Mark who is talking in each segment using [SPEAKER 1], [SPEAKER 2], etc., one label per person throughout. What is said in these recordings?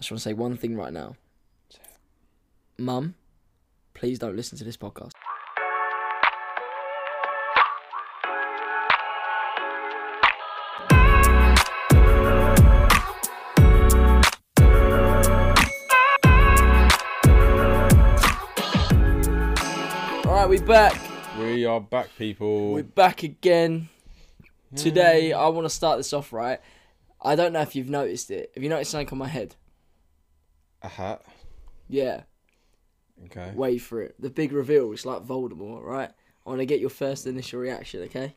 [SPEAKER 1] just want to say one thing right now. Mum, please don't listen to this podcast. Alright, we're back.
[SPEAKER 2] We are back, people.
[SPEAKER 1] We're back again. Today, I want to start this off right. I don't know if you've noticed it. Have you noticed something on my head?
[SPEAKER 2] A hat.
[SPEAKER 1] Yeah.
[SPEAKER 2] Okay.
[SPEAKER 1] Wait for it. The big reveal. It's like Voldemort, right? I want to get your first initial reaction, okay?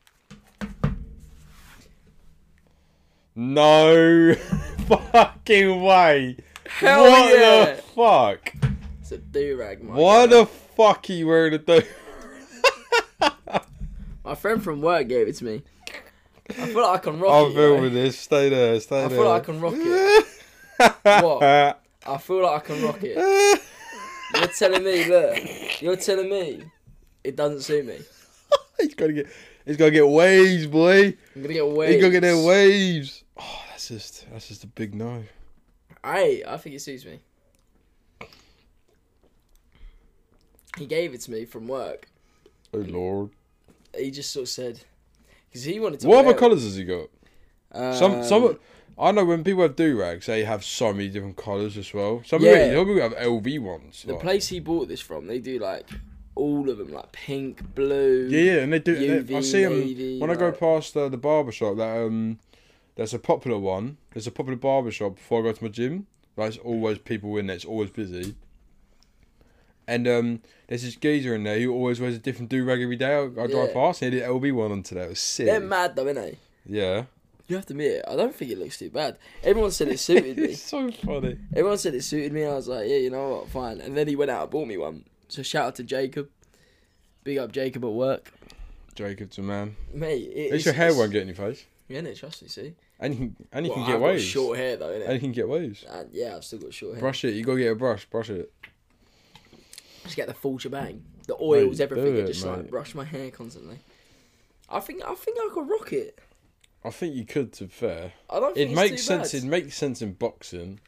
[SPEAKER 2] No fucking way.
[SPEAKER 1] Hell
[SPEAKER 2] what
[SPEAKER 1] yeah.
[SPEAKER 2] the fuck?
[SPEAKER 1] It's a do rag, my
[SPEAKER 2] Why
[SPEAKER 1] guy.
[SPEAKER 2] the fuck are you wearing a do?
[SPEAKER 1] My friend from work gave it to me. I feel like I can rock
[SPEAKER 2] I'm
[SPEAKER 1] it. you know?
[SPEAKER 2] filming this. Stay there. Stay
[SPEAKER 1] I
[SPEAKER 2] there.
[SPEAKER 1] feel like I can rock it.
[SPEAKER 2] what?
[SPEAKER 1] I feel like I can rock it. You're telling me, look. You're telling me it doesn't suit me.
[SPEAKER 2] he's gonna get. He's gonna get waves, boy.
[SPEAKER 1] I'm gonna get waves.
[SPEAKER 2] He's gonna get their waves. Oh, that's just. That's just a big no.
[SPEAKER 1] Hey, I think it suits me. He gave it to me from work.
[SPEAKER 2] Oh lord.
[SPEAKER 1] He just sort of said, because he wanted to.
[SPEAKER 2] What
[SPEAKER 1] wear
[SPEAKER 2] other colours has he got?
[SPEAKER 1] it. Um,
[SPEAKER 2] Some some I know when people have do rags, they have so many different colours as well. Some
[SPEAKER 1] Yeah.
[SPEAKER 2] people, some people have LV ones.
[SPEAKER 1] The
[SPEAKER 2] like-
[SPEAKER 1] place he bought this from, they do like all of them, like pink, blue.
[SPEAKER 2] yeah, yeah, and they do. and they- I
[SPEAKER 1] UV,
[SPEAKER 2] see them
[SPEAKER 1] navy,
[SPEAKER 2] when I go
[SPEAKER 1] like-
[SPEAKER 2] past uh, the barber shop. That um, there's a popular one. There's a popular barber shop before I go to my gym. Like, There's always people in there. It's always busy. And um, there's this geezer in there who always wears a different do rag every day. I, I
[SPEAKER 1] Yeah.
[SPEAKER 2] drive past and he did LV one on today. It was sick.
[SPEAKER 1] They're mad though, innit?
[SPEAKER 2] yeah,
[SPEAKER 1] You have to admit it. I don't think it looks too bad. Everyone said it suited me.
[SPEAKER 2] it's so funny.
[SPEAKER 1] Everyone said it suited me. I was like, yeah, you know what, fine. And then he went out and bought me one. So shout out to Jacob. Big up Jacob at work,
[SPEAKER 2] Jacob's a man.
[SPEAKER 1] mate. It,
[SPEAKER 2] At least your hair won't get in your face,
[SPEAKER 1] Yeah, innit? Trust me, see.
[SPEAKER 2] and you can and you
[SPEAKER 1] Well,
[SPEAKER 2] can get
[SPEAKER 1] I've got
[SPEAKER 2] waves.
[SPEAKER 1] short hair though, innit?
[SPEAKER 2] And you can get waves.
[SPEAKER 1] And yeah, I've still got short hair.
[SPEAKER 2] Brush it. You gotta get a brush. Brush it.
[SPEAKER 1] Just get the full shebang. The oils,
[SPEAKER 2] Mate,
[SPEAKER 1] everything.
[SPEAKER 2] do
[SPEAKER 1] and
[SPEAKER 2] it,
[SPEAKER 1] just like
[SPEAKER 2] mate.
[SPEAKER 1] brush my hair constantly. I think I think I could rock it.
[SPEAKER 2] I think you could. To be fair,
[SPEAKER 1] I don't
[SPEAKER 2] it
[SPEAKER 1] think
[SPEAKER 2] makes
[SPEAKER 1] it's too
[SPEAKER 2] sense.
[SPEAKER 1] Bad.
[SPEAKER 2] It makes sense in boxing.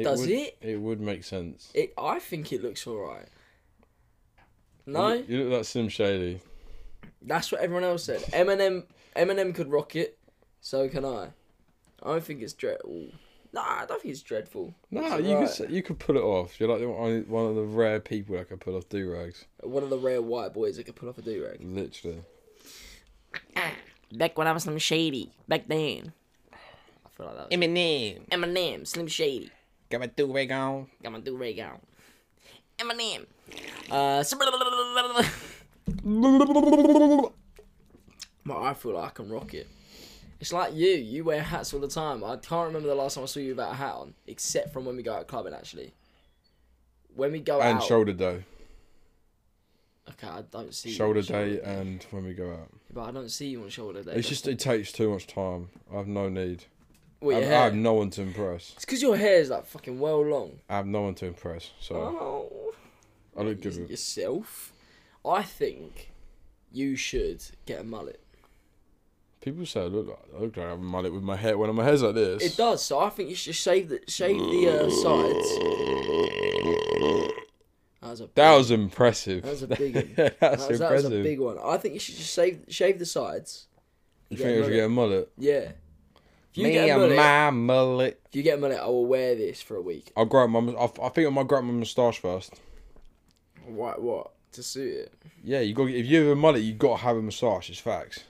[SPEAKER 1] Does
[SPEAKER 2] would,
[SPEAKER 1] it?
[SPEAKER 2] It would make sense.
[SPEAKER 1] It, I think it looks alright. No,
[SPEAKER 2] You, you look like Slim Shady.
[SPEAKER 1] that's what everyone else said. Eminem, Eminem could rock it, so can I. I don't think it's dreadful. Nah, I don't think it's dreadful.
[SPEAKER 2] No,
[SPEAKER 1] It's
[SPEAKER 2] you
[SPEAKER 1] alright.
[SPEAKER 2] could could you could pull it off. You're like the only, one of the rare people that can pull off do rags.
[SPEAKER 1] One of the rare white boys that could pull off a do rag.
[SPEAKER 2] Literally.
[SPEAKER 1] Back when I was Slim Shady, back then. I feel like that. Was
[SPEAKER 2] Eminem,
[SPEAKER 1] Eminem, Slim Shady,
[SPEAKER 2] got my do rag on.
[SPEAKER 1] got my do rag on. Eminem. Uh, But I feel like I can rock it. It's like you. You wear hats all the time. I can't remember the last time I saw you without a hat on, except from when we go out clubbing. Actually, when we go
[SPEAKER 2] And
[SPEAKER 1] out,
[SPEAKER 2] shoulder day,
[SPEAKER 1] okay, I don't see you
[SPEAKER 2] shoulder
[SPEAKER 1] on
[SPEAKER 2] day, and when we go out,
[SPEAKER 1] but I don't see you on shoulder day.
[SPEAKER 2] it's just it takes too much time. I have no need.
[SPEAKER 1] Well,
[SPEAKER 2] I
[SPEAKER 1] your
[SPEAKER 2] have, I
[SPEAKER 1] hair.
[SPEAKER 2] have no one to impress.
[SPEAKER 1] It's because your hair is like fucking well long.
[SPEAKER 2] I have no one to impress. So
[SPEAKER 1] Oh,
[SPEAKER 2] I look good
[SPEAKER 1] Is it
[SPEAKER 2] with
[SPEAKER 1] yourself. I think you should get a mullet.
[SPEAKER 2] People say I look like I look like I have a mullet with my hair when my hair's like this.
[SPEAKER 1] It does. So I think you should shave the shave the uh, sides. That was a
[SPEAKER 2] That was impressive.
[SPEAKER 1] That was a big one.
[SPEAKER 2] That's
[SPEAKER 1] That was,
[SPEAKER 2] impressive.
[SPEAKER 1] that was a big one. I think you should just shave shave the sides.
[SPEAKER 2] you
[SPEAKER 1] get a
[SPEAKER 2] think I should get a mullet?
[SPEAKER 1] Yeah. If you,
[SPEAKER 2] Me
[SPEAKER 1] get a mullet,
[SPEAKER 2] and my mullet.
[SPEAKER 1] if you get a mullet, I will wear this for a week.
[SPEAKER 2] I'll grow my. I, I think I might grow my moustache first.
[SPEAKER 1] Right, what? To suit it.
[SPEAKER 2] Yeah, you got. to If you have a mullet, you got to have a moustache. It's facts.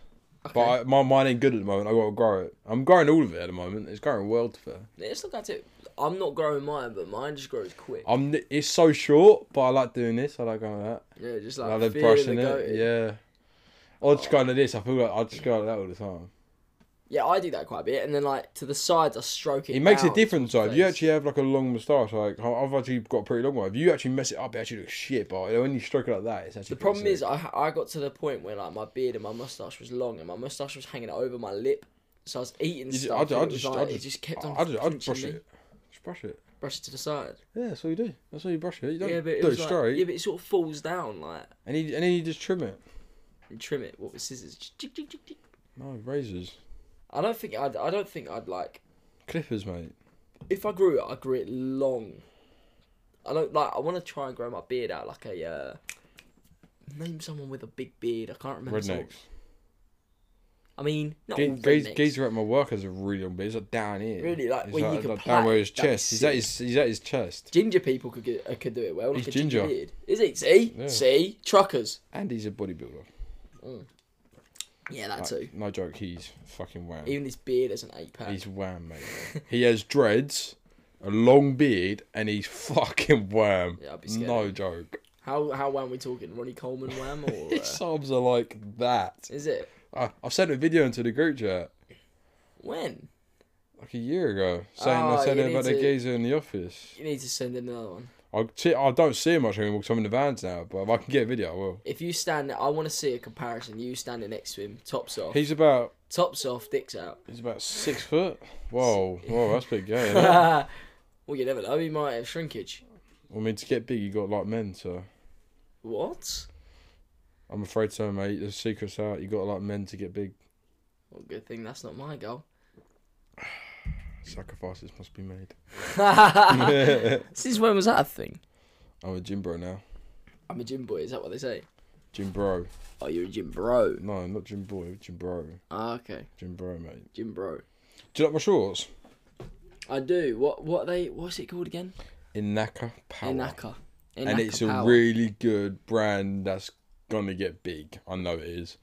[SPEAKER 2] But
[SPEAKER 1] Okay.
[SPEAKER 2] I, my mine ain't good at the moment. I got to grow it. I'm growing all of it at the moment. It's growing well to fair.
[SPEAKER 1] Let's look at it. I'm not growing mine, but mine just grows quick.
[SPEAKER 2] I'm. It's so short, but I like doing this. I like going like
[SPEAKER 1] Yeah, just
[SPEAKER 2] that.
[SPEAKER 1] like,
[SPEAKER 2] I like
[SPEAKER 1] feeling
[SPEAKER 2] brushing
[SPEAKER 1] the
[SPEAKER 2] it.
[SPEAKER 1] goatee.
[SPEAKER 2] Yeah. I'll just go into this. I feel like I just go like that all the time.
[SPEAKER 1] Yeah, I do that quite a bit, and then like to the sides, I stroke it.
[SPEAKER 2] It makes a
[SPEAKER 1] down.
[SPEAKER 2] difference though. If you
[SPEAKER 1] Thanks.
[SPEAKER 2] actually have like a long moustache, like I- I've actually got a pretty long one. If you actually mess it up, it actually looks shit. But when you stroke it like that, it's actually.
[SPEAKER 1] The problem is, I I got to the point where like my beard and my mustache was long, and my mustache was hanging over my lip, so I was eating
[SPEAKER 2] I,
[SPEAKER 1] stuff.
[SPEAKER 2] ju-
[SPEAKER 1] and
[SPEAKER 2] I
[SPEAKER 1] it was
[SPEAKER 2] just,
[SPEAKER 1] like-
[SPEAKER 2] I
[SPEAKER 1] it
[SPEAKER 2] just,
[SPEAKER 1] just kept
[SPEAKER 2] I-
[SPEAKER 1] on.
[SPEAKER 2] I just, I just
[SPEAKER 1] pinching
[SPEAKER 2] brush
[SPEAKER 1] me.
[SPEAKER 2] it. Just brush it.
[SPEAKER 1] Brush it to the side.
[SPEAKER 2] Yeah, that's all you do. That's all you brush it. You don't
[SPEAKER 1] Yeah, but it
[SPEAKER 2] do
[SPEAKER 1] was
[SPEAKER 2] it
[SPEAKER 1] like,
[SPEAKER 2] straight.
[SPEAKER 1] yeah, but it sort of falls down like
[SPEAKER 2] and, you, and then you just trim it.
[SPEAKER 1] and trim it. What with scissors? Just tick, tick, tick, tick.
[SPEAKER 2] No razors,
[SPEAKER 1] I don't think I'd. I don't think I'd like.
[SPEAKER 2] clippers, mate.
[SPEAKER 1] if I grew it, I grew it long. I don't like. I want to try and grow my beard out like a. Uh, name someone with a big beard. I can't remember. someone-
[SPEAKER 2] Rednecks.
[SPEAKER 1] I mean, not all
[SPEAKER 2] Ge- Gaze,
[SPEAKER 1] rednecks.
[SPEAKER 2] Gazer at my work has a really long beard. It's like down here.
[SPEAKER 1] Really, like,
[SPEAKER 2] It's
[SPEAKER 1] where you
[SPEAKER 2] like,
[SPEAKER 1] can
[SPEAKER 2] like down where
[SPEAKER 1] plait,
[SPEAKER 2] his
[SPEAKER 1] like,
[SPEAKER 2] chest. He's at his. He's at his chest.
[SPEAKER 1] Ginger people could get, uh, could do it well. Like
[SPEAKER 2] He's
[SPEAKER 1] a ginger.
[SPEAKER 2] ginger.
[SPEAKER 1] beard. Is it? See,
[SPEAKER 2] Yeah.
[SPEAKER 1] see, truckers.
[SPEAKER 2] And he's a bodybuilder.
[SPEAKER 1] Yeah, that
[SPEAKER 2] Like,
[SPEAKER 1] too.
[SPEAKER 2] No joke. He's fucking wham.
[SPEAKER 1] Even his beard is an eight pack.
[SPEAKER 2] He's wham, mate. he has dreads, a long beard, and he's fucking wham.
[SPEAKER 1] Yeah, I'd be scared.
[SPEAKER 2] no joke.
[SPEAKER 1] How how wham we talking? Ronnie Coleman wham or
[SPEAKER 2] His
[SPEAKER 1] uh,
[SPEAKER 2] subs are like that.
[SPEAKER 1] is it
[SPEAKER 2] I, I sent a video into the group chat
[SPEAKER 1] when?
[SPEAKER 2] like a year ago saying
[SPEAKER 1] Oh,
[SPEAKER 2] I said
[SPEAKER 1] you
[SPEAKER 2] it about
[SPEAKER 1] need
[SPEAKER 2] the
[SPEAKER 1] to-
[SPEAKER 2] geezer in the office.
[SPEAKER 1] You need to send in another one.
[SPEAKER 2] I see, I don't see him much anymore because I'm in the vans now, but if I can get a video, I will.
[SPEAKER 1] If you stand, I want to see a comparison. You standing next to him, tops off,
[SPEAKER 2] He's about
[SPEAKER 1] tops off, dicks out.
[SPEAKER 2] he's about six foot. Whoa, whoa, that's big gay. Isn't it?
[SPEAKER 1] well, you never know. He might have shrinkage.
[SPEAKER 2] I mean, to get big, you got like men, so
[SPEAKER 1] What?
[SPEAKER 2] I'm afraid so, mate. The secret's out. You got like men to get big.
[SPEAKER 1] Well, good thing that's not my goal.
[SPEAKER 2] Sacrifices must be made.
[SPEAKER 1] Since when was that a thing?
[SPEAKER 2] I'm a gym bro now.
[SPEAKER 1] I'm a gym boy. Is that what they say?
[SPEAKER 2] Gym bro.
[SPEAKER 1] Oh, you're a gym bro.
[SPEAKER 2] No, not gym boy. Gym bro.
[SPEAKER 1] Ah, okay,
[SPEAKER 2] Gym bro, mate.
[SPEAKER 1] gym bro.
[SPEAKER 2] Do you like my shorts?
[SPEAKER 1] I do. What? What are they? What's it called again?
[SPEAKER 2] Inaka Power.
[SPEAKER 1] Inaka. Inaka
[SPEAKER 2] and it's
[SPEAKER 1] power.
[SPEAKER 2] a really good brand that's gonna get big. I know it is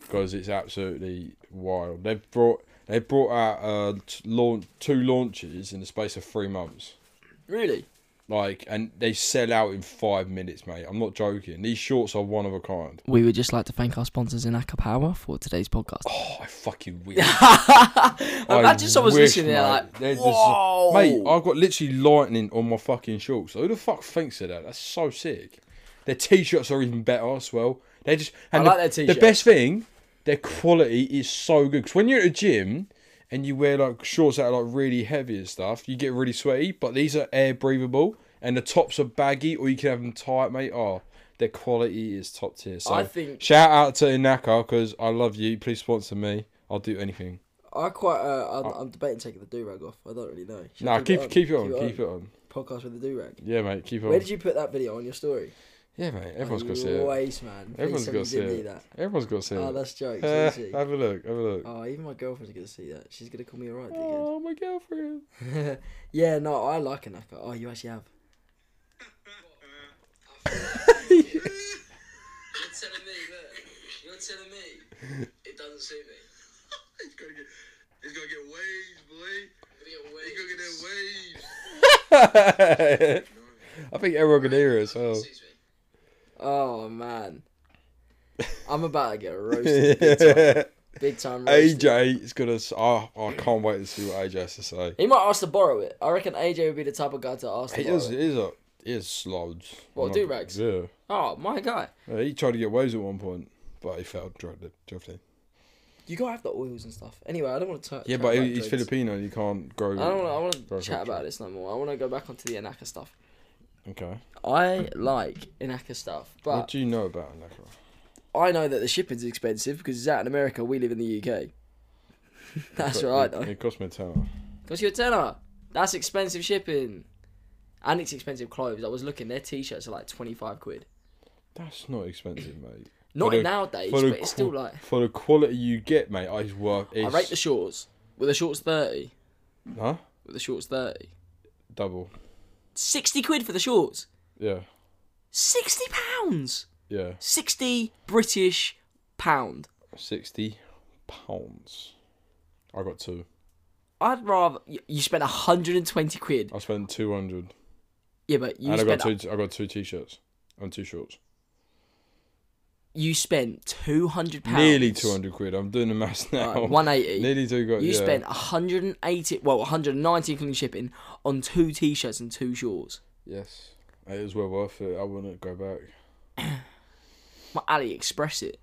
[SPEAKER 2] because it's absolutely wild. They brought they brought out uh, t- launch, two launches in the space of three months.
[SPEAKER 1] really.
[SPEAKER 2] Like, and they sell out in five minutes, mate. I'm not joking. These shorts are one of a kind.
[SPEAKER 1] We would just like to thank our sponsors Inaka Power for today's podcast.
[SPEAKER 2] Oh, I fucking wish.
[SPEAKER 1] Imagine someone's
[SPEAKER 2] wish,
[SPEAKER 1] listening there
[SPEAKER 2] mate.
[SPEAKER 1] like,
[SPEAKER 2] They're just-
[SPEAKER 1] whoa,
[SPEAKER 2] Mate, I've got literally lightning on my fucking shorts. Who the fuck thinks of that? That's so sick. Their t-shirts are even better as well. They just and
[SPEAKER 1] I
[SPEAKER 2] the,
[SPEAKER 1] like their
[SPEAKER 2] The
[SPEAKER 1] t-shirts.
[SPEAKER 2] best thing, their quality is so good. Because when you're at a gym and you wear like shorts that are like really heavy and stuff, you get really sweaty. But these are air breathable and the tops are baggy, or you can have them tight, mate. Oh, their quality is top tier. So
[SPEAKER 1] I think-
[SPEAKER 2] shout out to Inaka because I love you. Please sponsor me. I'll do anything.
[SPEAKER 1] I quite. Uh, I'm, I'm debating taking the do rag off. I don't really know. Should I
[SPEAKER 2] Oh. Nah, keep keep, it on, keep it on.
[SPEAKER 1] Podcast with the do rag.
[SPEAKER 2] Yeah, mate, keep on.
[SPEAKER 1] Where did you put that video on your story?
[SPEAKER 2] Yeah, mate. Everyone's got to see it.
[SPEAKER 1] Always, man.
[SPEAKER 2] Everyone's got to see
[SPEAKER 1] me
[SPEAKER 2] it.
[SPEAKER 1] that.
[SPEAKER 2] Everyone's got to see
[SPEAKER 1] Oh,
[SPEAKER 2] it.
[SPEAKER 1] that's jokes.
[SPEAKER 2] Eh,
[SPEAKER 1] isn't she?
[SPEAKER 2] Have a look. Have a look.
[SPEAKER 1] Oh, even my girlfriend's gonna see that. She's gonna call me a right dickhead.
[SPEAKER 2] Oh, my girlfriend.
[SPEAKER 1] yeah, no, I like a knacker. Oh, you actually have. You're telling me that. You're telling me it doesn't suit me.
[SPEAKER 3] He's gonna get, he's gonna get waves, boy. He's gonna get that waves.
[SPEAKER 2] I think everyone can hear it as well.
[SPEAKER 1] Oh man, I'm about to get roasted big time. Big time
[SPEAKER 2] AJ
[SPEAKER 1] roasted.
[SPEAKER 2] is gonna. s- Oh, I can't wait to see what AJ has to say.
[SPEAKER 1] He might ask to borrow it. I reckon AJ would be the type of guy to ask to
[SPEAKER 2] He
[SPEAKER 1] borrow
[SPEAKER 2] is.
[SPEAKER 1] it.
[SPEAKER 2] He is a. He is sludge.
[SPEAKER 1] What,
[SPEAKER 2] I'm not-
[SPEAKER 1] do-rags?
[SPEAKER 2] Yeah.
[SPEAKER 1] Oh my guy,
[SPEAKER 2] Yeah, He tried to get waves at one point, but he failed dreadfully. dreadfully.
[SPEAKER 1] you gotta have the oils and stuff. Anyway, I don't want to touch.
[SPEAKER 2] Yeah, but he, he's Filipino. You can't grow.
[SPEAKER 1] I don't. Wanna, I want
[SPEAKER 2] grow
[SPEAKER 1] to chat
[SPEAKER 2] culture.
[SPEAKER 1] about this no more. I want to go back onto the Anaka stuff.
[SPEAKER 2] Okay.
[SPEAKER 1] I like Inaka stuff,
[SPEAKER 2] What
[SPEAKER 1] but
[SPEAKER 2] do you know about Nakara?
[SPEAKER 1] I know that the shipping's expensive because it's out in America. We live in the UK. That's right.
[SPEAKER 2] It, it cost me a tenner.
[SPEAKER 1] Because you're a tenner. That's expensive shipping. And it's expensive clothes. I was looking, their t shirts are like 25 quid.
[SPEAKER 2] That's not expensive, mate.
[SPEAKER 1] Not
[SPEAKER 2] For the-
[SPEAKER 1] nowadays,
[SPEAKER 2] for the
[SPEAKER 1] but it's still
[SPEAKER 2] qu-
[SPEAKER 1] like.
[SPEAKER 2] for the quality you get, mate. I just work.
[SPEAKER 1] I
[SPEAKER 2] It's,
[SPEAKER 1] rate the shorts. With the shorts 30.
[SPEAKER 2] huh?
[SPEAKER 1] With the shorts 30.
[SPEAKER 2] Double.
[SPEAKER 1] 60 quid for the shorts.
[SPEAKER 2] Yeah,
[SPEAKER 1] 60 pounds.
[SPEAKER 2] yeah.
[SPEAKER 1] 60 British pound.
[SPEAKER 2] Sixty pounds. I got two.
[SPEAKER 1] I'd rather. You, you spent 120 quid.
[SPEAKER 2] I spent two hundred,
[SPEAKER 1] Yeah, but you
[SPEAKER 2] and I got
[SPEAKER 1] spent
[SPEAKER 2] two. I got two t-shirts and two shorts.
[SPEAKER 1] you spent two hundred pounds.
[SPEAKER 2] Nearly two hundred quid. I'm doing the maths now.
[SPEAKER 1] One eighty.
[SPEAKER 2] Nearly two. Got
[SPEAKER 1] You
[SPEAKER 2] yeah.
[SPEAKER 1] spent hundred and eighty, well, one hundred and ninety including shipping on two t-shirts and two shorts.
[SPEAKER 2] Yes. It was well worth it. I wouldn't go back.
[SPEAKER 1] My AliExpress it.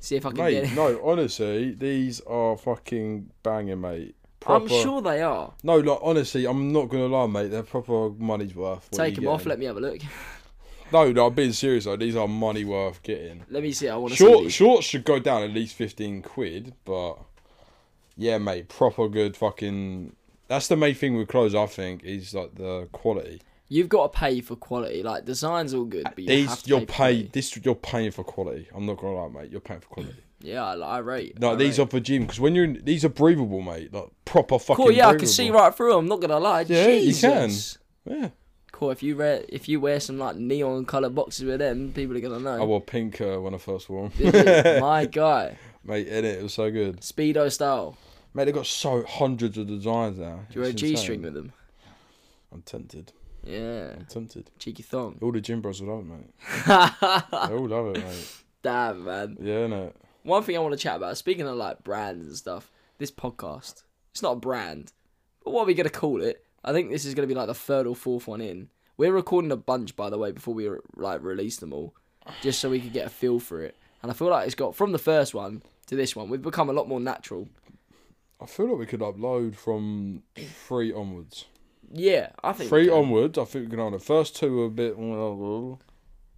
[SPEAKER 1] See if I can get it.
[SPEAKER 2] Mate, no, honestly, these are fucking banging, mate.
[SPEAKER 1] I'm
[SPEAKER 2] Proper-
[SPEAKER 1] sure they are.
[SPEAKER 2] No, like honestly, I'm not gonna lie, mate. They're proper money's worth. what
[SPEAKER 1] Take
[SPEAKER 2] you
[SPEAKER 1] them off.
[SPEAKER 2] getting.
[SPEAKER 1] Let me have a look.
[SPEAKER 2] No, no, I'm being serious though. These are money worth getting.
[SPEAKER 1] Let me see. I want to see.
[SPEAKER 2] Short
[SPEAKER 1] these.
[SPEAKER 2] shorts should go down at least fifteen quid, but yeah, mate, proper good fucking That's the main thing with clothes. I think is like the quality.
[SPEAKER 1] You've got to pay for quality. Like design's all good, but you have
[SPEAKER 2] These
[SPEAKER 1] to
[SPEAKER 2] you're
[SPEAKER 1] for
[SPEAKER 2] pay
[SPEAKER 1] quality.
[SPEAKER 2] this you're paying for quality. I'm not gonna lie, mate. You're paying for quality.
[SPEAKER 1] Yeah, I, I rate.
[SPEAKER 2] No,
[SPEAKER 1] I
[SPEAKER 2] these
[SPEAKER 1] rate.
[SPEAKER 2] are for gym because when you're in, these are breathable, mate. Like proper fucking.
[SPEAKER 1] cool. Yeah, I can
[SPEAKER 2] breathable.
[SPEAKER 1] see right through them. Not gonna lie.
[SPEAKER 2] Yeah, you
[SPEAKER 1] Jesus.
[SPEAKER 2] can. Yeah,
[SPEAKER 1] Cool. If you wear if you wear some like neon colored boxes with them, people are gonna
[SPEAKER 2] I
[SPEAKER 1] know.
[SPEAKER 2] wore pink uh, when I first wore them,
[SPEAKER 1] This is my guy,
[SPEAKER 2] mate. In it, it was so good,
[SPEAKER 1] speedo style.
[SPEAKER 2] mate. They got so hundreds of designs now.
[SPEAKER 1] Do you wear a
[SPEAKER 2] It's
[SPEAKER 1] G
[SPEAKER 2] insane.
[SPEAKER 1] string with them?
[SPEAKER 2] I'm tempted.
[SPEAKER 1] Yeah,
[SPEAKER 2] I'm tempted.
[SPEAKER 1] cheeky thong.
[SPEAKER 2] All the gym bros will love it, mate. They all love it, mate.
[SPEAKER 1] Damn man.
[SPEAKER 2] Yeah, no.
[SPEAKER 1] One thing I want to chat about. Speaking of like brands and stuff, this podcast. It's not a brand, but what are we gonna call it? I think this is gonna be like the third or fourth one in. We're recording a bunch, by the way, before we re- like release them all, just so we could get a feel for it. And I feel like it's got from the first one to this one, we've become a lot more natural.
[SPEAKER 2] I feel like we could upload from three onwards.
[SPEAKER 1] Yeah, I think we
[SPEAKER 2] Three
[SPEAKER 1] can.
[SPEAKER 2] onwards, I think we can. The first two are a bit.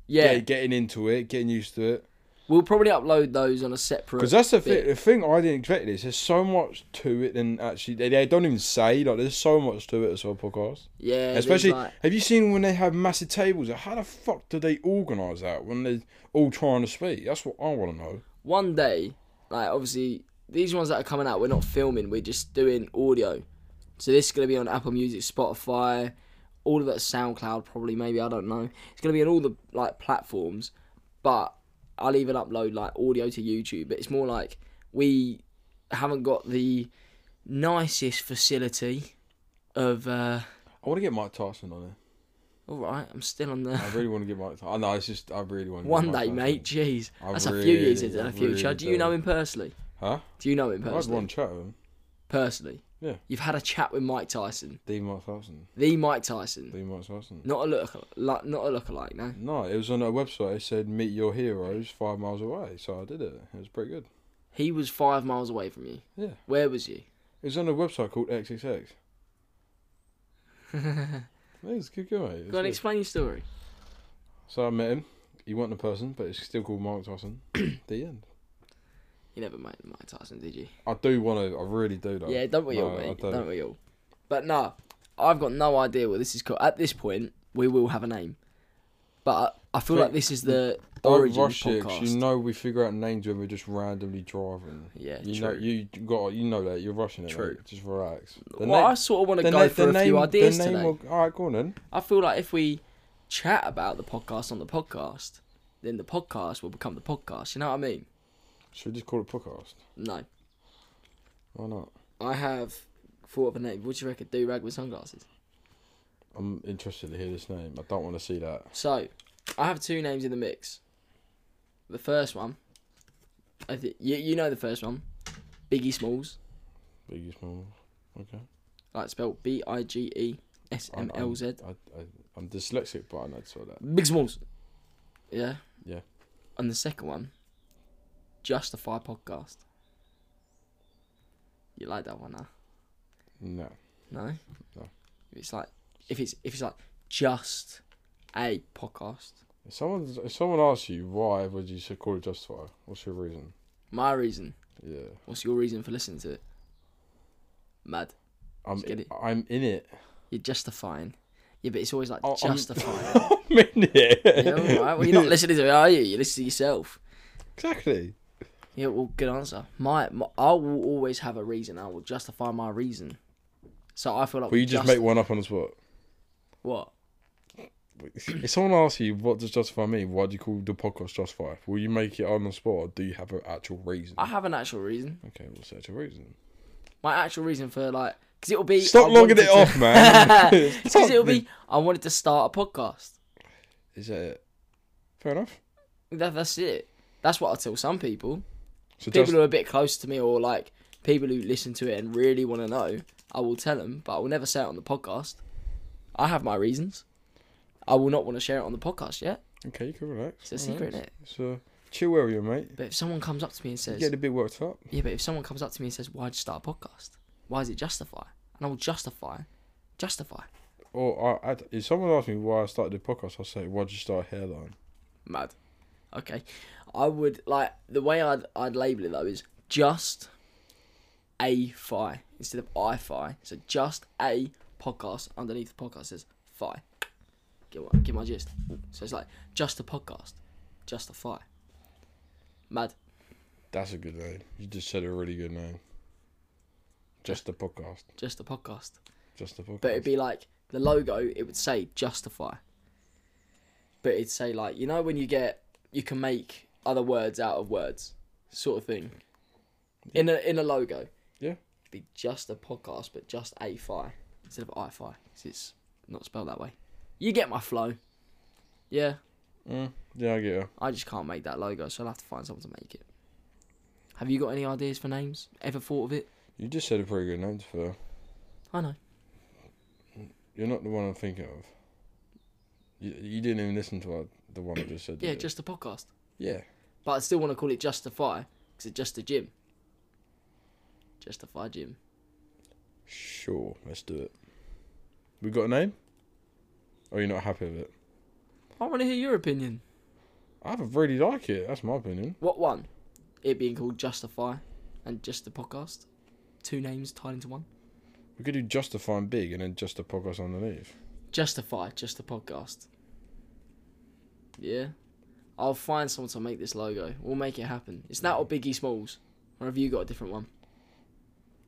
[SPEAKER 1] Yeah,
[SPEAKER 2] Get- getting into it, getting used to it.
[SPEAKER 1] we'll probably upload those on a separate.
[SPEAKER 2] Because that's the
[SPEAKER 1] bit.
[SPEAKER 2] thing. The thing I didn't expect is there's so much to it, and actually they, they don't even say like there's so much to it as well. Podcast,
[SPEAKER 1] Yeah, there's
[SPEAKER 2] especially
[SPEAKER 1] like-
[SPEAKER 2] have you seen when they have massive tables? How the fuck do they organise that when they're all trying to speak? That's what I want to know.
[SPEAKER 1] one day, like obviously these ones that are coming out, we're not filming, we're just doing audio. So this is gonna be on Apple Music, Spotify, all of that SoundCloud probably, maybe I don't know. It's gonna be on all the like platforms, but I'll even upload like audio to YouTube. But it's more like we haven't got the nicest facility of. uh
[SPEAKER 2] I want to get Mike Tyson on it.
[SPEAKER 1] All right, I'm still on the.
[SPEAKER 2] I really want to get Mike. Tyson. I know it's just I really want.
[SPEAKER 1] One day, mate. Jeez,
[SPEAKER 2] I
[SPEAKER 1] that's a few years
[SPEAKER 2] really-
[SPEAKER 1] into the
[SPEAKER 2] I
[SPEAKER 1] future.
[SPEAKER 2] really
[SPEAKER 1] do you know
[SPEAKER 2] do.
[SPEAKER 1] him personally?
[SPEAKER 2] Huh?
[SPEAKER 1] Do you know him
[SPEAKER 2] I'd
[SPEAKER 1] personally?
[SPEAKER 2] want to chat with him.
[SPEAKER 1] Personally,
[SPEAKER 2] Yeah.
[SPEAKER 1] You've had a chat with Mike Tyson,
[SPEAKER 2] D Mike Tyson.
[SPEAKER 1] the Mike Tyson,
[SPEAKER 2] D Mike Tyson.
[SPEAKER 1] not a look, like, not a lookalike, no.
[SPEAKER 2] No, it was on a website. It said meet your heroes five miles away. So I did it. It was pretty good.
[SPEAKER 1] He was five miles away from you.
[SPEAKER 2] Yeah.
[SPEAKER 1] Where was you?
[SPEAKER 2] It was on a website called XXX. It was a good guy. mate. It was
[SPEAKER 1] Go on,
[SPEAKER 2] good.
[SPEAKER 1] explain your story.
[SPEAKER 2] so I met him. He wasn't a person, but it's still called Mark Tyson. the end.
[SPEAKER 1] You never met Mike Tyson, did you?
[SPEAKER 2] I do want to. I really do though.
[SPEAKER 1] yeah, don't we all,
[SPEAKER 2] Oh. No, I
[SPEAKER 1] mate?
[SPEAKER 2] don't.
[SPEAKER 1] Don't. we all? But no, I've got no idea what this is called. At this point, we will have a name, but I feel
[SPEAKER 2] Think-
[SPEAKER 1] like this is the
[SPEAKER 2] Don't
[SPEAKER 1] origins
[SPEAKER 2] rush it. 'cause
[SPEAKER 1] podcast.
[SPEAKER 2] You know we figure out names when we're just randomly driving.
[SPEAKER 1] Yeah,
[SPEAKER 2] You know
[SPEAKER 1] true.
[SPEAKER 2] you got. You know that you're rushing it.
[SPEAKER 1] True.
[SPEAKER 2] mate. Just relax. The
[SPEAKER 1] well,
[SPEAKER 2] na-
[SPEAKER 1] I sort of want to
[SPEAKER 2] the
[SPEAKER 1] go
[SPEAKER 2] na-
[SPEAKER 1] for
[SPEAKER 2] the
[SPEAKER 1] a few
[SPEAKER 2] name-
[SPEAKER 1] ideas
[SPEAKER 2] the name
[SPEAKER 1] today.
[SPEAKER 2] will- all right, go on then.
[SPEAKER 1] I feel like if we chat about the podcast on the podcast, then the podcast will become the podcast. You know what I mean?
[SPEAKER 2] Should we just call it podcast?
[SPEAKER 1] No,
[SPEAKER 2] Why not?
[SPEAKER 1] I have thought of a name. What do you reckon? Do rag with sunglasses.
[SPEAKER 2] I'm interested to hear this name. I don't want to see that.
[SPEAKER 1] So, I have two names in the mix. The first one, I thi- you you know the first one, Biggie Smalls,
[SPEAKER 2] Biggest mall. Okay.
[SPEAKER 1] like spelled B I G E S M
[SPEAKER 2] I'm- I'm-
[SPEAKER 1] L Z.
[SPEAKER 2] I, I, I'm dyslexic, but I know it's all that.
[SPEAKER 1] Big Smalls. Yeah.
[SPEAKER 2] Yeah.
[SPEAKER 1] And the second one, Justify Podcast. You like that one, huh?
[SPEAKER 2] No.
[SPEAKER 1] No.
[SPEAKER 2] No.
[SPEAKER 1] If It's like if it's if it's like just a podcast.
[SPEAKER 2] If someone if someone asks you why would you say call it Justify, what's your reason?
[SPEAKER 1] My reason.
[SPEAKER 2] Yeah.
[SPEAKER 1] What's your reason for listening to it? Mad.
[SPEAKER 2] I'm
[SPEAKER 1] Let's get it.
[SPEAKER 2] I'm in it.
[SPEAKER 1] You're justifying. Yeah, but it's always like
[SPEAKER 2] Oh, I'm-
[SPEAKER 1] justifying.
[SPEAKER 2] I'm in it.
[SPEAKER 1] yeah, all right. Well, you're not listening to it, are you? You listen to yourself.
[SPEAKER 2] Exactly.
[SPEAKER 1] Yeah, well, good answer. My, my I will always have a reason. I will justify my reason. So I feel like.
[SPEAKER 2] Well
[SPEAKER 1] we
[SPEAKER 2] you just
[SPEAKER 1] justi-
[SPEAKER 2] make one up on the spot.
[SPEAKER 1] What?
[SPEAKER 2] If someone asks you what does justify mean, why do you call the podcast justify? Will you make it on the spot or do you have an actual reason?
[SPEAKER 1] I have an actual reason.
[SPEAKER 2] Okay, what's the actual reason?
[SPEAKER 1] My actual reason for like, because it'll be.
[SPEAKER 2] Stop
[SPEAKER 1] I
[SPEAKER 2] logging
[SPEAKER 1] wanted
[SPEAKER 2] it
[SPEAKER 1] to-
[SPEAKER 2] off, man.
[SPEAKER 1] It's because it'll
[SPEAKER 2] Stop it.
[SPEAKER 1] be. I wanted to start a podcast.
[SPEAKER 2] Is that it? Fair enough.
[SPEAKER 1] That, that's it. That's what I tell some people.
[SPEAKER 2] So
[SPEAKER 1] People
[SPEAKER 2] just,
[SPEAKER 1] who are a bit close to me or like people who listen to it and really want to know, I will tell them, but I will never say it on the podcast. I have my reasons. I will not want to share it on the podcast yet.
[SPEAKER 2] okay, you can
[SPEAKER 1] It's
[SPEAKER 2] relax.
[SPEAKER 1] a secret, innit?
[SPEAKER 2] So chill where you're, mate.
[SPEAKER 1] But if someone comes up to me and
[SPEAKER 2] You
[SPEAKER 1] says,
[SPEAKER 2] get a bit worked up.
[SPEAKER 1] Yeah, but if someone comes up to me and says, Why'd you start a podcast? Why is it justify? And I will justify, justify.
[SPEAKER 2] Or I, I, if someone asked me why I started the podcast, I'll say, why'd you start Hairline?
[SPEAKER 1] Mad. Okay. I would like the way I'd I'd label it though is just A-Fi instead of I-Fi. So just A podcast underneath the podcast says Fi. Get my, get my gist. So it's like just a podcast, just a Fi. Mad.
[SPEAKER 2] That's a good name. You just said a really good name. Just the podcast.
[SPEAKER 1] just a podcast.
[SPEAKER 2] Just the podcast.
[SPEAKER 1] But it'd be like the logo, it would say Justify. But it'd say like you know when you get you can make other words out of words, sort of thing. In a in a logo.
[SPEAKER 2] Yeah.
[SPEAKER 1] It'd be just a podcast, but just a fi instead of i fi because it's not spelled that way. You get my flow. Yeah,
[SPEAKER 2] Mm, yeah, I get you.
[SPEAKER 1] I just can't make that logo, so I'll have to find someone to make it. Have you got any ideas for names? Ever thought of it?
[SPEAKER 2] You just said a pretty good name, for.
[SPEAKER 1] I know.
[SPEAKER 2] You're not the one I'm thinking of. You, you didn't even listen to what, the one I just said. did
[SPEAKER 1] Yeah,
[SPEAKER 2] you?
[SPEAKER 1] just a podcast.
[SPEAKER 2] Yeah.
[SPEAKER 1] But I still want to call it Justify because it's just a gym. Justify gym.
[SPEAKER 2] Sure, let's do it. We got a name? Or are you not happy with it?
[SPEAKER 1] I want to hear your opinion.
[SPEAKER 2] I really like it. That's my opinion.
[SPEAKER 1] What one? It being called Justify and just the podcast. Two names tied into one.
[SPEAKER 2] We could do Justifying Big and then just the podcast underneath.
[SPEAKER 1] Justify, just the podcast. Yeah. I'll find someone to make this logo. We'll make it happen. It's that or Biggie Smalls. Or have you got a different one?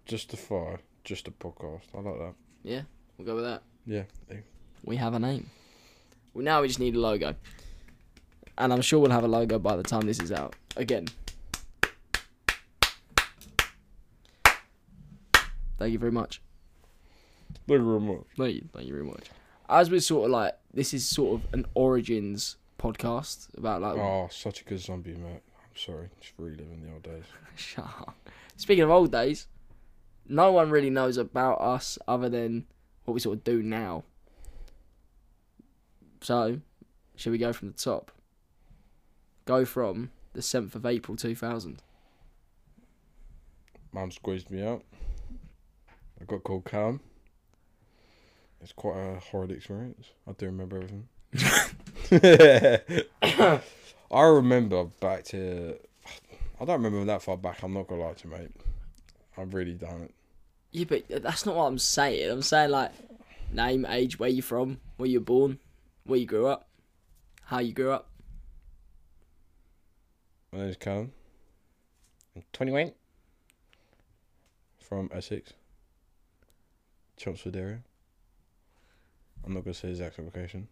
[SPEAKER 2] Justify, just the podcast. I like that.
[SPEAKER 1] We'll go with that.
[SPEAKER 2] Yeah. eh.
[SPEAKER 1] We have a name. Well, now we just need a logo. And I'm sure we'll have a logo by the time this is out. Again. Thank you very much.
[SPEAKER 2] Thank you very much.
[SPEAKER 1] Thank you. Thank you very much. As we're sort of like, this is sort of an origins podcast about like.
[SPEAKER 2] Oh, such a good zombie, mate. I'm sorry. Just reliving the old days.
[SPEAKER 1] Shut up. Speaking of old days, no one really knows about us other than what we sort of do now. So, should we go from the top? Go from the 7th of April 2000.
[SPEAKER 2] Mum squeezed me out. I got called calm. It's quite a horrid experience. I do remember everything. I remember back to. I don't remember that far back. I'm not gonna lie to you, mate. I really don't.
[SPEAKER 1] Yeah, but that's not what I'm saying. I'm saying, like, name, age, where you from, where you were born, where you grew up, how you grew up.
[SPEAKER 2] My name's Callum. I'm 21. From Essex. Chelmsford area. I'm not going to say exact location.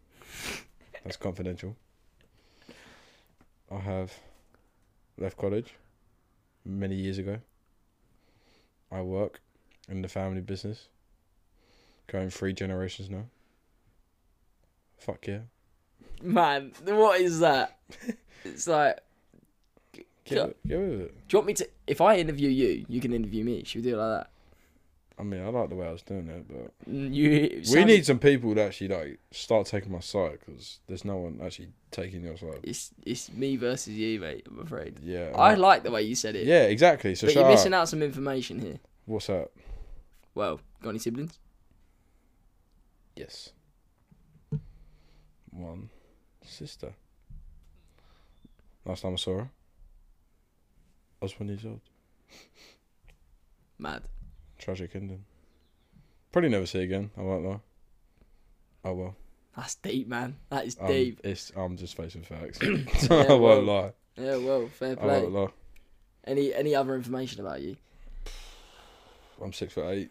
[SPEAKER 2] That's confidential. I have left college many years ago. I work in the family business. Going three generations now. Fuck yeah.
[SPEAKER 1] Man, what is that? it's like,
[SPEAKER 2] Get,
[SPEAKER 1] Yeah.
[SPEAKER 2] with- get with it.
[SPEAKER 1] do you want me to. If I interview you, you can interview me. Should we do it like
[SPEAKER 2] I mean, I like the way I was doing it, but
[SPEAKER 1] that? You, it
[SPEAKER 2] we
[SPEAKER 1] sounded-
[SPEAKER 2] need some people to actually like start taking my side because there's no one actually taking your side.
[SPEAKER 1] It's it's me versus you, mate. I'm afraid.
[SPEAKER 2] Yeah.
[SPEAKER 1] I
[SPEAKER 2] like-
[SPEAKER 1] like the way you said it,
[SPEAKER 2] yeah, exactly. So
[SPEAKER 1] but you're
[SPEAKER 2] shut
[SPEAKER 1] missing
[SPEAKER 2] up.
[SPEAKER 1] out some information here.
[SPEAKER 2] What's up?
[SPEAKER 1] Well, got any siblings?
[SPEAKER 2] Yes. One sister. Last time I saw her, I was one years old.
[SPEAKER 1] Mad.
[SPEAKER 2] Tragic ending. Probably never see again. I won't lie. Oh well.
[SPEAKER 1] That's deep, man. That is
[SPEAKER 2] Um,
[SPEAKER 1] deep.
[SPEAKER 2] It's I'm just facing facts. I
[SPEAKER 1] Yeah, well,
[SPEAKER 2] won't lie.
[SPEAKER 1] Yeah, well, fair
[SPEAKER 2] I
[SPEAKER 1] play.
[SPEAKER 2] won't lie.
[SPEAKER 1] Any any other information about you?
[SPEAKER 2] I'm six foot eight.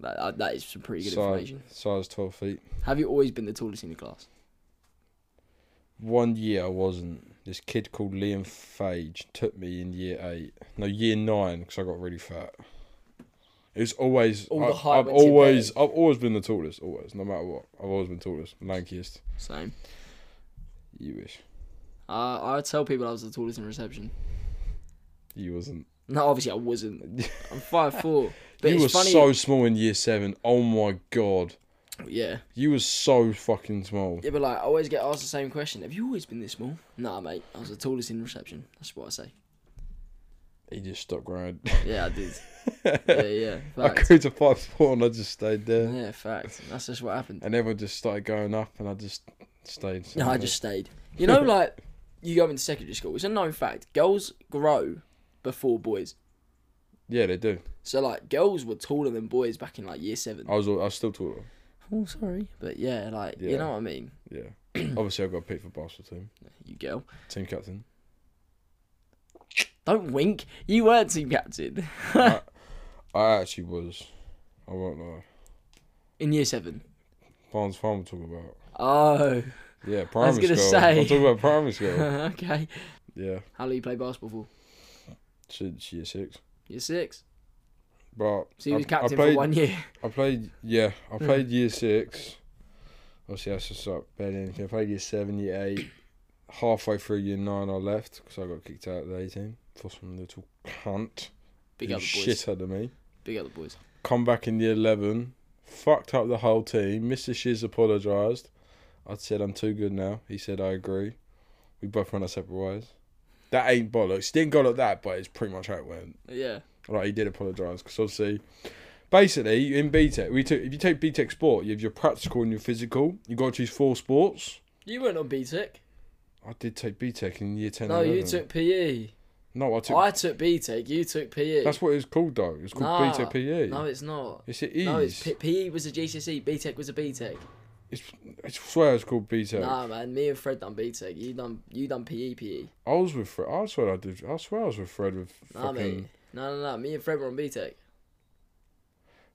[SPEAKER 1] That uh, that is some pretty good
[SPEAKER 2] Size,
[SPEAKER 1] information.
[SPEAKER 2] size twelve feet.
[SPEAKER 1] Have you always been the tallest in your class?
[SPEAKER 2] one year I wasn't. This kid called Liam Fage took me in year eight, no year nine, because I got really fat. It was always
[SPEAKER 1] All
[SPEAKER 2] I,
[SPEAKER 1] the height
[SPEAKER 2] have
[SPEAKER 1] went to your
[SPEAKER 2] always I've always been the tallest, always, no matter what. I've always been tallest, lankiest.
[SPEAKER 1] Same.
[SPEAKER 2] You wish
[SPEAKER 1] Uh, I would tell people I was the tallest in reception.
[SPEAKER 2] you wasn't.
[SPEAKER 1] No, obviously I wasn't. I'm five four. But
[SPEAKER 2] you
[SPEAKER 1] it's
[SPEAKER 2] were
[SPEAKER 1] funny.
[SPEAKER 2] so small in year seven. Oh my god,
[SPEAKER 1] yeah.
[SPEAKER 2] you were so fucking small.
[SPEAKER 1] Yeah, but like I always get asked the same question. Have you always been this small? Nah, mate. I was the tallest in reception. That's what I say.
[SPEAKER 2] He just stopped growing.
[SPEAKER 1] Yeah, I did. yeah, yeah.
[SPEAKER 2] I
[SPEAKER 1] Fact.
[SPEAKER 2] grew to five four, and I just stayed there.
[SPEAKER 1] Yeah, fact. That's just what happened.
[SPEAKER 2] And everyone just started going up, and I just stayed.
[SPEAKER 1] No, I
[SPEAKER 2] somewhere.
[SPEAKER 1] just stayed. You know, like you go into secondary school. It's a known fact. Girls grow before boys.
[SPEAKER 2] Yeah, they do.
[SPEAKER 1] So like girls were taller than boys back in like year seven.
[SPEAKER 2] I was al- I was still taller.
[SPEAKER 1] Oh, sorry. But yeah, like you
[SPEAKER 2] Yeah.
[SPEAKER 1] know what I mean.
[SPEAKER 2] Yeah. Obviously, I got picked for basketball team.
[SPEAKER 1] You girl,
[SPEAKER 2] Team captain.
[SPEAKER 1] don't wink. You were team captain
[SPEAKER 2] I actually was. I won't lie.
[SPEAKER 1] in year seven.
[SPEAKER 2] Barnes Farm we're talking about.
[SPEAKER 1] Oh,
[SPEAKER 2] Yeah, primary
[SPEAKER 1] gonna
[SPEAKER 2] school.
[SPEAKER 1] say.
[SPEAKER 2] I'm talking about primary school.
[SPEAKER 1] okay.
[SPEAKER 2] yeah,
[SPEAKER 1] How do you play basketball for?
[SPEAKER 2] since year six.
[SPEAKER 1] Year six.
[SPEAKER 2] But
[SPEAKER 1] So you was captain
[SPEAKER 2] played,
[SPEAKER 1] for one Hmm. year.
[SPEAKER 2] I played. Yeah, I played year six. Obviously, that's just like barely anything. I played year seven, year eight. Halfway through year nine, I left because I got kicked out of the A team for some little cunt
[SPEAKER 1] Big
[SPEAKER 2] who
[SPEAKER 1] other boys.
[SPEAKER 2] shit out of me.
[SPEAKER 1] Big other boys.
[SPEAKER 2] come back in the 11, fucked up the whole team. Mr. Shiz apologised. I said, I'm too good now. He said, I agree. We both went our separate ways. That ain't bollocks. Didn't go like that, but it's pretty much how it went.
[SPEAKER 1] Yeah.
[SPEAKER 2] Like, he did apologise because obviously, basically, in B Tech, we took, if you take B Tech sport, you have your practical and your physical. you got to choose four sports.
[SPEAKER 1] You weren't on B Tech.
[SPEAKER 2] I did take B Tech in year 10.
[SPEAKER 1] No, you
[SPEAKER 2] 11.
[SPEAKER 1] took PE.
[SPEAKER 2] No, I took.
[SPEAKER 1] I took B Tech. You took PE.
[SPEAKER 2] that's what it was called, though. It was called
[SPEAKER 1] Nah.
[SPEAKER 2] B Tech E. PE.
[SPEAKER 1] No, it's not.
[SPEAKER 2] Yes, it is.
[SPEAKER 1] No, it's P- PE was a GCSE. E, B Tech was a B Tech.
[SPEAKER 2] it's, I swear it's called B Tech.
[SPEAKER 1] Nah, man. Me and Fred done B Tech. You done. You done E, PE PE.
[SPEAKER 2] I was with Fred. I swear I did. I swear I was with Fred with
[SPEAKER 1] Nah,
[SPEAKER 2] fucking.
[SPEAKER 1] mate. No, no, no. Me and Fred were on B Tech.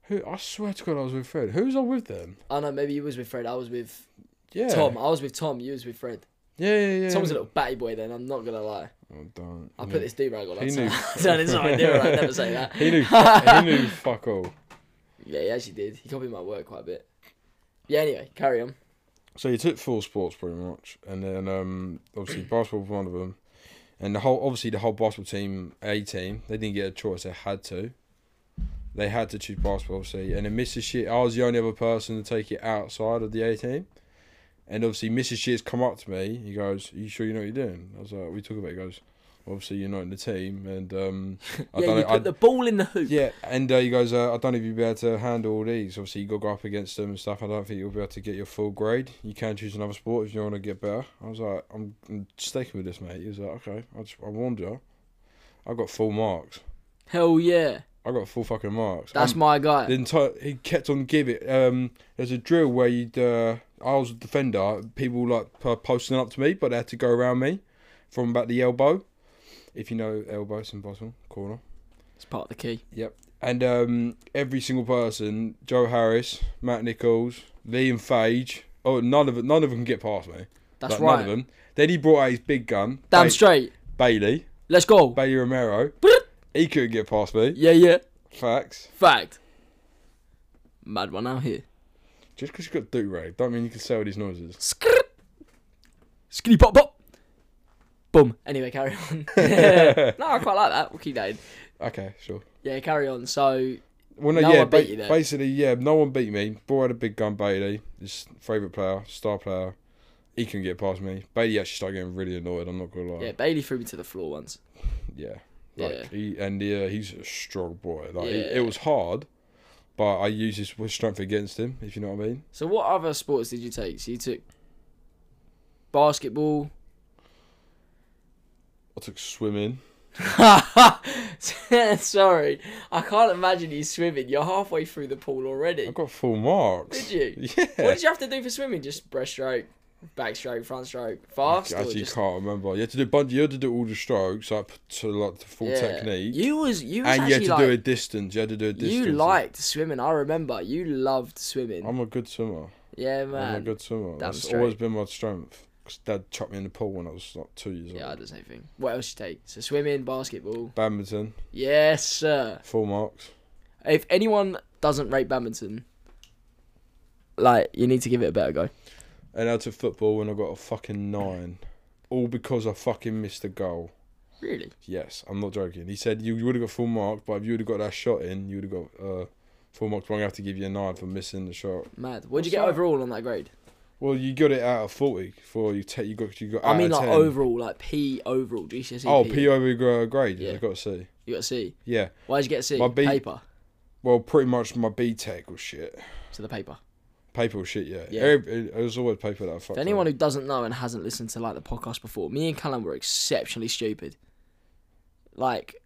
[SPEAKER 2] Who? I swear to God, I was with Fred. Who was I with then?
[SPEAKER 1] Oh no, maybe you was with Fred. I was with
[SPEAKER 2] Yeah.
[SPEAKER 1] Tom. I was with Tom. You was with Fred.
[SPEAKER 2] Yeah, yeah, yeah.
[SPEAKER 1] Tom's a little batty boy. Then I'm not gonna lie.
[SPEAKER 2] Oh, don't.
[SPEAKER 1] I
[SPEAKER 2] He
[SPEAKER 1] put
[SPEAKER 2] knew-
[SPEAKER 1] this do rag on.
[SPEAKER 2] He
[SPEAKER 1] He
[SPEAKER 2] knew.
[SPEAKER 1] knew. it's not I do I never say that.
[SPEAKER 2] He knew. fu- he knew fuck all.
[SPEAKER 1] Yeah, he actually did. He copied my work quite a bit. Yeah. Anyway, carry on.
[SPEAKER 2] So you took four sports pretty much, and then um, obviously basketball was one of them, and the whole obviously the whole basketball team A team they didn't get a choice they had to, they had to choose basketball obviously, and then Mrs. Shit I was the only other person to take it outside of the A team, and obviously Mrs. Shit's come up to me he goes you sure you know what you're doing I was like we talk about it he goes obviously you're not in the team and um I
[SPEAKER 1] yeah, you
[SPEAKER 2] don't know,
[SPEAKER 1] put
[SPEAKER 2] I-
[SPEAKER 1] the ball in the hoop.
[SPEAKER 2] yeah, and uh, he goes, uh, I don't know if you'll be able to handle all these. Obviously, you got to go up against them and stuff. I don't think you'll be able to get your full grade. You can choose another sport if you want to get better. I was like, I'm, I'm sticking with this, mate. He was like, okay, I, just, I warned you. I got full marks.
[SPEAKER 1] Hell yeah.
[SPEAKER 2] I got full fucking marks.
[SPEAKER 1] That's
[SPEAKER 2] I'm-
[SPEAKER 1] my
[SPEAKER 2] the
[SPEAKER 1] guy.
[SPEAKER 2] entire he kept on giving. Um, there's a drill where you'd uh, I was a defender. People like p- posting up to me, but they had to go around me from about the elbow. If you know elbow, it's in bottom corner.
[SPEAKER 1] It's part of the key.
[SPEAKER 2] And um, every single person, Joe Harris, Matt Nichols, Liam Fage, oh none of none of them can get past me.
[SPEAKER 1] That's
[SPEAKER 2] Like,
[SPEAKER 1] right.
[SPEAKER 2] None of them. Then he brought out his big gun,
[SPEAKER 1] Damn
[SPEAKER 2] Ba-
[SPEAKER 1] straight.
[SPEAKER 2] Bailey,
[SPEAKER 1] Let's go.
[SPEAKER 2] Bailey Romero. he couldn't get past me.
[SPEAKER 1] yeah, yeah.
[SPEAKER 2] Facts.
[SPEAKER 1] Fact. Mad one out here.
[SPEAKER 2] Just because you got do rag, don't mean you can say all these noises.
[SPEAKER 1] Skrrt. Skinny pop pop. Boom. Anyway, carry on. no, I quite like that. We'll keep that in.
[SPEAKER 2] Okay, sure.
[SPEAKER 1] Yeah, carry on. So,
[SPEAKER 2] Well, no,
[SPEAKER 1] No
[SPEAKER 2] yeah,
[SPEAKER 1] one beat
[SPEAKER 2] ba-
[SPEAKER 1] you then.
[SPEAKER 2] basically, yeah, no one beat me. Brought out a big gun, Bailey, his favourite player, star player. He couldn't get past me. Bailey actually started getting really annoyed. I'm not gonna lie.
[SPEAKER 1] yeah, Bailey threw me to the floor once.
[SPEAKER 2] Yeah. Like
[SPEAKER 1] Yeah.
[SPEAKER 2] he and yeah, he's a strong boy. Like it,
[SPEAKER 1] Yeah.
[SPEAKER 2] it was hard, but I used his his strength against him. If you know what I mean.
[SPEAKER 1] So, what other sports did you take? So, you took basketball.
[SPEAKER 2] I took swimming.
[SPEAKER 1] Sorry. I can't imagine you swimming. You're halfway through the pool already.
[SPEAKER 2] I got full marks.
[SPEAKER 1] Did you? What
[SPEAKER 2] Yeah.
[SPEAKER 1] did you have to do for swimming? Just breaststroke, backstroke, frontstroke, fast? Or
[SPEAKER 2] Actually,
[SPEAKER 1] just...
[SPEAKER 2] can't remember. You had to do bungee. You had to do all the strokes up to like the full
[SPEAKER 1] Yeah.
[SPEAKER 2] technique,
[SPEAKER 1] You was you was
[SPEAKER 2] and you had
[SPEAKER 1] actually
[SPEAKER 2] to
[SPEAKER 1] like,
[SPEAKER 2] do a distance. You had to do a distance.
[SPEAKER 1] You liked swimming. I remember you loved swimming.
[SPEAKER 2] I'm a good swimmer.
[SPEAKER 1] yeah,
[SPEAKER 2] I'm a
[SPEAKER 1] man.
[SPEAKER 2] good swimmer. That's
[SPEAKER 1] straight.
[SPEAKER 2] always been my strength. Cause Dad chucked me in the pool when I was like two years
[SPEAKER 1] Yeah, I
[SPEAKER 2] old.
[SPEAKER 1] did the same thing. What else you take? So swimming, basketball.
[SPEAKER 2] Badminton,
[SPEAKER 1] Yes, sir.
[SPEAKER 2] full marks.
[SPEAKER 1] If anyone doesn't rate badminton, like you need to give it a better go.
[SPEAKER 2] And I took football when I got a fucking nine, all because I fucking missed a goal.
[SPEAKER 1] Really?
[SPEAKER 2] Yes, I'm not joking. He said you, you would have got full marks, but if you would have got that shot in, you would have got uh, full marks. But I'm gonna have to give you a nine for missing the shot.
[SPEAKER 1] Mad. What'd you
[SPEAKER 2] What's
[SPEAKER 1] get
[SPEAKER 2] that?
[SPEAKER 1] overall on that grade?
[SPEAKER 2] Well, you got it out of forty for you. Take you got you got.
[SPEAKER 1] I
[SPEAKER 2] out
[SPEAKER 1] mean,
[SPEAKER 2] of
[SPEAKER 1] like
[SPEAKER 2] 10.
[SPEAKER 1] overall, like P overall GCSE.
[SPEAKER 2] Oh,
[SPEAKER 1] E, P.
[SPEAKER 2] P over gra- grade. Yeah.
[SPEAKER 1] Yeah.
[SPEAKER 2] I got a C.
[SPEAKER 1] You got a C.
[SPEAKER 2] Yeah.
[SPEAKER 1] Why'd you get a C?
[SPEAKER 2] My B-
[SPEAKER 1] Paper.
[SPEAKER 2] Well, pretty much my B Tech was shit.
[SPEAKER 1] So the paper.
[SPEAKER 2] Paper was shit. Yeah.
[SPEAKER 1] Yeah.
[SPEAKER 2] Every- It, was always paper that I fucked.
[SPEAKER 1] For anyone
[SPEAKER 2] up.
[SPEAKER 1] who doesn't know and hasn't listened to like the podcast before, me and Callum were exceptionally stupid. Like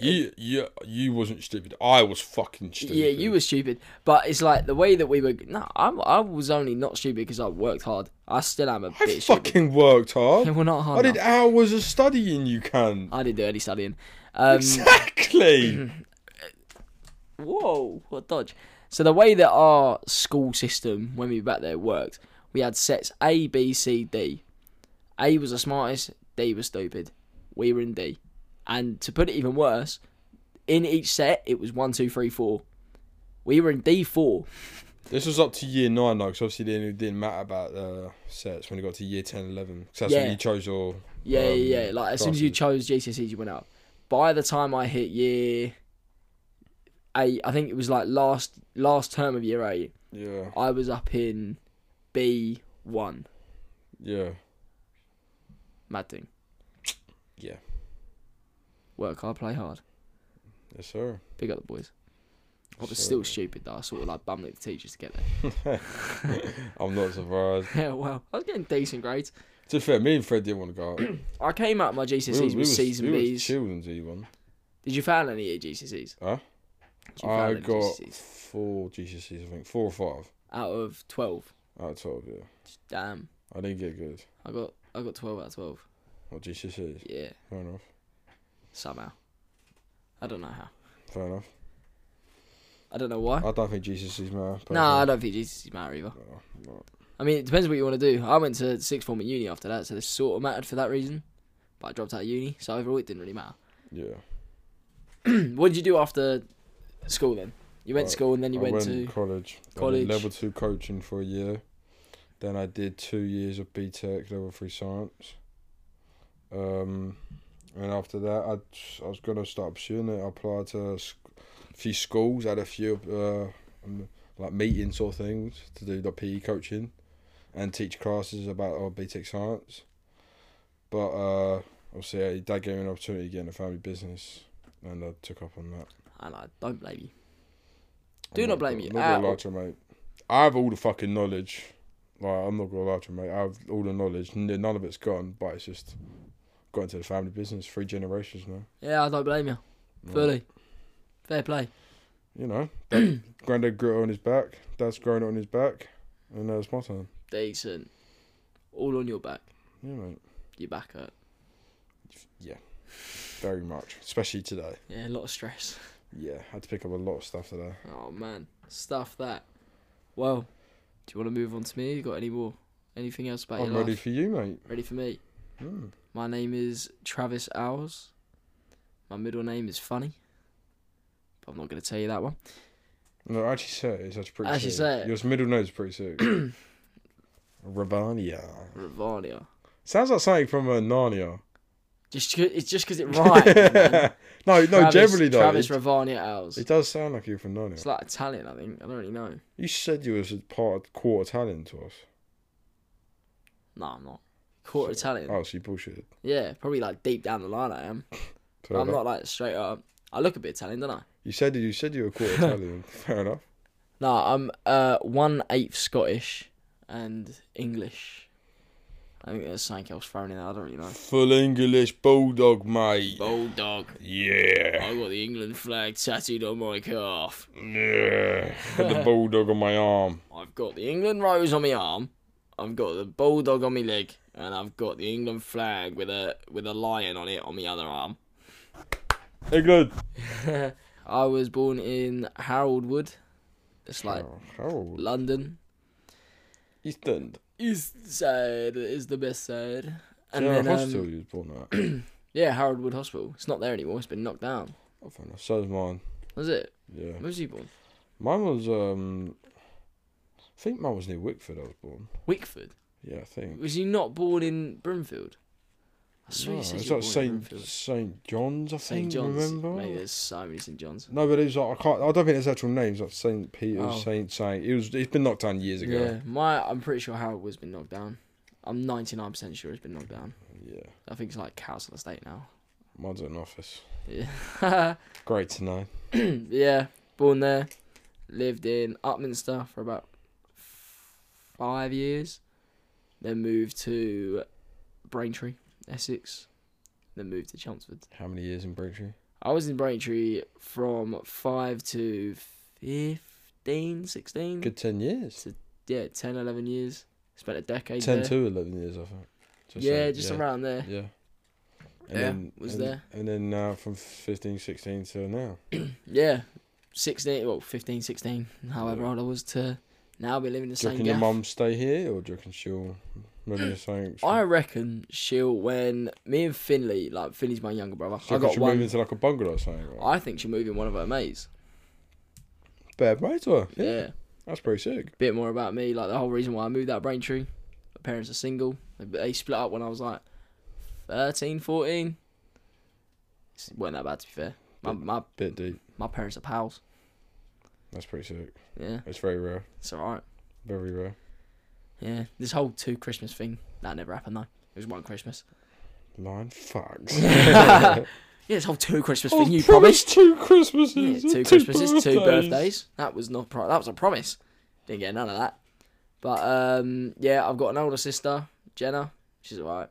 [SPEAKER 2] You, you, you wasn't stupid. I was fucking stupid.
[SPEAKER 1] Yeah, you were stupid, but it's like the way that we were. No, I, I was only not stupid because I worked hard. I still am a
[SPEAKER 2] I
[SPEAKER 1] bit stupid.
[SPEAKER 2] fucking worked hard.
[SPEAKER 1] Yeah, well, not hard
[SPEAKER 2] I did
[SPEAKER 1] enough.
[SPEAKER 2] hours of studying. You can.
[SPEAKER 1] I didn't do any studying. Um,
[SPEAKER 2] exactly.
[SPEAKER 1] whoa, what a dodge! So the way that our school system, when we were back there, worked, we had sets A, B, C, D. A was the smartest. D was stupid. We were in D, and to put it even worse, in each set it was one, two, three, four. We were in D four.
[SPEAKER 2] this was up to year nine though, because obviously it didn't matter about uh, sets when it got to year 10, 11. 'cause that's
[SPEAKER 1] Yeah.
[SPEAKER 2] when you chose your.
[SPEAKER 1] Yeah,
[SPEAKER 2] um,
[SPEAKER 1] yeah, yeah. Like as soon as you chose GCSEs, you went up. By the time I hit year eight, I think it was like last last term of year eight,
[SPEAKER 2] Yeah,
[SPEAKER 1] I was up in B one.
[SPEAKER 2] yeah.
[SPEAKER 1] Mad thing.
[SPEAKER 2] Yeah.
[SPEAKER 1] Work hard, play hard.
[SPEAKER 2] Yes, sir.
[SPEAKER 1] Big up the boys. I was
[SPEAKER 2] So-
[SPEAKER 1] still stupid though. I sort of like bum licked the teachers to get there.
[SPEAKER 2] I'm not surprised.
[SPEAKER 1] Yeah, well, I was getting decent grades.
[SPEAKER 2] to be fair, me and Fred didn't want to go out. We
[SPEAKER 1] I came out of my GCSEs
[SPEAKER 2] was-
[SPEAKER 1] with
[SPEAKER 2] we was-
[SPEAKER 1] season
[SPEAKER 2] we was
[SPEAKER 1] B's.
[SPEAKER 2] children's E1.
[SPEAKER 1] Did you fail any at your GCSEs?
[SPEAKER 2] Huh?
[SPEAKER 1] Did you fail
[SPEAKER 2] I
[SPEAKER 1] any
[SPEAKER 2] got
[SPEAKER 1] GCSEs?
[SPEAKER 2] four GCSEs, I think. Four or five
[SPEAKER 1] out of twelve.
[SPEAKER 2] out of 12, yeah.
[SPEAKER 1] Damn,
[SPEAKER 2] I didn't get good.
[SPEAKER 1] I got I got twelve out of twelve.
[SPEAKER 2] Or GCSEs.
[SPEAKER 1] Yeah,
[SPEAKER 2] Fair enough.
[SPEAKER 1] somehow. I don't know how.
[SPEAKER 2] Fair enough.
[SPEAKER 1] I don't know why.
[SPEAKER 2] I don't think GCSEs matter.
[SPEAKER 1] no, I don't think GCSEs matter either.
[SPEAKER 2] no.
[SPEAKER 1] I mean, it depends what you want to do. I went to sixth form at uni after that, so this sort of mattered for that reason. But I dropped out of uni, so overall it didn't really matter.
[SPEAKER 2] Yeah.
[SPEAKER 1] what did you do after school then? You went
[SPEAKER 2] Uh,
[SPEAKER 1] to school and then you
[SPEAKER 2] I
[SPEAKER 1] went,
[SPEAKER 2] went
[SPEAKER 1] to.
[SPEAKER 2] college. I did
[SPEAKER 1] college.
[SPEAKER 2] level two coaching for a year. Then I did two years of B Tech level three science. Um, and after that, I, t- I was gonna start pursuing it. I applied to a sc- few schools, had a few uh, um, like meetings or things to do the PE coaching, and teach classes about our B Tech science. But uh, obviously, yeah, that gave me an opportunity to get in a family business, and I took up on that.
[SPEAKER 1] And I don't blame you.
[SPEAKER 2] I'm
[SPEAKER 1] Do not blame
[SPEAKER 2] gonna-
[SPEAKER 1] you
[SPEAKER 2] I'm not
[SPEAKER 1] at
[SPEAKER 2] gonna
[SPEAKER 1] all.
[SPEAKER 2] lie to you, mate. I have all the fucking knowledge. Like I'm not gonna lie to you, mate. I have all the knowledge. N- None of it's gone, but it's just got into the family business. Three generations now.
[SPEAKER 1] Yeah, I don't blame you.
[SPEAKER 2] Like,
[SPEAKER 1] Fully. Fair play.
[SPEAKER 2] You know, dad, granddad grew it on his back. Dad's grown it on his back, and now it's my turn.
[SPEAKER 1] Decent. All on your back.
[SPEAKER 2] Yeah, mate.
[SPEAKER 1] Your back hurt.
[SPEAKER 2] Very much, especially today.
[SPEAKER 1] Yeah, a lot of stress.
[SPEAKER 2] Yeah, I had to pick up a lot of stuff today.
[SPEAKER 1] Oh man, stuff that. Well, do you want to move on to me? You got any more? Anything else about
[SPEAKER 2] I'm
[SPEAKER 1] your
[SPEAKER 2] ready
[SPEAKER 1] life?
[SPEAKER 2] for you, mate.
[SPEAKER 1] Ready for me?
[SPEAKER 2] Mm.
[SPEAKER 1] My name is Travis Owls. My middle name is Funny. But I'm not going to tell you that one.
[SPEAKER 2] No, actually, say it. It's actually pretty.
[SPEAKER 1] Actually
[SPEAKER 2] sick.
[SPEAKER 1] say it.
[SPEAKER 2] Your middle name's pretty sick. Ravania.
[SPEAKER 1] Ravania.
[SPEAKER 2] Sounds like something from uh, Narnia.
[SPEAKER 1] Just 'cause- it's just because it rhymes. man.
[SPEAKER 2] no, no,
[SPEAKER 1] Travis-
[SPEAKER 2] generally though.
[SPEAKER 1] Travis
[SPEAKER 2] it,
[SPEAKER 1] Ravania Owls.
[SPEAKER 2] it does sound like you're from Narnia.
[SPEAKER 1] It's like Italian, I think. I don't really know.
[SPEAKER 2] you said you was a part quarter Italian to us.
[SPEAKER 1] No, I'm not. Quarter
[SPEAKER 2] So-
[SPEAKER 1] Italian.
[SPEAKER 2] Oh, so you bullshitted.
[SPEAKER 1] Yeah, probably like deep down the line I am.
[SPEAKER 2] Fair
[SPEAKER 1] But I'm
[SPEAKER 2] enough.
[SPEAKER 1] not like straight up. I look a bit Italian, don't I?
[SPEAKER 2] You said you said you were quarter Italian. Fair enough.
[SPEAKER 1] No, I'm uh one eighth Scottish and English. I think there's something else thrown in there. I don't really know.
[SPEAKER 2] Full English bulldog, mate.
[SPEAKER 1] Bulldog.
[SPEAKER 2] yeah.
[SPEAKER 1] I got the England flag tattooed on my calf.
[SPEAKER 2] Yeah. Got the bulldog on my arm.
[SPEAKER 1] I've got the England rose on my arm. I've got the bulldog on my leg, and I've got the England flag with a with a lion on it on my other arm.
[SPEAKER 2] England.
[SPEAKER 1] I was born in Harold Wood. It's like
[SPEAKER 2] Oh, Harold.
[SPEAKER 1] London.
[SPEAKER 2] East End.
[SPEAKER 1] East side is the best side. And
[SPEAKER 2] And then,
[SPEAKER 1] then, um,
[SPEAKER 2] hospital you was born at.
[SPEAKER 1] yeah, Harold Wood Hospital. It's not there anymore. It's been knocked down.
[SPEAKER 2] oh, fair enough. So's mine.
[SPEAKER 1] Was it?
[SPEAKER 2] Yeah.
[SPEAKER 1] Where was he born?
[SPEAKER 2] Mine was um. I think mine was near Wickford. I was born.
[SPEAKER 1] Wickford.
[SPEAKER 2] Yeah, I think.
[SPEAKER 1] Was he not born in Broomfield? I swear
[SPEAKER 2] No,
[SPEAKER 1] he said
[SPEAKER 2] it's
[SPEAKER 1] you were
[SPEAKER 2] like
[SPEAKER 1] born in
[SPEAKER 2] Oh, Saint
[SPEAKER 1] Broomfield.
[SPEAKER 2] Saint John's, I
[SPEAKER 1] St.
[SPEAKER 2] think.
[SPEAKER 1] John's.
[SPEAKER 2] Remember?
[SPEAKER 1] Mate, there's so many St. John's.
[SPEAKER 2] No, but it was like I can't. I don't think it's actual names like Saint Peter's,
[SPEAKER 1] Oh.
[SPEAKER 2] Saint Saint. It was. It's been knocked down years ago.
[SPEAKER 1] Yeah, my I'm pretty sure Harold Wood's been knocked down. I'm 99% sure it's been knocked down.
[SPEAKER 2] Yeah.
[SPEAKER 1] I think it's like council estate now.
[SPEAKER 2] Mine's an office.
[SPEAKER 1] Yeah.
[SPEAKER 2] Great to know.
[SPEAKER 1] yeah, born there. Lived in Upminster for about f- five years. Then moved to Braintree, Essex. Then moved to Chelmsford.
[SPEAKER 2] How many years in Braintree?
[SPEAKER 1] I was in Braintree from 5 to 15, 16.
[SPEAKER 2] Good 10 years.
[SPEAKER 1] Yeah, 10, 11 years. Spent a decade
[SPEAKER 2] 10
[SPEAKER 1] there.
[SPEAKER 2] to 11 years, I think. Just
[SPEAKER 1] uh, yeah,
[SPEAKER 2] saying,
[SPEAKER 1] just around there.
[SPEAKER 2] Yeah.
[SPEAKER 1] Yeah, was
[SPEAKER 2] and,
[SPEAKER 1] there.
[SPEAKER 2] And then uh, from 15, 16 till now.
[SPEAKER 1] Yeah. 16, well, 15, 16, however old I was to now be living the
[SPEAKER 2] Do
[SPEAKER 1] same
[SPEAKER 2] you reckon your
[SPEAKER 1] gaff.
[SPEAKER 2] mum stay here or do you reckon she'll maybe the same?
[SPEAKER 1] I reckon she'll, when me and Finley, like, Finley's my younger brother,
[SPEAKER 2] do you
[SPEAKER 1] I
[SPEAKER 2] reckon
[SPEAKER 1] got
[SPEAKER 2] she'll move
[SPEAKER 1] one.
[SPEAKER 2] into like a bungalow or something? Like?
[SPEAKER 1] I think she'll move in one of her mates.
[SPEAKER 2] Bad way to her.
[SPEAKER 1] Yeah.
[SPEAKER 2] Yeah, That's pretty sick.
[SPEAKER 1] Bit more about me, like, the whole reason why I moved out of Braintree. My parents are single. They, they split up when I was like 13, 14. It wasn't that bad, to be fair. My, my,
[SPEAKER 2] Bit deep.
[SPEAKER 1] my parents are pals.
[SPEAKER 2] That's pretty sick.
[SPEAKER 1] Yeah,
[SPEAKER 2] It's very rare.
[SPEAKER 1] it's alright.
[SPEAKER 2] Very rare.
[SPEAKER 1] Yeah, this whole two Christmas thing, that never happened though. It was one Christmas.
[SPEAKER 2] Line fucks.
[SPEAKER 1] yeah, this whole two Christmas
[SPEAKER 2] Oh,
[SPEAKER 1] thing you
[SPEAKER 2] promise
[SPEAKER 1] promised.
[SPEAKER 2] two Christmases.
[SPEAKER 1] Yeah, two
[SPEAKER 2] and
[SPEAKER 1] Christmases, two birthdays. That was not pro- that was a promise. Didn't get none of that. But um, yeah, I've got an older sister, Jenna. She's alright.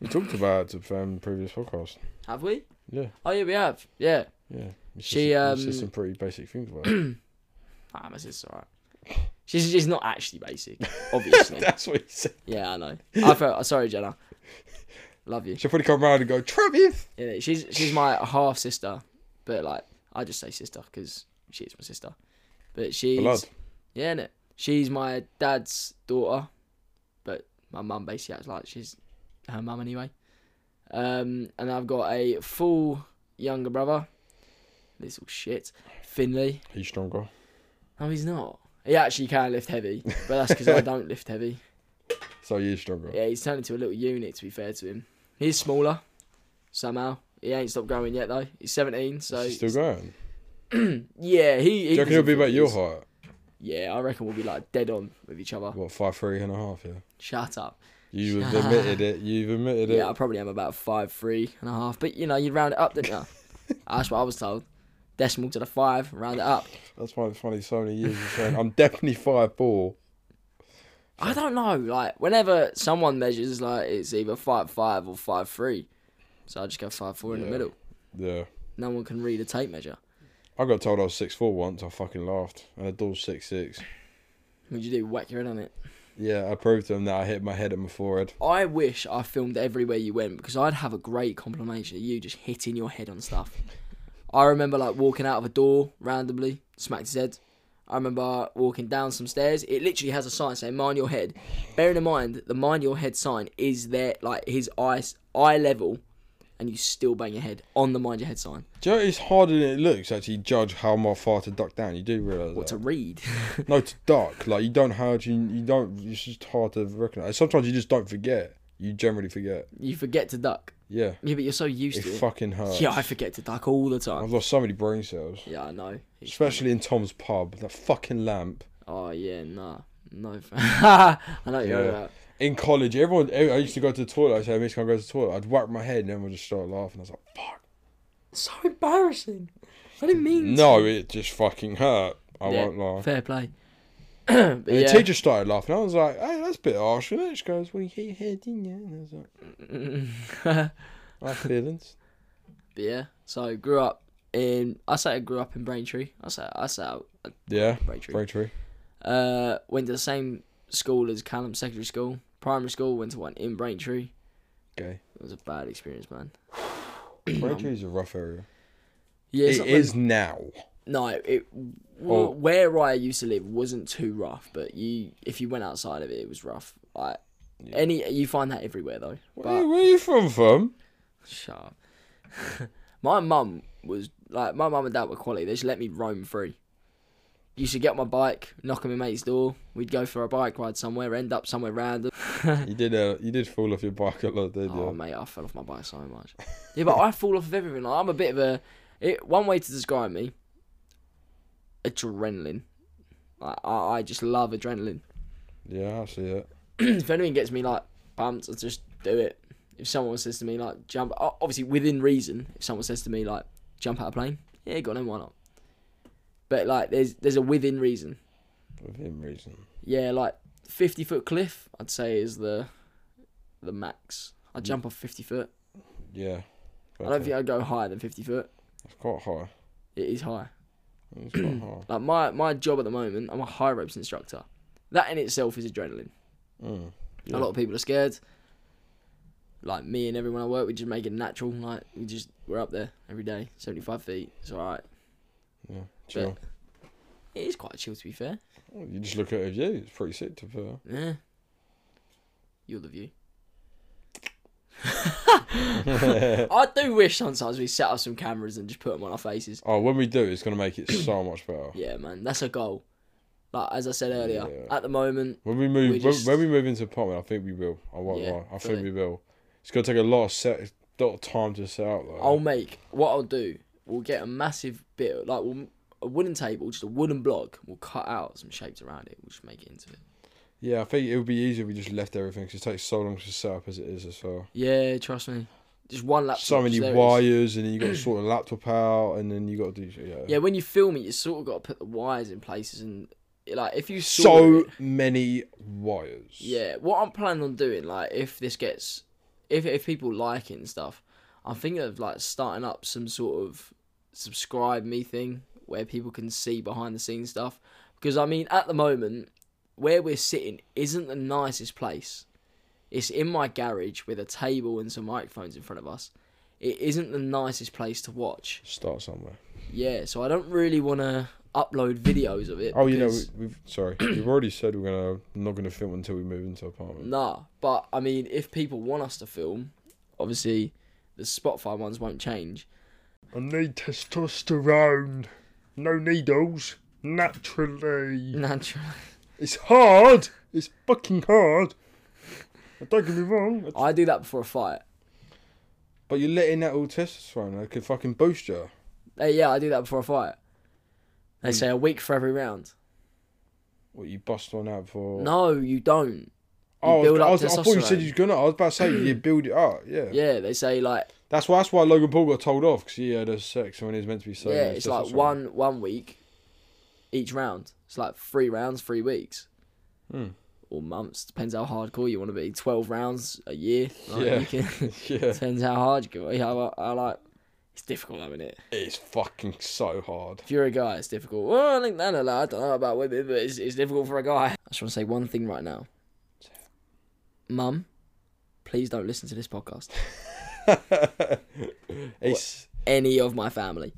[SPEAKER 2] We talked about it to um, previous podcast.
[SPEAKER 1] Have we?
[SPEAKER 2] Yeah,
[SPEAKER 1] Oh yeah, we have. Yeah.
[SPEAKER 2] yeah. It's
[SPEAKER 1] She,
[SPEAKER 2] just, it's just
[SPEAKER 1] um,
[SPEAKER 2] some pretty basic things about it.
[SPEAKER 1] Ah, my sister's alright. She's she's not actually basic, obviously.
[SPEAKER 2] That's what he said.
[SPEAKER 1] yeah, I know. I felt sorry, Jenna. Love you.
[SPEAKER 2] She'll probably come round and go, Travis.
[SPEAKER 1] Yeah, she's she's my half sister, but like I just say sister because she is my sister. But she's
[SPEAKER 2] Blood.
[SPEAKER 1] yeah, innit? she's my dad's daughter, but my mum basically acts like she's her mum anyway. Um, and I've got a full younger brother, little shit, Finley.
[SPEAKER 2] He's stronger.
[SPEAKER 1] No, he's not. He actually can lift heavy, but that's because I don't lift heavy.
[SPEAKER 2] So you're stronger.
[SPEAKER 1] Yeah, he's turned into a little unit. To be fair to him, he's smaller somehow. He ain't stopped growing yet though. He's 17, so
[SPEAKER 2] He's still going.
[SPEAKER 1] yeah, he. he
[SPEAKER 2] Do you reckon he'll be
[SPEAKER 1] doesn't
[SPEAKER 2] about
[SPEAKER 1] think
[SPEAKER 2] your
[SPEAKER 1] he's-
[SPEAKER 2] height?
[SPEAKER 1] Yeah, I reckon we'll be like dead on with each other.
[SPEAKER 2] What, five, three and a half, yeah?
[SPEAKER 1] Shut up.
[SPEAKER 2] You've admitted it. You've admitted it.
[SPEAKER 1] Yeah, I probably am about five, three and a half. But you know, you'd round it up, didn't you? That's what I was told. Decimal to the five, round it up.
[SPEAKER 2] That's why it's funny. So many years of saying, I'm definitely five ball.
[SPEAKER 1] I don't know. Like whenever someone measures, like it's either five five or five three. So I just go five four in the
[SPEAKER 2] Yeah.
[SPEAKER 1] middle.
[SPEAKER 2] Yeah.
[SPEAKER 1] No one can read a tape measure.
[SPEAKER 2] I got told I was six four once. I fucking laughed. And the door's six six.
[SPEAKER 1] Would you do whack your head on it?
[SPEAKER 2] Yeah, I proved to him that I hit my head and my forehead.
[SPEAKER 1] I wish I filmed everywhere you went because I'd have a great compilation of you just hitting your head on stuff. I remember like walking out of a door randomly, smacked his head. I remember walking down some stairs. It literally has a sign saying "Mind your head." Bearing in mind the "Mind your head" sign is there like his eye eye level, and you still bang your head on the "Mind your head" sign.
[SPEAKER 2] Do you know it's harder than it looks to actually judge how more far to duck down? You do realise
[SPEAKER 1] What to
[SPEAKER 2] that.
[SPEAKER 1] read?
[SPEAKER 2] No, to duck. Like you don't how do you, you don't. It's just hard to recognise. Sometimes you just don't forget. You generally forget.
[SPEAKER 1] you forget to duck.
[SPEAKER 2] Yeah,
[SPEAKER 1] Yeah, but you're so used
[SPEAKER 2] it
[SPEAKER 1] to it.
[SPEAKER 2] fucking hurts.
[SPEAKER 1] yeah, I forget to duck all the time.
[SPEAKER 2] I've lost so many brain cells,
[SPEAKER 1] Yeah, I know.
[SPEAKER 2] especially in Tom's pub. That fucking lamp.
[SPEAKER 1] Oh yeah, nah, no. I know what you're
[SPEAKER 2] Yeah.
[SPEAKER 1] on about.
[SPEAKER 2] In college, everyone. I used to go to the toilet. I said, "I'm just gonna go to the toilet." I'd whack my head, and everyone would just start laughing. I was like, "Fuck."
[SPEAKER 1] So embarrassing. I didn't mean.
[SPEAKER 2] No, it just fucking hurt. I
[SPEAKER 1] Yeah,
[SPEAKER 2] won't lie.
[SPEAKER 1] Fair play. but
[SPEAKER 2] And
[SPEAKER 1] yeah.
[SPEAKER 2] the teacher started laughing. I was like, "Hey, that's a bit harsh, isn't it?" She goes, "Well, you hit your head, didn't you?" And I was like,
[SPEAKER 1] but
[SPEAKER 2] "I have feelings."
[SPEAKER 1] yeah. So I grew up in. I say I grew up in Braintree. I say I say I-
[SPEAKER 2] yeah,
[SPEAKER 1] Braintree.
[SPEAKER 2] very true.
[SPEAKER 1] Uh, went to the same school as Callum Secondary School. Primary school went to one in Braintree.
[SPEAKER 2] Okay.
[SPEAKER 1] It was a bad experience, man.
[SPEAKER 2] Braintree is a rough area.
[SPEAKER 1] Yeah, Um, it's
[SPEAKER 2] it
[SPEAKER 1] not
[SPEAKER 2] is now.
[SPEAKER 1] been- No, it.
[SPEAKER 2] Oh.
[SPEAKER 1] Where I used to live wasn't too rough, but you, if you went outside of it, it was rough. Like any, you find that everywhere though. But-
[SPEAKER 2] Where, where are you from, fam?
[SPEAKER 1] Shut up. my mum was like, my mum and dad were quality. They just let me roam free. Used to get on my bike, knock on my mate's door. We'd go for a bike ride somewhere, end up somewhere random.
[SPEAKER 2] You did uh, you did fall off your bike a lot, didn't you?
[SPEAKER 1] Oh mate, I fell off my bike so much. Yeah, but I fall off of everything. Like, I'm a bit of a. It, one way to describe me, adrenaline. Like, I, I just love adrenaline.
[SPEAKER 2] yeah, I see it.
[SPEAKER 1] if anything gets me like pumped, I just do it. If someone says to me like jump, o- obviously within reason. If someone says to me like jump out of plane, yeah, go on, then why not? But like there's there's a within reason.
[SPEAKER 2] Within reason.
[SPEAKER 1] Yeah, like fifty foot cliff, I'd say is the the max. I jump off fifty foot.
[SPEAKER 2] Yeah.
[SPEAKER 1] I don't think I'd go higher than 50 foot.
[SPEAKER 2] It's quite high.
[SPEAKER 1] It is high.
[SPEAKER 2] It's quite high.
[SPEAKER 1] Like my my job at the moment, I'm a high reps instructor. That in itself is adrenaline.
[SPEAKER 2] Mm.
[SPEAKER 1] A lot of people are scared. Like me and everyone I work, with, just make it natural. Like we just we're up there every day, 75 feet. It's all right.
[SPEAKER 2] Yeah, chill.
[SPEAKER 1] It is quite chill to be fair.
[SPEAKER 2] Well, You just look at a view. It's pretty sick to be
[SPEAKER 1] Yeah. You're the view.
[SPEAKER 2] fair.
[SPEAKER 1] I do wish sometimes we set up some cameras and just put them on our faces.
[SPEAKER 2] oh, when we do, it's gonna make it so much better.
[SPEAKER 1] Yeah, man, that's a goal. Like as I said earlier,
[SPEAKER 2] Yeah.
[SPEAKER 1] at the moment,
[SPEAKER 2] When we move,
[SPEAKER 1] We
[SPEAKER 2] when,
[SPEAKER 1] just-
[SPEAKER 2] when we move into apartment, I think we will. I won't
[SPEAKER 1] Yeah,
[SPEAKER 2] lie. I
[SPEAKER 1] fully.
[SPEAKER 2] think we will. It's gonna take a lot of set, lot of time to set out though.
[SPEAKER 1] I'll make what I'll do. We'll get a massive bit, like we'll, a wooden table, just a wooden block. We'll cut out some shapes around it. We'll just make it into it.
[SPEAKER 2] Yeah, I think it would be easier if we just left everything 'cause it takes so long to set up as it is as well.
[SPEAKER 1] Yeah, trust me. Just one laptop.
[SPEAKER 2] So many
[SPEAKER 1] there it is.
[SPEAKER 2] wires, and then you got to sort the laptop out, and then you got to do yeah.
[SPEAKER 1] Yeah, when you film it, you sort of got to put the wires in places and like if you saw
[SPEAKER 2] so
[SPEAKER 1] it-
[SPEAKER 2] many wires.
[SPEAKER 1] yeah, what I'm planning on doing, like if this gets, if if people like it and stuff, I'm thinking of like starting up some sort of subscribe me thing where people can see behind the scenes stuff. Because I mean, at the moment, where we're sitting isn't the nicest place. It's in my garage with a table and some microphones in front of us. It isn't the nicest place to watch.
[SPEAKER 2] Start somewhere.
[SPEAKER 1] Yeah, so I don't really want to upload videos of it.
[SPEAKER 2] Oh, you know,
[SPEAKER 1] because-
[SPEAKER 2] we, we've sorry, we've already said we're gonna not gonna film until we move into apartment.
[SPEAKER 1] Nah, but I mean, if people want us to film, obviously the Spotify ones won't change.
[SPEAKER 2] I need testosterone, no needles, naturally.
[SPEAKER 1] Naturally,
[SPEAKER 2] It's hard. It's fucking hard. Don't get me wrong.
[SPEAKER 1] I do that before a fight.
[SPEAKER 2] But you're letting that all testosterone that could fucking boost you.
[SPEAKER 1] Hey, yeah, I do that before a fight. They say a week for every round.
[SPEAKER 2] What you bust on out for?
[SPEAKER 1] No, you don't.
[SPEAKER 2] oh,
[SPEAKER 1] build
[SPEAKER 2] I,
[SPEAKER 1] up
[SPEAKER 2] was, I thought you said
[SPEAKER 1] testosterone.
[SPEAKER 2] you was gonna. I was about to say you build it up. Yeah.
[SPEAKER 1] Yeah, they say like
[SPEAKER 2] That's why. That's why Logan Paul got told off because he had a sex when he was meant to be so.
[SPEAKER 1] yeah, it's like one one week each round. It's like three rounds, three weeks.
[SPEAKER 2] Hmm.
[SPEAKER 1] Or months, depends how hardcore you want to be. Twelve rounds a year. Like,
[SPEAKER 2] Yeah.
[SPEAKER 1] you can-
[SPEAKER 2] yeah.
[SPEAKER 1] depends how hard you can. How I, I like. It's difficult having it.
[SPEAKER 2] It's fucking so hard.
[SPEAKER 1] If you're a guy, it's difficult. Well, I think no, no, no, I don't know about women, but it's, it's difficult for a guy. I just want to say one thing right now. Mum, please don't listen to this podcast.
[SPEAKER 2] it's
[SPEAKER 1] Any of my family.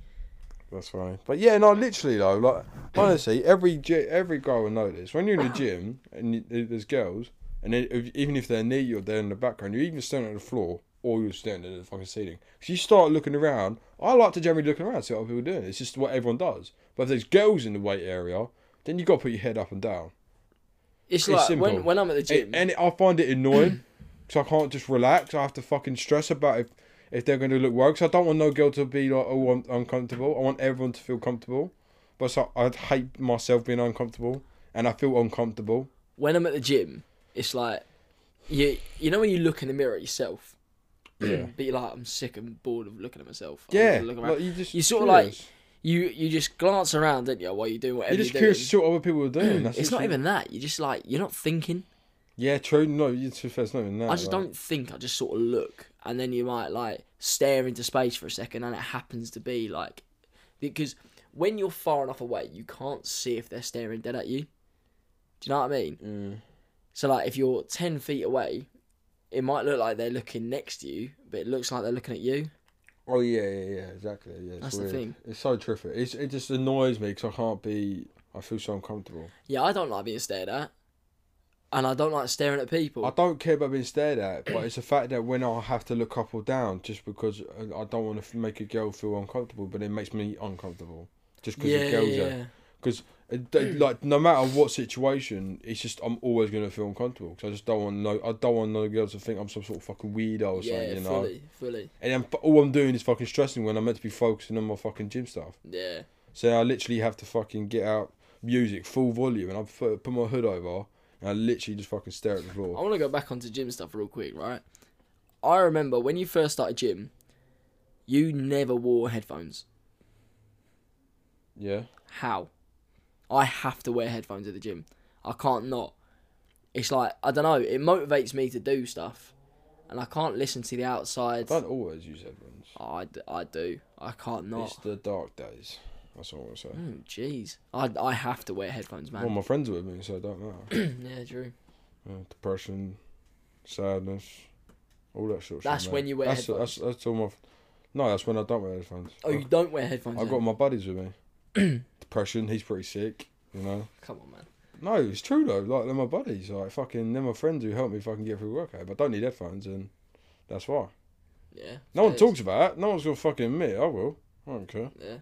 [SPEAKER 2] that's right. But yeah, no, literally though, like honestly, every gy- every guy will know this. When you're in the gym and you, there's girls, and then if, even if they're near you or they're in the background, you're even standing on the floor or you're standing at the fucking ceiling. Because you start looking around. I like to generally look around, see what other people are doing. It's just what everyone does. But if there's girls in the weight area, then you got to put your head up and down.
[SPEAKER 1] It's,
[SPEAKER 2] It's
[SPEAKER 1] like
[SPEAKER 2] simple.
[SPEAKER 1] when when I'm at the gym.
[SPEAKER 2] And, and it, I find it annoying because I can't just relax. I have to fucking stress about if, if they're going to look well. 'cause I don't want no girl to be like, oh, I'm uncomfortable. I want everyone to feel comfortable. But so I hate myself being uncomfortable and I feel uncomfortable.
[SPEAKER 1] when I'm at the gym, it's like you you know when you look in the mirror at yourself.
[SPEAKER 2] Yeah.
[SPEAKER 1] but you're like, I'm sick and bored of looking at myself. I
[SPEAKER 2] Yeah.
[SPEAKER 1] need to look around.
[SPEAKER 2] like, you just
[SPEAKER 1] You sort of
[SPEAKER 2] curious.
[SPEAKER 1] you you just glance around, don't you, while you're doing whatever
[SPEAKER 2] You're
[SPEAKER 1] you're,
[SPEAKER 2] just
[SPEAKER 1] doing.
[SPEAKER 2] curious to see what other people are doing. That's
[SPEAKER 1] it's not
[SPEAKER 2] literally-
[SPEAKER 1] even that. You're just like you're not thinking.
[SPEAKER 2] Yeah, true. No, you- to be fair, it's not even that.
[SPEAKER 1] I just
[SPEAKER 2] like-
[SPEAKER 1] don't think. I just sort of look, and then you might like stare into space for a second, and it happens to be like because when you're far enough away, you can't see if they're staring dead at you. Do you know what I mean?
[SPEAKER 2] Mm.
[SPEAKER 1] So like, if you're ten feet away, it might look like they're looking next to you, but it looks like they're looking at you.
[SPEAKER 2] Oh yeah, yeah, yeah, exactly. Yeah, it's
[SPEAKER 1] That's the
[SPEAKER 2] weird.
[SPEAKER 1] thing.
[SPEAKER 2] It's so terrific. It's, it just annoys me because I can't be. I feel so uncomfortable.
[SPEAKER 1] Yeah, I don't like being stared at, and I don't like staring at people.
[SPEAKER 2] I don't care about being stared at, but it's the fact that when I have to look up or down, just because uh, I don't want to make a girl feel uncomfortable, but it makes me uncomfortable just because the
[SPEAKER 1] yeah,
[SPEAKER 2] girls
[SPEAKER 1] yeah,
[SPEAKER 2] are. Because like no matter what situation, it's just I'm always gonna feel uncomfortable because I just don't want no I don't want no girls to think I'm some sort of fucking weirdo or
[SPEAKER 1] yeah,
[SPEAKER 2] something, you know.
[SPEAKER 1] fully, fully,
[SPEAKER 2] And I'm, all I'm doing is fucking stressing when I'm meant to be focusing on my fucking gym stuff.
[SPEAKER 1] yeah.
[SPEAKER 2] So I literally have to fucking get out music full volume and I put, put my hood over and I literally just fucking stare at the
[SPEAKER 1] I
[SPEAKER 2] floor.
[SPEAKER 1] want to go back onto gym stuff real quick, right? I remember when you first started gym, you never wore headphones.
[SPEAKER 2] Yeah.
[SPEAKER 1] How? I have to wear headphones at the gym. I can't not. It's like I don't know. It motivates me to do stuff, and I can't listen to the outside.
[SPEAKER 2] Don't always use headphones.
[SPEAKER 1] Oh, I, d- I do. I can't not.
[SPEAKER 2] It's the dark days. That's all I want to say.
[SPEAKER 1] Mm, Jeez, I, I have to wear headphones,
[SPEAKER 2] All
[SPEAKER 1] man.
[SPEAKER 2] my friends are with me, so I don't matter.
[SPEAKER 1] yeah, Drew.
[SPEAKER 2] Yeah, depression, sadness, all that sort of
[SPEAKER 1] That's
[SPEAKER 2] shit.
[SPEAKER 1] when
[SPEAKER 2] mate.
[SPEAKER 1] you wear
[SPEAKER 2] that's,
[SPEAKER 1] headphones.
[SPEAKER 2] That's, that's all my. f- No, that's when I don't wear headphones.
[SPEAKER 1] Oh, you don't wear headphones.
[SPEAKER 2] I, have
[SPEAKER 1] then?
[SPEAKER 2] got my buddies with me. depression, he's pretty sick, you know.
[SPEAKER 1] Come on, man.
[SPEAKER 2] No, it's true though. Like they're my buddies. Like fucking, they're my friends who help me fucking get through work. eh? But I don't need headphones, and that's why.
[SPEAKER 1] Yeah.
[SPEAKER 2] No one
[SPEAKER 1] Yes.
[SPEAKER 2] talks about it. No one's gonna fucking admit. it. I will. I don't care.
[SPEAKER 1] Yeah.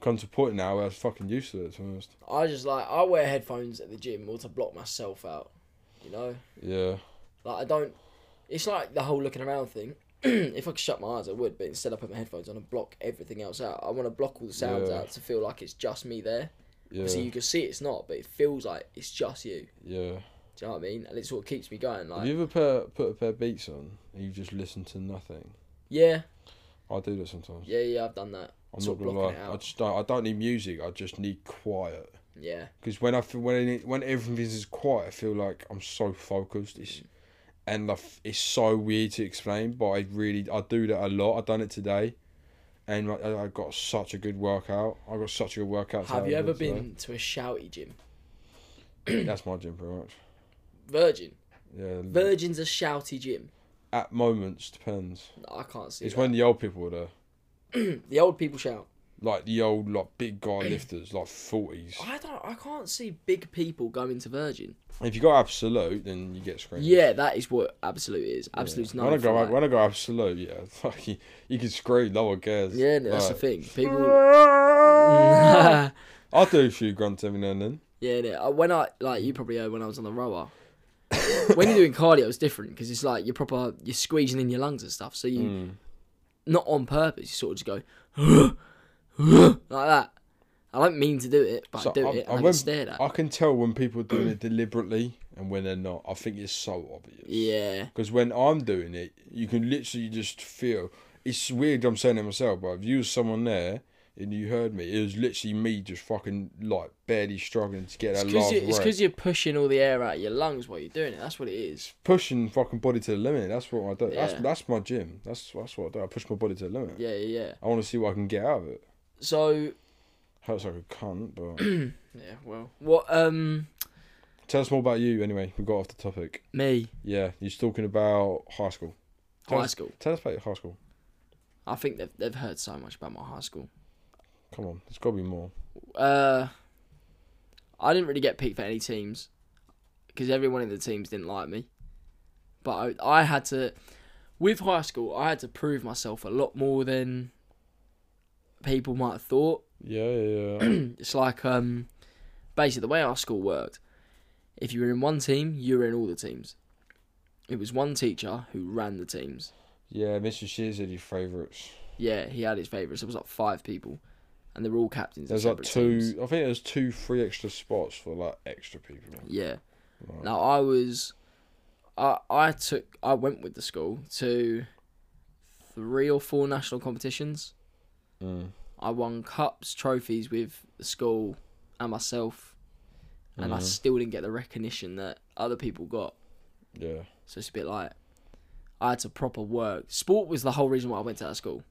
[SPEAKER 2] Come to a point now where I was fucking used to it. To be honest.
[SPEAKER 1] I just like I wear headphones at the gym or to block myself out. You know,
[SPEAKER 2] Yeah.
[SPEAKER 1] like I don't. It's like the whole looking around thing. if I could shut my eyes, I would. But instead, I put my headphones on and block everything else out. I want to block all the sounds
[SPEAKER 2] Yeah.
[SPEAKER 1] out to feel like it's just me there.
[SPEAKER 2] Yeah.
[SPEAKER 1] So you can see it's not, but it feels like it's just you.
[SPEAKER 2] Yeah.
[SPEAKER 1] Do you know what I mean? And it sort of keeps me going.
[SPEAKER 2] Have
[SPEAKER 1] Like,
[SPEAKER 2] you ever put, put a pair of beats on and you just listen to nothing?
[SPEAKER 1] yeah,
[SPEAKER 2] I do that sometimes.
[SPEAKER 1] yeah, yeah. I've done that.
[SPEAKER 2] I'm
[SPEAKER 1] sort
[SPEAKER 2] not
[SPEAKER 1] of
[SPEAKER 2] gonna lie.
[SPEAKER 1] blocking it
[SPEAKER 2] I
[SPEAKER 1] out.
[SPEAKER 2] just don't, I don't need music. I just need quiet.
[SPEAKER 1] Yeah,
[SPEAKER 2] Because when I feel, when it, when everything's is quiet, I feel like I'm so focused. It's and I f it's so weird to explain, but I really I do that a lot. I done it today, and I, I got such a good workout. I got such a good workout.
[SPEAKER 1] Have
[SPEAKER 2] today,
[SPEAKER 1] you ever
[SPEAKER 2] today.
[SPEAKER 1] been to a shouty gym?
[SPEAKER 2] That's my gym, pretty much.
[SPEAKER 1] Virgin.
[SPEAKER 2] Yeah.
[SPEAKER 1] Virgin's a shouty gym.
[SPEAKER 2] at moments depends.
[SPEAKER 1] No, I can't see.
[SPEAKER 2] It's
[SPEAKER 1] that.
[SPEAKER 2] when the old people are there,
[SPEAKER 1] the old people shout.
[SPEAKER 2] like the old like big guy lifters, like forties.
[SPEAKER 1] I don't. I can't see big people going to Virgin.
[SPEAKER 2] If you go absolute, then you get screamed.
[SPEAKER 1] Yeah, that is what absolute is. Absolute's
[SPEAKER 2] Yeah.
[SPEAKER 1] not.
[SPEAKER 2] When I go when I go absolute, yeah, fuck you, you can scream, no one cares.
[SPEAKER 1] Yeah, no, that's the
[SPEAKER 2] Like,
[SPEAKER 1] thing. People.
[SPEAKER 2] I
[SPEAKER 1] yeah,
[SPEAKER 2] do a few grunts every now and then.
[SPEAKER 1] no, I- when I like you probably heard when I was on the rower. when you're doing cardio, it's different because it's like you're proper. You're squeezing in your lungs and stuff. So you, not on purpose. You sort of just go like that. I don't mean to do it, but I do it. And I, get
[SPEAKER 2] when-
[SPEAKER 1] stared at.
[SPEAKER 2] I can tell when people are doing it deliberately and when they're not. I think it's so obvious.
[SPEAKER 1] yeah,
[SPEAKER 2] Because when I'm doing it, you can literally just feel. It's weird. I'm saying it myself, but if you was someone there and you heard me, it was literally me just fucking like barely struggling to get
[SPEAKER 1] it's
[SPEAKER 2] that last
[SPEAKER 1] because
[SPEAKER 2] breath.
[SPEAKER 1] you're pushing all the air out of your lungs while you're doing it. That's what it is.
[SPEAKER 2] It's pushing fucking body to the limit. That's what I do.
[SPEAKER 1] Yeah.
[SPEAKER 2] That's that's my gym. That's that's what I do. I push my body to the limit.
[SPEAKER 1] Yeah, yeah. yeah.
[SPEAKER 2] I want to see what I can get out of it.
[SPEAKER 1] So
[SPEAKER 2] Hurts like a cunt, but
[SPEAKER 1] yeah, well, what um
[SPEAKER 2] tell us more about you. Anyway, we got off the topic.
[SPEAKER 1] me
[SPEAKER 2] Yeah, you're talking about high school. Tell
[SPEAKER 1] high
[SPEAKER 2] us-
[SPEAKER 1] school?
[SPEAKER 2] Tell us about your high school.
[SPEAKER 1] I think they've they've heard so much about my high school.
[SPEAKER 2] Come on, there's got to be more.
[SPEAKER 1] Uh, I didn't really get picked for any teams because everyone in the teams didn't like me. But I, I had to, with high school, I had to prove myself a lot more than people might have thought.
[SPEAKER 2] Yeah, yeah, yeah.
[SPEAKER 1] It's like um, basically the way our school worked. If you were in one team, you were in all the teams. It was one teacher who ran the teams.
[SPEAKER 2] yeah, Mr. Shears are your favourites.
[SPEAKER 1] Yeah, he had his favourites. There was like five people, and they were all captains. of
[SPEAKER 2] There's like
[SPEAKER 1] separate
[SPEAKER 2] two.
[SPEAKER 1] teams.
[SPEAKER 2] I think there's two, three extra spots for like extra people.
[SPEAKER 1] Yeah.
[SPEAKER 2] Right.
[SPEAKER 1] Now I was, I I took I went with the school to three or four national competitions.
[SPEAKER 2] Mm.
[SPEAKER 1] I won cups, trophies with the school and myself, and I still didn't get the recognition that other people got.
[SPEAKER 2] Yeah,
[SPEAKER 1] So it's a bit like I had to proper work. Sport was the whole reason why I went to that school.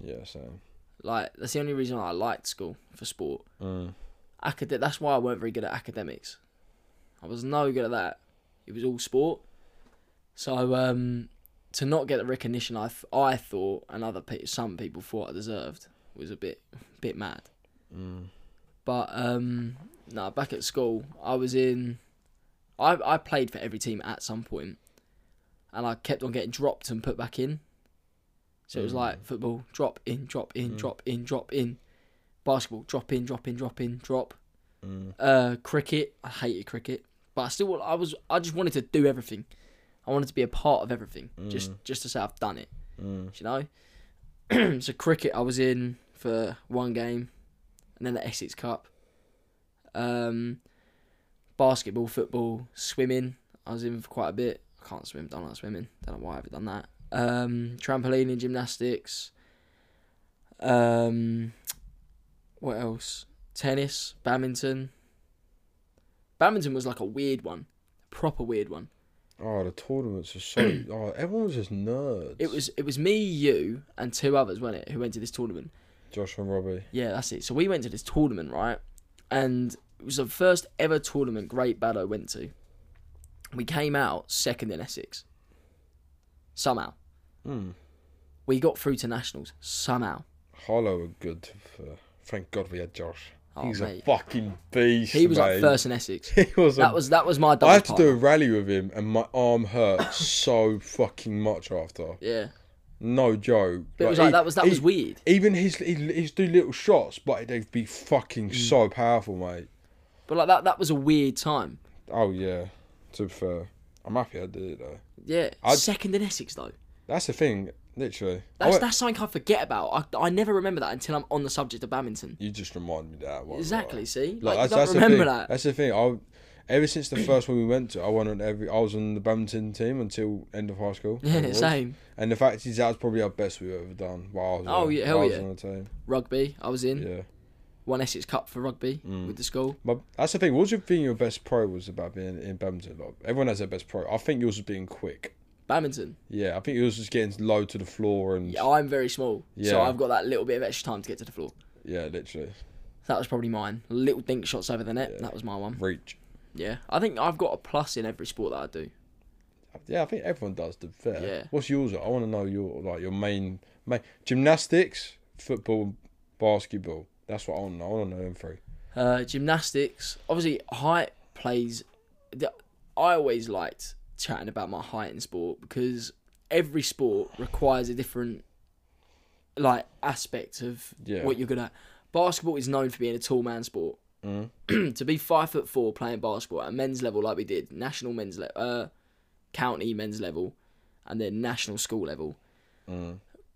[SPEAKER 2] yeah, same.
[SPEAKER 1] Like that's the only reason I liked school for sport.
[SPEAKER 2] Mm.
[SPEAKER 1] acad- that's why I weren't very good at academics. I was no good at that. It was all sport. So um, to not get the recognition I, th- I thought and other pe- some people thought I deserved was a bit bit mad.
[SPEAKER 2] Mm.
[SPEAKER 1] But um, no, back at school I was in. I I played for every team at some point, and I kept on getting dropped and put back in. So it was like football, drop in, drop in, drop in, drop in. Basketball, drop in, drop in, drop in, drop
[SPEAKER 2] Mm.
[SPEAKER 1] uh, cricket. I hated cricket, but I still I was I just wanted to do everything. I wanted to be a part of everything, just just to say I've done it.
[SPEAKER 2] Mm.
[SPEAKER 1] You know, so cricket I was in for one game, and then the Essex Cup. Um, basketball, football, swimming. I was in for quite a bit. I can't swim. Don't like swimming. Don't know why I've ever done that. Um, trampoline and gymnastics. Um, what else? Tennis, badminton. Badminton was like a weird one, proper weird one.
[SPEAKER 2] Oh, the tournaments are so. oh, everyone was just nerds.
[SPEAKER 1] It was it was me, you, and two others, wasn't it, who went to this tournament?
[SPEAKER 2] Josh and Robbie.
[SPEAKER 1] Yeah, that's it. So we went to this tournament, right? And it was the first ever tournament Great Baddo went to. We came out second in Essex. Somehow.
[SPEAKER 2] Hmm.
[SPEAKER 1] We got through to nationals somehow.
[SPEAKER 2] Hollow were good. For, thank God we had Josh.
[SPEAKER 1] Oh,
[SPEAKER 2] He's
[SPEAKER 1] mate.
[SPEAKER 2] a fucking beast.
[SPEAKER 1] He was like
[SPEAKER 2] mate.
[SPEAKER 1] first in Essex.
[SPEAKER 2] He was.
[SPEAKER 1] That
[SPEAKER 2] a-
[SPEAKER 1] was that was my double
[SPEAKER 2] I had to
[SPEAKER 1] partner.
[SPEAKER 2] do a rally with him, and my arm hurt so fucking much after.
[SPEAKER 1] Yeah,
[SPEAKER 2] No joke.
[SPEAKER 1] but it was like
[SPEAKER 2] he-
[SPEAKER 1] that was that was
[SPEAKER 2] he-
[SPEAKER 1] weird.
[SPEAKER 2] Even his he he's do little shots, but they'd be fucking
[SPEAKER 1] Mm.
[SPEAKER 2] so powerful, mate.
[SPEAKER 1] But like that that was a weird time.
[SPEAKER 2] Oh yeah. To be fair, I'm happy I did it though.
[SPEAKER 1] Yeah,
[SPEAKER 2] I'd-
[SPEAKER 1] second in Essex though.
[SPEAKER 2] That's the thing, literally. I
[SPEAKER 1] That's
[SPEAKER 2] went-
[SPEAKER 1] that's something I forget about. I, I never remember that until I'm on the subject of badminton.
[SPEAKER 2] You just remind me that one.
[SPEAKER 1] Exactly. See, like,
[SPEAKER 2] Like,
[SPEAKER 1] you
[SPEAKER 2] that's,
[SPEAKER 1] don't
[SPEAKER 2] that's the
[SPEAKER 1] remember
[SPEAKER 2] thing.
[SPEAKER 1] that.
[SPEAKER 2] That's the thing. I ever since the first one we went to, I won on every. I was on the badminton team until end of high school. I
[SPEAKER 1] Yeah,
[SPEAKER 2] was.
[SPEAKER 1] same.
[SPEAKER 2] And the fact is, that was probably our best we've ever done. While I was
[SPEAKER 1] Oh,
[SPEAKER 2] on,
[SPEAKER 1] yeah, hell
[SPEAKER 2] while I was
[SPEAKER 1] yeah.
[SPEAKER 2] on the team.
[SPEAKER 1] Rugby, I was in.
[SPEAKER 2] Yeah. Mm.
[SPEAKER 1] One Essex Cup for rugby with the school.
[SPEAKER 2] But that's the thing. What do you think your best pro was about being in badminton? Like, everyone has their best pro. I think yours was being quick.
[SPEAKER 1] Badminton.
[SPEAKER 2] Yeah, I think yours was getting low to the floor and
[SPEAKER 1] Yeah,
[SPEAKER 2] yeah,
[SPEAKER 1] I'm very small, so
[SPEAKER 2] Yeah.
[SPEAKER 1] I've got that little bit of extra time to get to the floor.
[SPEAKER 2] literally
[SPEAKER 1] That was probably mine. Little dink shots over the net. That was my one.
[SPEAKER 2] reach.
[SPEAKER 1] Yeah, I think I've got a plus in every sport that I do.
[SPEAKER 2] Yeah, I think everyone does. To be fair,
[SPEAKER 1] Yeah.
[SPEAKER 2] what's yours? I want to know your like your main main gymnastics, football, basketball. That's what I want to know. I want to know them three.
[SPEAKER 1] Uh, gymnastics. Obviously, height plays. the- I always liked chatting about my height in sport because every sport requires a different, like, aspect of
[SPEAKER 2] Yeah.
[SPEAKER 1] what you're good at. Basketball is known for being a tall man sport. to be five foot four playing basketball at men's level, like we did, national men's level, uh, county men's level, and then national school level.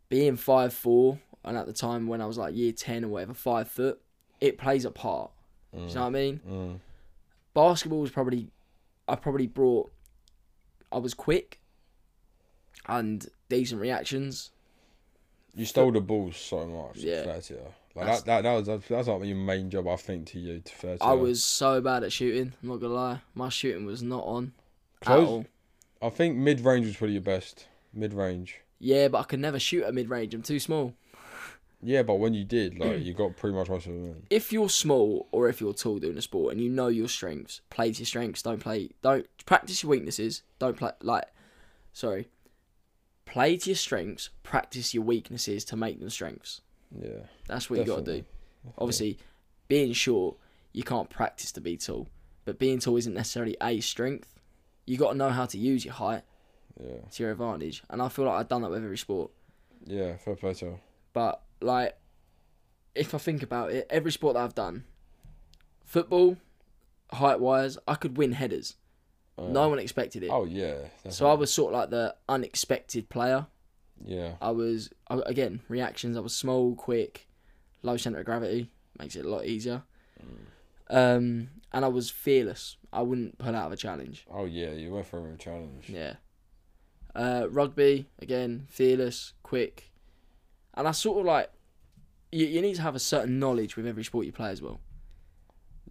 [SPEAKER 1] Being five four, and at the time when I was like year ten or whatever, five foot, it plays a part. Do you know what I mean? Basketball was probably, I probably brought, I was quick, and decent reactions.
[SPEAKER 2] You stole the ball so much.
[SPEAKER 1] Yeah.
[SPEAKER 2] Yeah, fair to you. Like that, that, that was that's, that's like your main job. I think to you. To fair to
[SPEAKER 1] I
[SPEAKER 2] you.
[SPEAKER 1] was so bad at shooting. I'm not gonna lie, my shooting was not on.
[SPEAKER 2] Close?
[SPEAKER 1] At all.
[SPEAKER 2] I think mid range was probably your best. Mid range.
[SPEAKER 1] Yeah, but I could never shoot at mid range. I'm too small.
[SPEAKER 2] Yeah, but when you did, like you got pretty much most of them. In.
[SPEAKER 1] if you're small or if you're tall doing a sport and you know your strengths, play to your strengths. Don't play. Don't practice your weaknesses. Don't play like. Sorry. Play to your strengths. Practice your weaknesses to make them strengths.
[SPEAKER 2] Yeah.
[SPEAKER 1] That's what you got to do.
[SPEAKER 2] Definitely.
[SPEAKER 1] Obviously, being short, you can't practice to be tall, but being tall isn't necessarily a strength. You got to know how to use your height
[SPEAKER 2] Yeah.
[SPEAKER 1] to your advantage, and I feel like I've done that with every sport.
[SPEAKER 2] Yeah. Fair play to. you.
[SPEAKER 1] But like, if I think about it, every sport that I've done, football, height wise, I could win headers. no one expected it.
[SPEAKER 2] Oh yeah. That's
[SPEAKER 1] so I was sort of like the unexpected player.
[SPEAKER 2] yeah.
[SPEAKER 1] I was I, again reactions. I was small, quick, low center of gravity makes it a lot easier. Um, and I was fearless. I wouldn't pull out of a challenge.
[SPEAKER 2] Oh yeah. You went for a challenge.
[SPEAKER 1] Yeah. Uh, rugby again, fearless, quick, and I sort of like you, you need to have a certain knowledge with every sport you play as well.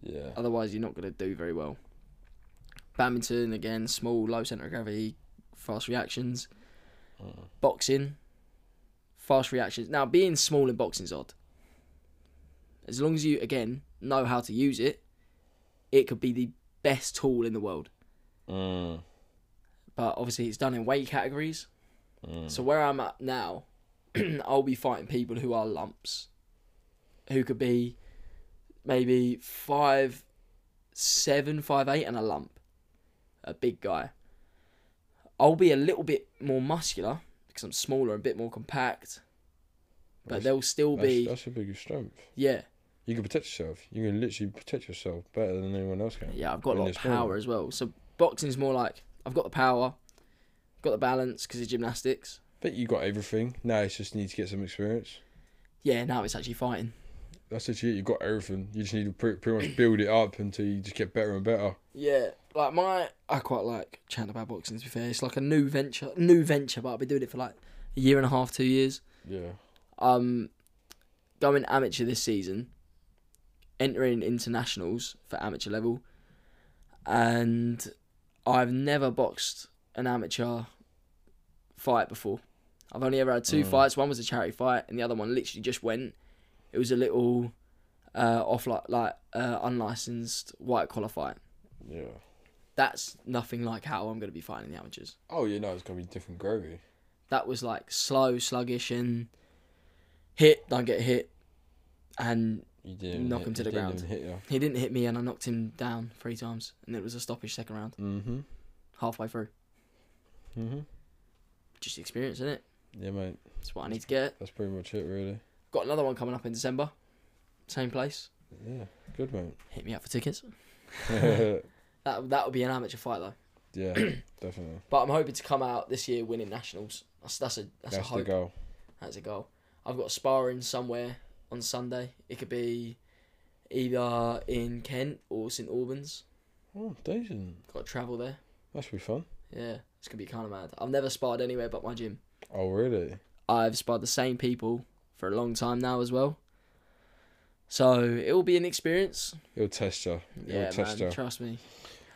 [SPEAKER 2] Yeah.
[SPEAKER 1] Otherwise, you're not going to do very well. Badminton again, small, low center of gravity, fast reactions. Boxing, fast reactions. Now, being small in boxing's odd. As long as you again know how to use it, it could be the best tool in the world
[SPEAKER 2] Mm.
[SPEAKER 1] but obviously it's done in weight categories.
[SPEAKER 2] Mm.
[SPEAKER 1] So where I'm at now, I'll be fighting people who are lumps, who could be maybe five, seven, five, eight, and a lump, a big guy. I'll be a little bit more muscular because I'm smaller, and a bit more compact, but they'll still
[SPEAKER 2] That's,
[SPEAKER 1] be
[SPEAKER 2] that's your biggest strength.
[SPEAKER 1] yeah,
[SPEAKER 2] You can protect yourself. You can literally protect yourself better than anyone else can.
[SPEAKER 1] Yeah, I've got a
[SPEAKER 2] in
[SPEAKER 1] lot of
[SPEAKER 2] this sport.
[SPEAKER 1] power as well. So boxing's more like I've got the power, got the balance because of gymnastics.
[SPEAKER 2] But you got everything. Now it's just need to get some experience.
[SPEAKER 1] Yeah, now it's actually fighting.
[SPEAKER 2] That's it. You got everything. You just need to pretty, pretty much build it up until you just get better and better.
[SPEAKER 1] Yeah, like my, I quite like chatting about boxing. To be fair, it's like a new venture, new venture. But I've been doing it for like a year and a half, two years.
[SPEAKER 2] Yeah.
[SPEAKER 1] Um, going amateur this season, entering internationals for amateur level, and I've never boxed an amateur fight before. I've only ever had two fights. One was a charity fight, and the other one literally just went. It was a little uh, off like like uh, unlicensed white collar fight.
[SPEAKER 2] Yeah.
[SPEAKER 1] That's nothing like how I'm gonna be fighting the amateurs.
[SPEAKER 2] Oh, you know it's gonna be different gravy.
[SPEAKER 1] that was like slow, sluggish, and hit, don't get hit. And
[SPEAKER 2] You didn't
[SPEAKER 1] Knock
[SPEAKER 2] hit,
[SPEAKER 1] him to
[SPEAKER 2] you
[SPEAKER 1] the
[SPEAKER 2] didn't
[SPEAKER 1] ground.
[SPEAKER 2] even hit you.
[SPEAKER 1] he didn't hit me, and I knocked him down three times. And it was a stoppage second round,
[SPEAKER 2] Mhm.
[SPEAKER 1] halfway through.
[SPEAKER 2] Mhm.
[SPEAKER 1] Just experience, innit?
[SPEAKER 2] Yeah, mate.
[SPEAKER 1] That's what I need to get.
[SPEAKER 2] That's pretty much it, really.
[SPEAKER 1] Got another one coming up in December. Same place.
[SPEAKER 2] Yeah. Good,
[SPEAKER 1] Hit me up for tickets.
[SPEAKER 2] mate.
[SPEAKER 1] That that would be an amateur fight though.
[SPEAKER 2] yeah. Definitely.
[SPEAKER 1] But I'm hoping to come out this year winning nationals. That's that's a that's,
[SPEAKER 2] That's,
[SPEAKER 1] a
[SPEAKER 2] the
[SPEAKER 1] hope.
[SPEAKER 2] goal.
[SPEAKER 1] That's a goal. I've got sparring somewhere on Sunday. It could be either in Kent or St Albans.
[SPEAKER 2] Oh, decent.
[SPEAKER 1] Got to travel there.
[SPEAKER 2] That should be fun.
[SPEAKER 1] Yeah, it's gonna be kind of mad. I've never sparred anywhere but my gym.
[SPEAKER 2] Oh, really?
[SPEAKER 1] I've sparred the same people for a long time now as well. So it will be an experience.
[SPEAKER 2] It'll test you. It'll
[SPEAKER 1] Yeah,
[SPEAKER 2] test
[SPEAKER 1] man.
[SPEAKER 2] you.
[SPEAKER 1] Trust me.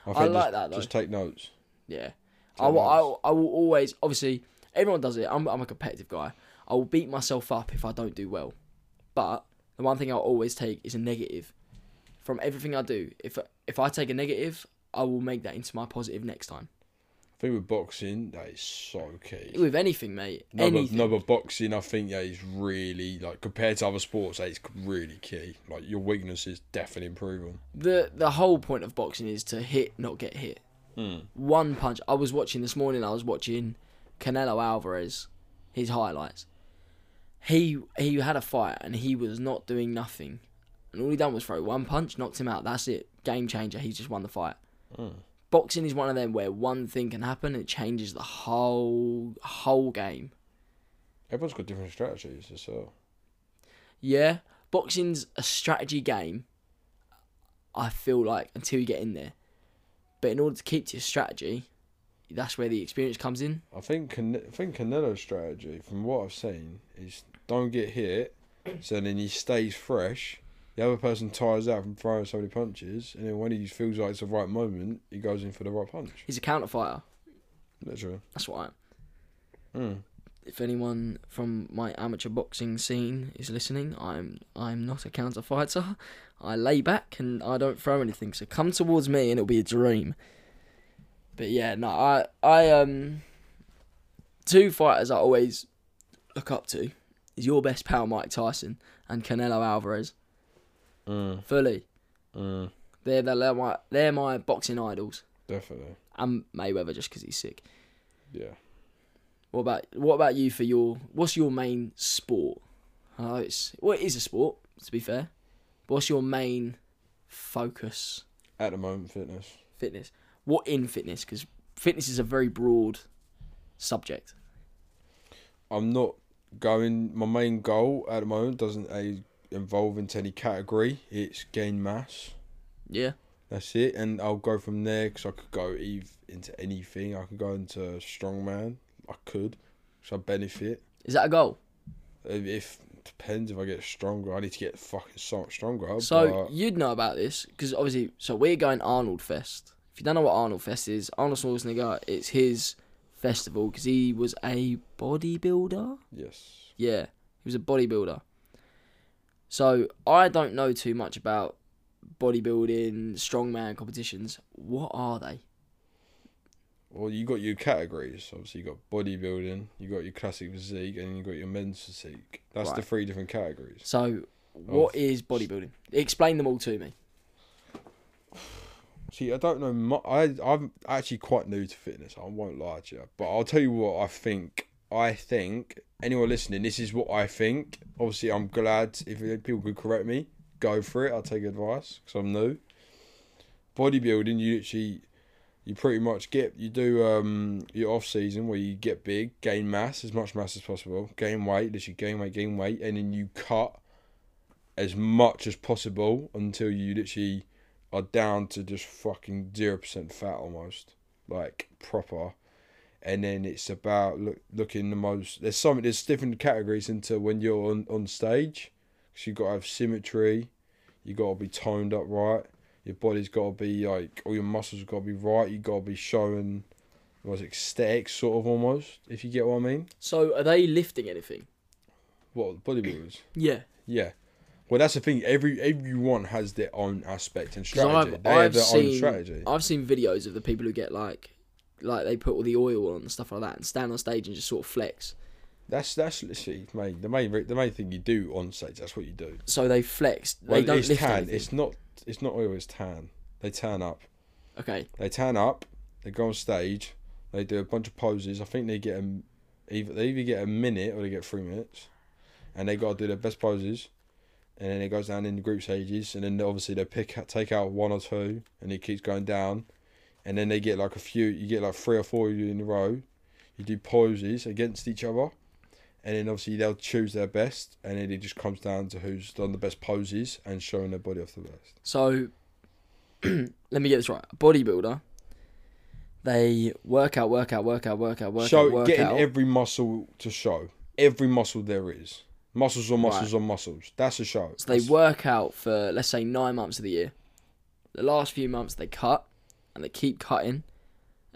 [SPEAKER 2] I,
[SPEAKER 1] I
[SPEAKER 2] think
[SPEAKER 1] like
[SPEAKER 2] just,
[SPEAKER 1] that, though.
[SPEAKER 2] Just take notes.
[SPEAKER 1] Yeah.
[SPEAKER 2] Two
[SPEAKER 1] I will, I,
[SPEAKER 2] months.
[SPEAKER 1] will, I will always, obviously, everyone does it. I'm, I'm a competitive guy. I will beat myself up if I don't do well. But the one thing I'll always take is a negative from everything I do. If if I take a negative, I will make that into my positive next time.
[SPEAKER 2] I think with boxing, that is so key.
[SPEAKER 1] With anything, mate.
[SPEAKER 2] No, but,
[SPEAKER 1] anything.
[SPEAKER 2] no, but boxing, I think that is really like compared to other sports, that is really key. Like your weakness is definitely improving.
[SPEAKER 1] the the whole point of boxing is to hit, not get hit. One punch. I was watching this morning. I was watching Canelo Alvarez, his highlights. He he had a fight and he was not doing nothing, and all he done was throw one punch, knocked him out. That's it. Game changer. He's just won the fight. Boxing is one of them where one thing can happen and it changes the whole whole game.
[SPEAKER 2] Everyone's got different strategies as well.
[SPEAKER 1] Yeah, boxing's a strategy game. I feel like until you get in there, but in order to keep to your strategy, that's where the experience comes in.
[SPEAKER 2] I think Can- I think Canelo's strategy, from what I've seen, is don't get hit, so then he stays fresh. The other person tires out from throwing so many punches, and then when he feels like it's the right moment, he goes in for the right punch.
[SPEAKER 1] He's a counter fighter.
[SPEAKER 2] Literally.
[SPEAKER 1] That's what. I am.
[SPEAKER 2] Mm.
[SPEAKER 1] If anyone from my amateur boxing scene is listening, I'm I'm not a counter fighter. I lay back and I don't throw anything. So come towards me and it'll be a dream. But yeah, no, I I um two fighters I always look up to is your best pal Mike Tyson and Canelo Alvarez.
[SPEAKER 2] Mm,
[SPEAKER 1] Fully,
[SPEAKER 2] mm,
[SPEAKER 1] they're the, they're my they're my boxing idols.
[SPEAKER 2] definitely.
[SPEAKER 1] And Mayweather just 'cause he's sick.
[SPEAKER 2] Yeah.
[SPEAKER 1] What about what about you for your what's your main sport? I know it's well it is a sport to be fair. But what's your main focus
[SPEAKER 2] At the moment, fitness.
[SPEAKER 1] fitness? What in fitness? Because fitness is a very broad subject.
[SPEAKER 2] I'm not going. My main goal at the moment doesn't uh, involve into any category. It's gain mass.
[SPEAKER 1] Yeah.
[SPEAKER 2] That's it, and I'll go from there because I could go eve into anything. I could go into strongman. I could, so I benefit.
[SPEAKER 1] Is that a goal?
[SPEAKER 2] If, if depends if I get stronger, I need to get fucking so much stronger.
[SPEAKER 1] So
[SPEAKER 2] but
[SPEAKER 1] you'd know about this because obviously, so we're going Arnold Fest. If you don't know what Arnold Fest is, Arnold Schwarzenegger, it's his festival because he was a bodybuilder.
[SPEAKER 2] yes,
[SPEAKER 1] Yeah, he was a bodybuilder. So I don't know too much about bodybuilding, strongman competitions. What are they?
[SPEAKER 2] well, you got your categories. Obviously, you got bodybuilding, you got your classic physique, and you got your men's physique. That's the
[SPEAKER 1] Right.
[SPEAKER 2] three different categories.
[SPEAKER 1] So what is bodybuilding? Explain them all to me.
[SPEAKER 2] See, I don't know. Mu- I I'm actually quite new to fitness. I won't lie to you, but I'll tell you what I think. I think anyone listening, this is what I think. Obviously, I'm glad if people could correct me. Go for it. I'll take advice because I'm new. Bodybuilding, you actually, you pretty much get you do um your off season where you get big, gain mass as much mass as possible, gain weight, literally gain weight, gain weight, and then you cut as much as possible until you literally are down to just fucking zero percent fat almost, like proper. And then it's about look, looking the most. There's something. There's different categories into when you're on on stage, because you got to have symmetry. You got to be toned up right. Your body's got to be like all your muscles got to be right. You got to be showing was ecstatic sort of almost, if you get what I mean.
[SPEAKER 1] So are they lifting anything?
[SPEAKER 2] What bodybuilders?
[SPEAKER 1] Yeah.
[SPEAKER 2] yeah. Well, that's the thing. Every everyone has their own aspect and
[SPEAKER 1] 'Cause
[SPEAKER 2] strategy.
[SPEAKER 1] I've,
[SPEAKER 2] they
[SPEAKER 1] I've
[SPEAKER 2] have their
[SPEAKER 1] seen
[SPEAKER 2] own strategy.
[SPEAKER 1] I've seen videos of the people who get like like they put all the oil on and stuff like that and stand on stage and just sort of flex.
[SPEAKER 2] That's that's literally mate, the main re- the main thing you do on stage. That's what you do.
[SPEAKER 1] So they flex. They
[SPEAKER 2] Well,
[SPEAKER 1] don't
[SPEAKER 2] it's
[SPEAKER 1] lift
[SPEAKER 2] tan.
[SPEAKER 1] anything.
[SPEAKER 2] It's not. It's not oil. It's tan. They tan up.
[SPEAKER 1] Okay.
[SPEAKER 2] They tan up. They go on stage. They do a bunch of poses. I think they get a, either they either get a minute or they get three minutes, and they got to do their best poses, and then it goes down in the group stages, and then obviously they pick take out one or two, and it keeps going down, and then they get like a few. You get like three or four of you in a row. You do poses against each other. And then obviously they'll choose their best, and then it just comes down to who's done the best poses and showing their body off the best.
[SPEAKER 1] So let me get this right. A bodybuilder. They work out, work out, work out, work out, work
[SPEAKER 2] show
[SPEAKER 1] out, work
[SPEAKER 2] getting
[SPEAKER 1] out.
[SPEAKER 2] every muscle to show every muscle there is muscles on muscles on muscles that's a show
[SPEAKER 1] so they
[SPEAKER 2] That's-
[SPEAKER 1] work out for let's say nine months of the year. The last few months they cut, and they keep cutting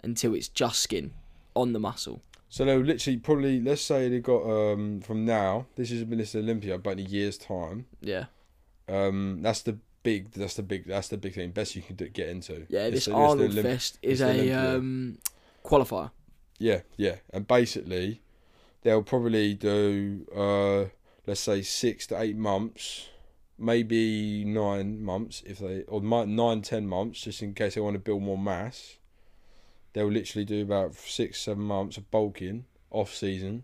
[SPEAKER 1] until it's just skin on the muscle.
[SPEAKER 2] so they'll literally probably let's say they got um from now this is Miss olympia but in a year's time
[SPEAKER 1] Yeah.
[SPEAKER 2] um that's the big that's the big that's the big thing best you can do, get into
[SPEAKER 1] Yeah, this
[SPEAKER 2] It's the- it's the
[SPEAKER 1] Arnold
[SPEAKER 2] Olymp-
[SPEAKER 1] Fest is
[SPEAKER 2] it's the
[SPEAKER 1] a
[SPEAKER 2] Olympia.
[SPEAKER 1] um, qualifier.
[SPEAKER 2] Yeah, yeah. And basically, they'll probably do, uh, let's say, six to eight months, maybe nine months, if they, or mi- nine, ten months, just in case they want to build more mass. They'll literally do about six, seven months of bulking off season.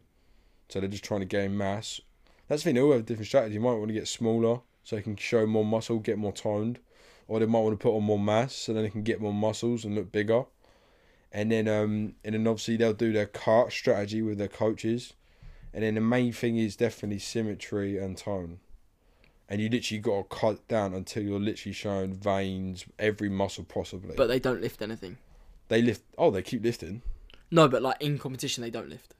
[SPEAKER 2] So they're just trying to gain mass. That's the thing, they all have different strategies. You might want to get smaller so they can show more muscle, get more toned. Or they might want to put on more mass so then they can get more muscles and look bigger and then um and then obviously they'll do their cart strategy with their coaches and then the main thing is definitely symmetry and tone and you literally got to cut down until you're literally showing veins every muscle possibly
[SPEAKER 1] But they don't lift anything.
[SPEAKER 2] they lift oh they keep lifting
[SPEAKER 1] No, but like in competition they don't lift.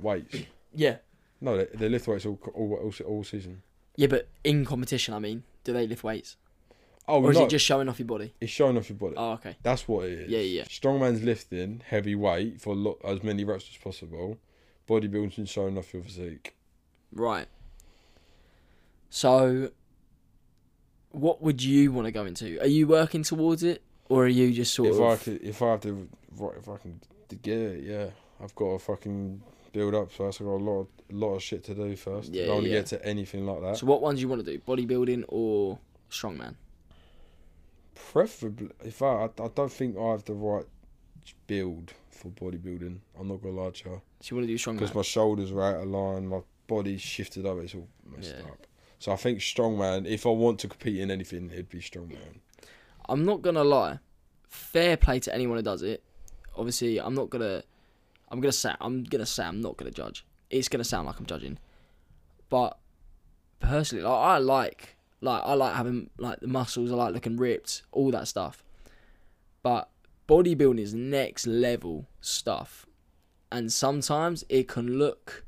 [SPEAKER 2] weights
[SPEAKER 1] Yeah.
[SPEAKER 2] no they, they lift weights all, all all se- all season
[SPEAKER 1] Yeah, but in competition, I mean, do they lift weights?
[SPEAKER 2] oh
[SPEAKER 1] Or is
[SPEAKER 2] no
[SPEAKER 1] it just showing off your body?
[SPEAKER 2] it's showing off your body
[SPEAKER 1] Oh, okay.
[SPEAKER 2] That's what it is.
[SPEAKER 1] Yeah, yeah.
[SPEAKER 2] Strongman's lifting heavy weight for lo- as many reps as possible. Bodybuilding showing off your physique.
[SPEAKER 1] Right. So, what would you want to go into? Are you working towards it, or are you just sort
[SPEAKER 2] if I
[SPEAKER 1] of?
[SPEAKER 2] could, if I have to, right, if I can d- get it, yeah, I've got to fucking build up first. I've got a lot, of, a lot of shit to do first.
[SPEAKER 1] Yeah,
[SPEAKER 2] if I want to
[SPEAKER 1] yeah.
[SPEAKER 2] get to anything like that,
[SPEAKER 1] So, what ones you want to do? Bodybuilding or strongman?
[SPEAKER 2] preferably, if I, I, I don't think I have the right build for bodybuilding. I'm not gonna lie to you,
[SPEAKER 1] So you want to do
[SPEAKER 2] because
[SPEAKER 1] strongman?
[SPEAKER 2] my shoulders are out of line, my body's shifted up, it's all messed
[SPEAKER 1] Yeah.
[SPEAKER 2] up. So I think strongman. If I want to compete in anything, it'd be strongman.
[SPEAKER 1] I'm not gonna lie. Fair play to anyone who does it. Obviously, I'm not gonna. I'm gonna say I'm gonna say I'm not gonna judge. It's gonna sound like I'm judging, but personally, like I like like I like having like the muscles. I like looking ripped, all that stuff. But bodybuilding is next level stuff, and sometimes it can look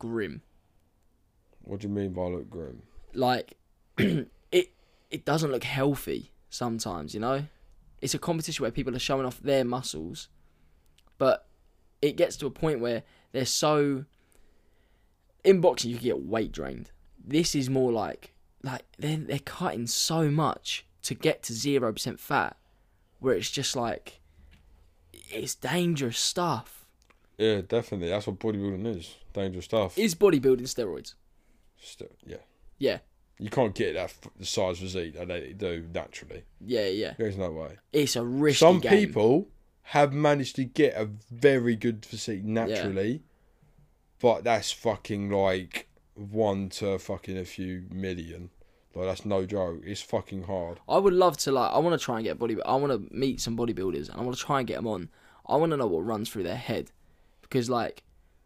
[SPEAKER 1] grim.
[SPEAKER 2] What do you mean by look grim?
[SPEAKER 1] Like it it doesn't look healthy sometimes. You know, it's a competition where people are showing off their muscles but it gets to a point where they're so in boxing you can get weight drained this is more like like they're, they're cutting so much to get to 0% fat where it's just like it's dangerous stuff
[SPEAKER 2] Yeah, definitely. That's what bodybuilding is. Dangerous stuff.
[SPEAKER 1] is bodybuilding steroids
[SPEAKER 2] St- yeah.
[SPEAKER 1] yeah
[SPEAKER 2] You can't get that f- the size physique that they do naturally.
[SPEAKER 1] yeah yeah
[SPEAKER 2] There's no way.
[SPEAKER 1] it's a risky
[SPEAKER 2] Some
[SPEAKER 1] game.
[SPEAKER 2] people have managed to get a very good physique naturally, but that's fucking like one to fucking a few million. Like that's no joke. It's fucking hard.
[SPEAKER 1] I would love to like. I want to try and get body. I want to meet some bodybuilders, and I want to try and get them on. I want to know what runs through their head, because like,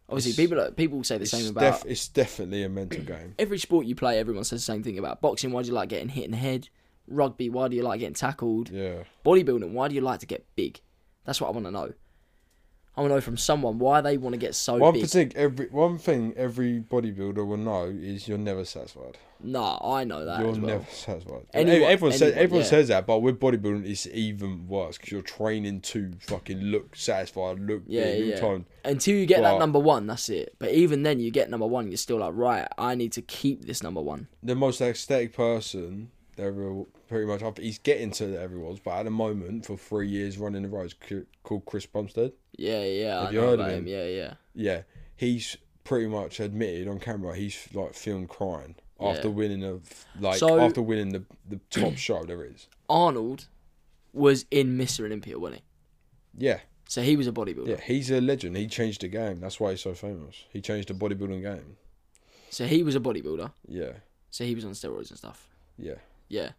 [SPEAKER 1] obviously
[SPEAKER 2] It's-
[SPEAKER 1] people people say the
[SPEAKER 2] It's,
[SPEAKER 1] same about
[SPEAKER 2] def- it's definitely a mental game.
[SPEAKER 1] every sport you play. Everyone says the same thing about boxing. Why do you like getting hit in the head? Rugby. Why do you like getting tackled?
[SPEAKER 2] Yeah.
[SPEAKER 1] Bodybuilding. Why do you like to get big? That's what I want to know. I want to know from someone why they want to get so
[SPEAKER 2] One
[SPEAKER 1] big.
[SPEAKER 2] partic- every one thing every bodybuilder will know is you're never satisfied.
[SPEAKER 1] nah, I know that.
[SPEAKER 2] You're
[SPEAKER 1] as well.
[SPEAKER 2] never satisfied.
[SPEAKER 1] Anyone-
[SPEAKER 2] everyone says
[SPEAKER 1] anyone,
[SPEAKER 2] everyone
[SPEAKER 1] yeah.
[SPEAKER 2] says that, but with bodybuilding, it's even worse because you're training to fucking look satisfied, look
[SPEAKER 1] Yeah,
[SPEAKER 2] big, look
[SPEAKER 1] yeah.
[SPEAKER 2] toned.
[SPEAKER 1] Until you get that
[SPEAKER 2] Well-
[SPEAKER 1] number one, that's it. But even then, you get number one, you're still like, right, I need to keep this number one.
[SPEAKER 2] The most aesthetic person there ever pretty much. He's getting to everyone's, but at the moment, for three years running the roads, c- called Chris Bumstead.
[SPEAKER 1] Yeah, yeah. I
[SPEAKER 2] Have you
[SPEAKER 1] know
[SPEAKER 2] heard of
[SPEAKER 1] about
[SPEAKER 2] him?
[SPEAKER 1] Yeah, yeah.
[SPEAKER 2] Yeah, he's pretty much admitted on camera he's like filmed crying after
[SPEAKER 1] Yeah.
[SPEAKER 2] winning a f- like
[SPEAKER 1] So-
[SPEAKER 2] after winning the the top show whatever it is.
[SPEAKER 1] Arnold was in Mr. Olympia, wasn't he?
[SPEAKER 2] Yeah,
[SPEAKER 1] So he was a bodybuilder.
[SPEAKER 2] yeah, he's a legend. He changed the game. That's why he's so famous. He changed the bodybuilding game.
[SPEAKER 1] So he was a bodybuilder.
[SPEAKER 2] Yeah,
[SPEAKER 1] So he was on steroids and stuff.
[SPEAKER 2] yeah.
[SPEAKER 1] Yeah.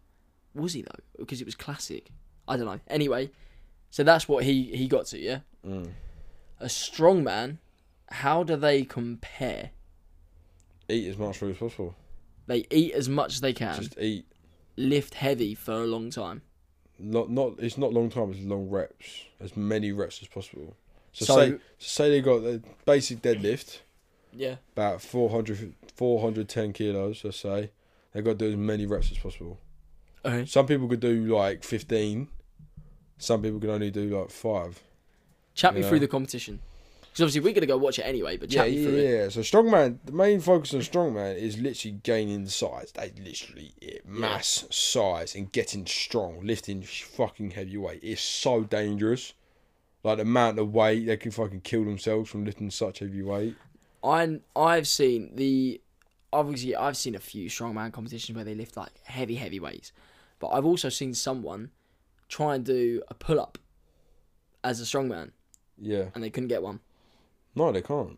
[SPEAKER 1] Was he though? Because it was classic. I don't know. Anyway, so that's what he he got to. Yeah.
[SPEAKER 2] Mm.
[SPEAKER 1] A strong man. How do they compare?
[SPEAKER 2] Eat as much food as possible.
[SPEAKER 1] They eat as much as they can,
[SPEAKER 2] Just eat.
[SPEAKER 1] lift heavy for a long time.
[SPEAKER 2] Not not. It's not long time. It's long reps. As many reps as possible. So,
[SPEAKER 1] So-
[SPEAKER 2] say say they got the basic deadlift
[SPEAKER 1] Yeah.
[SPEAKER 2] about 400, 410 kilos. Let's say they got to do as many reps as possible.
[SPEAKER 1] Okay.
[SPEAKER 2] Some people could do like 15. Some people could only do like five.
[SPEAKER 1] Chat me
[SPEAKER 2] Yeah.
[SPEAKER 1] through the competition. Because obviously we're gonna go watch it anyway. But
[SPEAKER 2] Yeah,
[SPEAKER 1] chat me
[SPEAKER 2] yeah,
[SPEAKER 1] through it.
[SPEAKER 2] yeah. So strongman, the main focus on strongman is literally gaining size. That's literally it. Mass, size, and getting strong. Lifting sh- fucking heavy weight. It's so dangerous. Like the amount of weight they can fucking kill themselves from lifting such heavy weight.
[SPEAKER 1] I I've seen the obviously I've seen a few strongman competitions where they lift like heavy heavy weights, but I've also seen someone try and do a pull up as a strongman
[SPEAKER 2] Yeah.
[SPEAKER 1] and they couldn't get one.
[SPEAKER 2] No, they can't.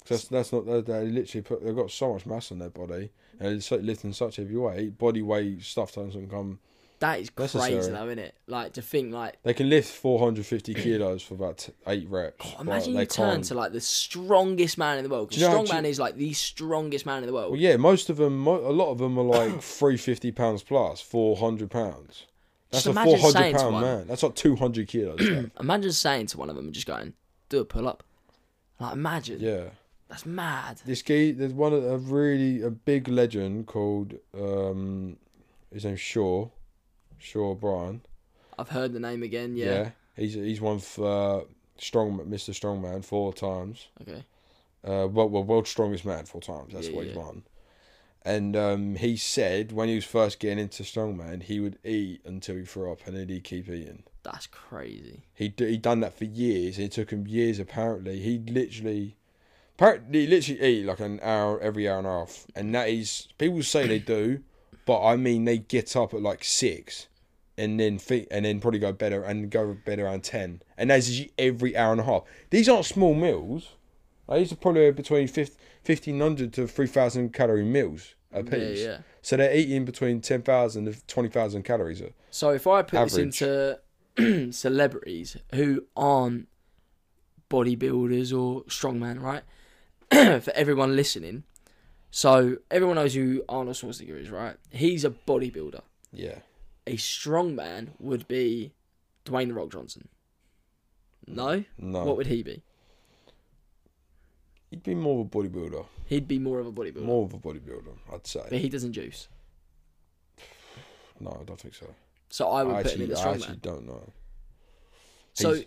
[SPEAKER 2] 'Cause That's, that's not they, they literally put they've got so much mass on their body and they're so- lifting such heavy weight body weight stuff doesn't come
[SPEAKER 1] That is crazy
[SPEAKER 2] Necessary.
[SPEAKER 1] though, isn't it? Like to think like
[SPEAKER 2] They can lift 450 kilos for about t- eight reps. but
[SPEAKER 1] imagine
[SPEAKER 2] they
[SPEAKER 1] you turn
[SPEAKER 2] can't-
[SPEAKER 1] to like the strongest man in the world. 'cause
[SPEAKER 2] Do you know how
[SPEAKER 1] strongman
[SPEAKER 2] ju-
[SPEAKER 1] is like the strongest man in the world.
[SPEAKER 2] Well, yeah, most of them, mo- a lot of them are like 350 pounds plus, 400 pounds. That's
[SPEAKER 1] Just
[SPEAKER 2] a
[SPEAKER 1] imagine
[SPEAKER 2] 400
[SPEAKER 1] saying to
[SPEAKER 2] pound
[SPEAKER 1] one-
[SPEAKER 2] man. That's like 200 kilos. man.
[SPEAKER 1] Imagine saying to one of them and just going, Do a pull up. Like imagine.
[SPEAKER 2] yeah.
[SPEAKER 1] That's mad.
[SPEAKER 2] This guy, there's one a really a big legend called um, his name's Shaw, Shaw Bryan.
[SPEAKER 1] I've heard the name again,
[SPEAKER 2] Yeah.
[SPEAKER 1] yeah.
[SPEAKER 2] He's he's won for uh, strong Mr. Strongman four times.
[SPEAKER 1] Okay.
[SPEAKER 2] uh, well, well, world's strongest man four times. That's
[SPEAKER 1] Yeah,
[SPEAKER 2] what he's
[SPEAKER 1] yeah.
[SPEAKER 2] won. And um, he said when he was first getting into strongman, he would eat until he threw up, and then he'd keep eating.
[SPEAKER 1] That's crazy.
[SPEAKER 2] He d- he done that for years. It took him years. Apparently, he literally, apparently, he literally eat like an hour every hour and a half. And that is people say they do, but I mean they get up at like six, and then fe- and then probably go better and go to bed around ten. And that's usually every hour and a half. These aren't small meals. Like, These are probably between fif- 1500 to three thousand calorie meals a piece.
[SPEAKER 1] yeah.
[SPEAKER 2] So they're eating between ten thousand to twenty thousand calories.
[SPEAKER 1] So if I put
[SPEAKER 2] Average.
[SPEAKER 1] this into celebrities who aren't bodybuilders or strongman, right? For everyone listening, so everyone knows who Arnold Schwarzenegger is, right? He's a bodybuilder.
[SPEAKER 2] Yeah,
[SPEAKER 1] A strongman would be Dwayne the Rock Johnson. No,
[SPEAKER 2] no,
[SPEAKER 1] what would he be?
[SPEAKER 2] he'd be more of a bodybuilder.
[SPEAKER 1] He'd be more of a bodybuilder,
[SPEAKER 2] More of a bodybuilder, I'd say.
[SPEAKER 1] but he doesn't juice.
[SPEAKER 2] No, I don't think so.
[SPEAKER 1] So I would
[SPEAKER 2] I
[SPEAKER 1] put him in
[SPEAKER 2] actually,
[SPEAKER 1] the
[SPEAKER 2] I actually
[SPEAKER 1] strongman.
[SPEAKER 2] don't know.
[SPEAKER 1] So
[SPEAKER 2] he's-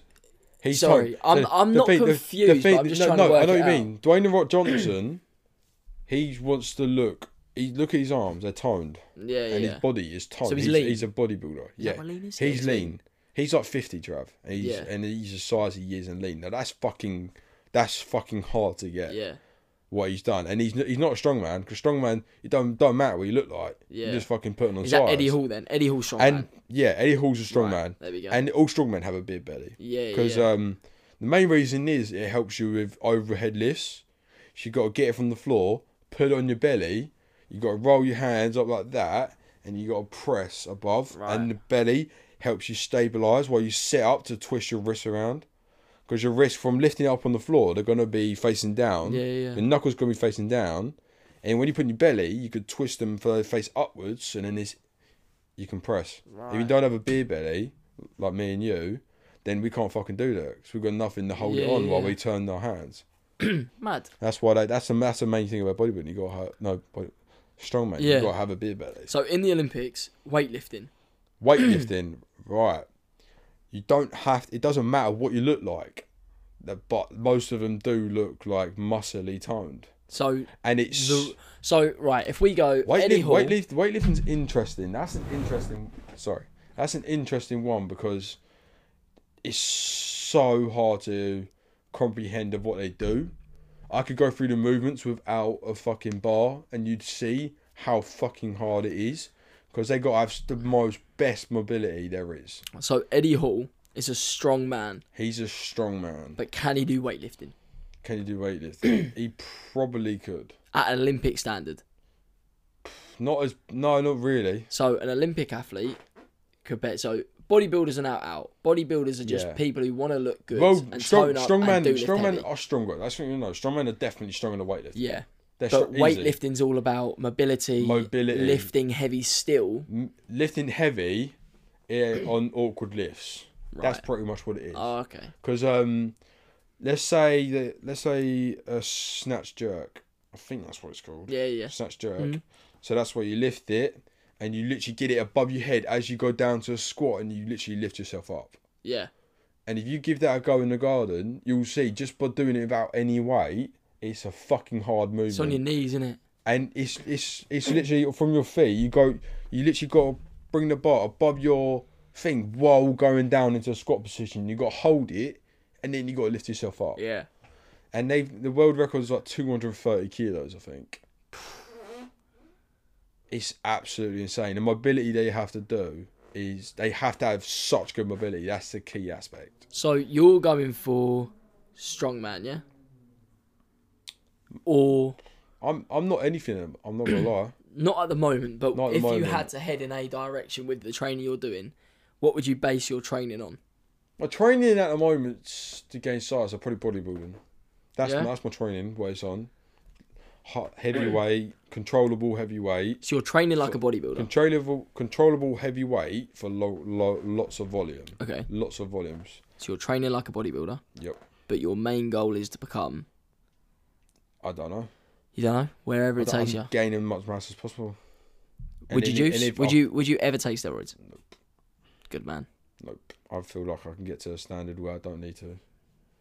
[SPEAKER 2] He's
[SPEAKER 1] Sorry,
[SPEAKER 2] fine.
[SPEAKER 1] I'm-
[SPEAKER 2] So
[SPEAKER 1] I'm
[SPEAKER 2] the
[SPEAKER 1] not
[SPEAKER 2] thing- the- the
[SPEAKER 1] confused, but
[SPEAKER 2] thing-
[SPEAKER 1] I'm just
[SPEAKER 2] no,
[SPEAKER 1] trying to
[SPEAKER 2] no, I
[SPEAKER 1] work
[SPEAKER 2] know
[SPEAKER 1] it
[SPEAKER 2] what you mean. Dwayne the Rock Johnson, he wants to look. He look at his arms; they're toned,
[SPEAKER 1] yeah, yeah,
[SPEAKER 2] and
[SPEAKER 1] yeah.
[SPEAKER 2] his body is toned.
[SPEAKER 1] So he's
[SPEAKER 2] he's,
[SPEAKER 1] lean.
[SPEAKER 2] a bodybuilder.
[SPEAKER 1] that
[SPEAKER 2] Yeah,
[SPEAKER 1] what lean is? Yeah,
[SPEAKER 2] he's
[SPEAKER 1] he's lean.
[SPEAKER 2] lean. He's like fifty, Trav, and he's
[SPEAKER 1] Yeah.
[SPEAKER 2] and he's the size he is and lean. Now that's fucking that's fucking hard to get.
[SPEAKER 1] yeah.
[SPEAKER 2] What he's done, and he's n- he's not a strong man because strong man it don't don't matter what you look like.
[SPEAKER 1] Yeah.
[SPEAKER 2] you're just fucking putting on
[SPEAKER 1] Is
[SPEAKER 2] size.
[SPEAKER 1] that Eddie Hall then? Eddie Hall strongman.
[SPEAKER 2] And yeah, Eddie Hall's a strong
[SPEAKER 1] Right,
[SPEAKER 2] man.
[SPEAKER 1] There we go.
[SPEAKER 2] And all strongmen have a beer belly.
[SPEAKER 1] Yeah, yeah,
[SPEAKER 2] Because
[SPEAKER 1] yeah.
[SPEAKER 2] um, the main reason is it helps you with overhead lifts. You got to get it from the floor, put it on your belly. You got to roll your hands up like that, and you got to press above.
[SPEAKER 1] Right.
[SPEAKER 2] And the belly helps you stabilize while you sit up to twist your wrists around. Because your wrists from lifting up on the floor, they're gonna be facing down.
[SPEAKER 1] Yeah, yeah, yeah.
[SPEAKER 2] Your knuckles gonna be facing down, and when you put in your belly, you could twist them for their face upwards, and then this, you can press. If you
[SPEAKER 1] Right.
[SPEAKER 2] don't have a beer belly, like me and you, then we can't fucking do that because we've got nothing to hold it
[SPEAKER 1] Yeah,
[SPEAKER 2] on while
[SPEAKER 1] yeah.
[SPEAKER 2] we turn our hands.
[SPEAKER 1] Mad.
[SPEAKER 2] That's why they, that's the that's the main thing about bodybuilding. You got to have, no body, strongman.
[SPEAKER 1] Yeah.
[SPEAKER 2] You got to have a beer belly.
[SPEAKER 1] So in the Olympics, weightlifting.
[SPEAKER 2] Weightlifting, right? You don't have. It doesn't matter what you look like, the- but most of them do look like muscly toned,
[SPEAKER 1] So
[SPEAKER 2] and it's
[SPEAKER 1] the, so right. If we go Eddie
[SPEAKER 2] Weightlift,
[SPEAKER 1] Hall,
[SPEAKER 2] weightlift, weightlifting's interesting. That's an interesting. Sorry, that's an interesting one because it's so hard to comprehend of what they do. I could go through the movements without a fucking bar, and you'd see how fucking hard it is because they got to have the most best mobility there is.
[SPEAKER 1] so Eddie Hall is a strong man,
[SPEAKER 2] He's a strong man.
[SPEAKER 1] but can he do weightlifting
[SPEAKER 2] Can he do weightlifting? he probably could.
[SPEAKER 1] at an Olympic standard?
[SPEAKER 2] Not as no, not really.
[SPEAKER 1] So an Olympic athlete could bet. So bodybuilders are now out. Bodybuilders are just
[SPEAKER 2] Yeah.
[SPEAKER 1] people who want to look good
[SPEAKER 2] Well,
[SPEAKER 1] and
[SPEAKER 2] strong,
[SPEAKER 1] tone up
[SPEAKER 2] strongmen,
[SPEAKER 1] and do lift heavy.
[SPEAKER 2] strongmen are stronger. That's what you know. Strongmen are definitely stronger than weightlifters.
[SPEAKER 1] Yeah,
[SPEAKER 2] They're
[SPEAKER 1] but
[SPEAKER 2] str- easy.
[SPEAKER 1] weightlifting's all about mobility,
[SPEAKER 2] Mobility.
[SPEAKER 1] lifting heavy still.
[SPEAKER 2] M- lifting heavy eh, on awkward lifts. That's
[SPEAKER 1] Right.
[SPEAKER 2] pretty much what it is.
[SPEAKER 1] Oh, okay.
[SPEAKER 2] Because um, let's say that let's say a snatch jerk. I think that's what it's called.
[SPEAKER 1] Yeah, Mm-hmm. yeah.
[SPEAKER 2] Snatch jerk. So that's where you lift it, and you literally get it above your head as you go down to a squat, and you literally lift yourself up.
[SPEAKER 1] Yeah.
[SPEAKER 2] And if you give that a go in the garden, you'll see just by doing it without any weight, it's a fucking hard movement.
[SPEAKER 1] It's on your knees, isn't it?
[SPEAKER 2] and it's it's it's literally from your feet. You go, you literally got to bring the bar above your thing while going down into a squat position. You got to hold it, and then you got to lift yourself up.
[SPEAKER 1] Yeah.
[SPEAKER 2] And they the world record is like two hundred and thirty kilos, I think. It's absolutely insane. The mobility they have to do is they have to have such good mobility. That's the key aspect.
[SPEAKER 1] So you're going for strongman, yeah? Or
[SPEAKER 2] I'm I'm not anything. I'm not gonna lie.
[SPEAKER 1] not at the moment, but
[SPEAKER 2] Not at the
[SPEAKER 1] if you
[SPEAKER 2] moment.
[SPEAKER 1] had to head in a direction with the training you're doing, what would you base your training on?
[SPEAKER 2] My training at the moment to gain size, I probably bodybuilding. That's
[SPEAKER 1] Yeah?
[SPEAKER 2] that's my training. What it's on. Hot, heavyweight, controllable heavyweight,
[SPEAKER 1] So you're training like a bodybuilder.
[SPEAKER 2] controllable, controllable heavyweight for lo, lo, lots of volume,
[SPEAKER 1] Okay.
[SPEAKER 2] lots of volumes.
[SPEAKER 1] So you're training like a bodybuilder,
[SPEAKER 2] Yep.
[SPEAKER 1] but your main goal is to become,
[SPEAKER 2] I don't know.
[SPEAKER 1] you don't know, wherever it
[SPEAKER 2] But I'm
[SPEAKER 1] takes you.
[SPEAKER 2] gaining as much mass as possible. And
[SPEAKER 1] Would you
[SPEAKER 2] if-
[SPEAKER 1] juice?
[SPEAKER 2] and if
[SPEAKER 1] Would
[SPEAKER 2] I-
[SPEAKER 1] you would you ever take steroids? Good man.
[SPEAKER 2] Nope. I feel like I can get to a standard where I don't need to,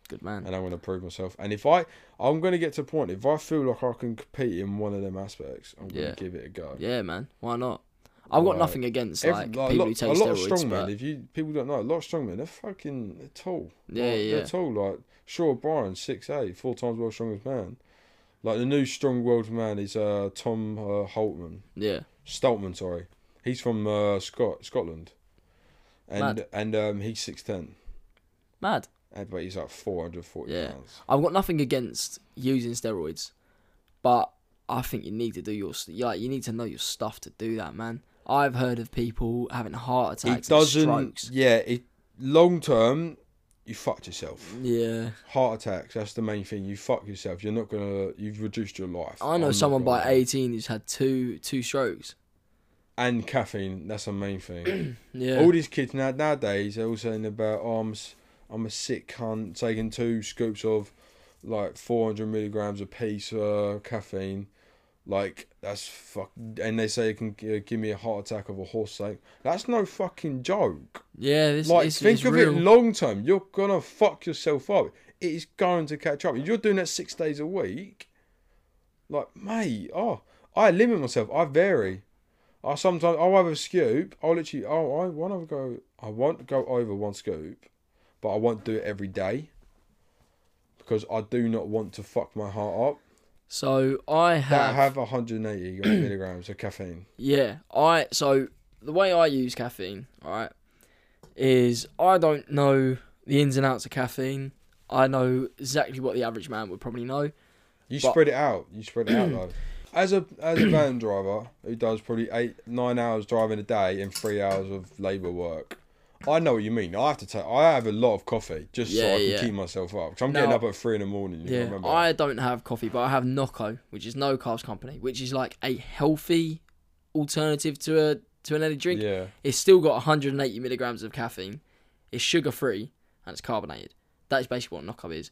[SPEAKER 1] Good man.
[SPEAKER 2] and I want to prove myself. And if I, I'm going to get to a point. If I feel like I can compete in one of them aspects, I'm going
[SPEAKER 1] Yeah.
[SPEAKER 2] to give it a go.
[SPEAKER 1] Yeah, man. Why not? I've got
[SPEAKER 2] Like,
[SPEAKER 1] nothing against
[SPEAKER 2] Every-
[SPEAKER 1] like,
[SPEAKER 2] like,
[SPEAKER 1] people who
[SPEAKER 2] a
[SPEAKER 1] take
[SPEAKER 2] lot, a lot of
[SPEAKER 1] steroids.
[SPEAKER 2] strongmen.
[SPEAKER 1] but-
[SPEAKER 2] If you people don't know, a lot of strongmen they're fucking they're tall.
[SPEAKER 1] Yeah,
[SPEAKER 2] Like,
[SPEAKER 1] yeah.
[SPEAKER 2] They're tall. Like Shaw Bryan, six eight, four times world strongest man. Like the new strong world man is uh, Tom uh, Holtman,
[SPEAKER 1] yeah.
[SPEAKER 2] Stoltman. Sorry, he's from uh, Scot Scotland, and
[SPEAKER 1] Mad.
[SPEAKER 2] and um, he's six ten.
[SPEAKER 1] Mad.
[SPEAKER 2] And, but he's like four hundred forty
[SPEAKER 1] Yeah.
[SPEAKER 2] pounds.
[SPEAKER 1] I've got nothing against using steroids, but I think you need to do your st- you- like you need to know your stuff to do that, man. I've heard of people having heart
[SPEAKER 2] It
[SPEAKER 1] attacks and
[SPEAKER 2] doesn't.
[SPEAKER 1] strokes.
[SPEAKER 2] Yeah, it long term, you fucked yourself.
[SPEAKER 1] Yeah,
[SPEAKER 2] Heart attacks. That's the main thing. You fuck yourself. You're not gonna. You've reduced your life.
[SPEAKER 1] I know
[SPEAKER 2] I'm not
[SPEAKER 1] someone by
[SPEAKER 2] gonna-
[SPEAKER 1] 18 who's had two two strokes.
[SPEAKER 2] and caffeine. That's the main thing.
[SPEAKER 1] Yeah,
[SPEAKER 2] All these kids now nowadays they're all saying about oh, I'm s- I'm a sick cunt taking two scoops of like 400 milligrams a piece uh, caffeine. Like that's fuck, and they say it can g- give me a heart attack of a horse ache. That's no fucking joke.
[SPEAKER 1] yeah. This,
[SPEAKER 2] like
[SPEAKER 1] this
[SPEAKER 2] think
[SPEAKER 1] is
[SPEAKER 2] of
[SPEAKER 1] real.
[SPEAKER 2] it long term. You're gonna fuck yourself up. It is going to catch up. If you're doing that six days a week, like mate, oh, I limit myself. I vary. I sometimes I'll have a scoop. I'll literally oh I want to go. I won't go over one scoop, but I won't do it every day because I do not want to fuck my heart up.
[SPEAKER 1] so I
[SPEAKER 2] That
[SPEAKER 1] have,
[SPEAKER 2] I have 180 milligrams of caffeine.
[SPEAKER 1] yeah. I so the way I use caffeine, all right, is I don't know the ins and outs of caffeine. I know exactly what the average man would probably know.
[SPEAKER 2] You
[SPEAKER 1] But-
[SPEAKER 2] spread it out. You spread it out though. As a as a van driver who does probably eight nine hours driving a day and three hours of labour work, I know what you mean. I have to take. I have a lot of coffee just so
[SPEAKER 1] Yeah,
[SPEAKER 2] I can
[SPEAKER 1] yeah.
[SPEAKER 2] keep myself up. Because I'm getting
[SPEAKER 1] Now-
[SPEAKER 2] up at three in the morning. You
[SPEAKER 1] Yeah,
[SPEAKER 2] remember?
[SPEAKER 1] I don't have coffee, but I have Noco, which is no carbs company, which is like a healthy alternative to a to an energy drink.
[SPEAKER 2] yeah.
[SPEAKER 1] It's still got 180 milligrams of caffeine. It's sugar free, and it's carbonated. That is basically what a knock up is.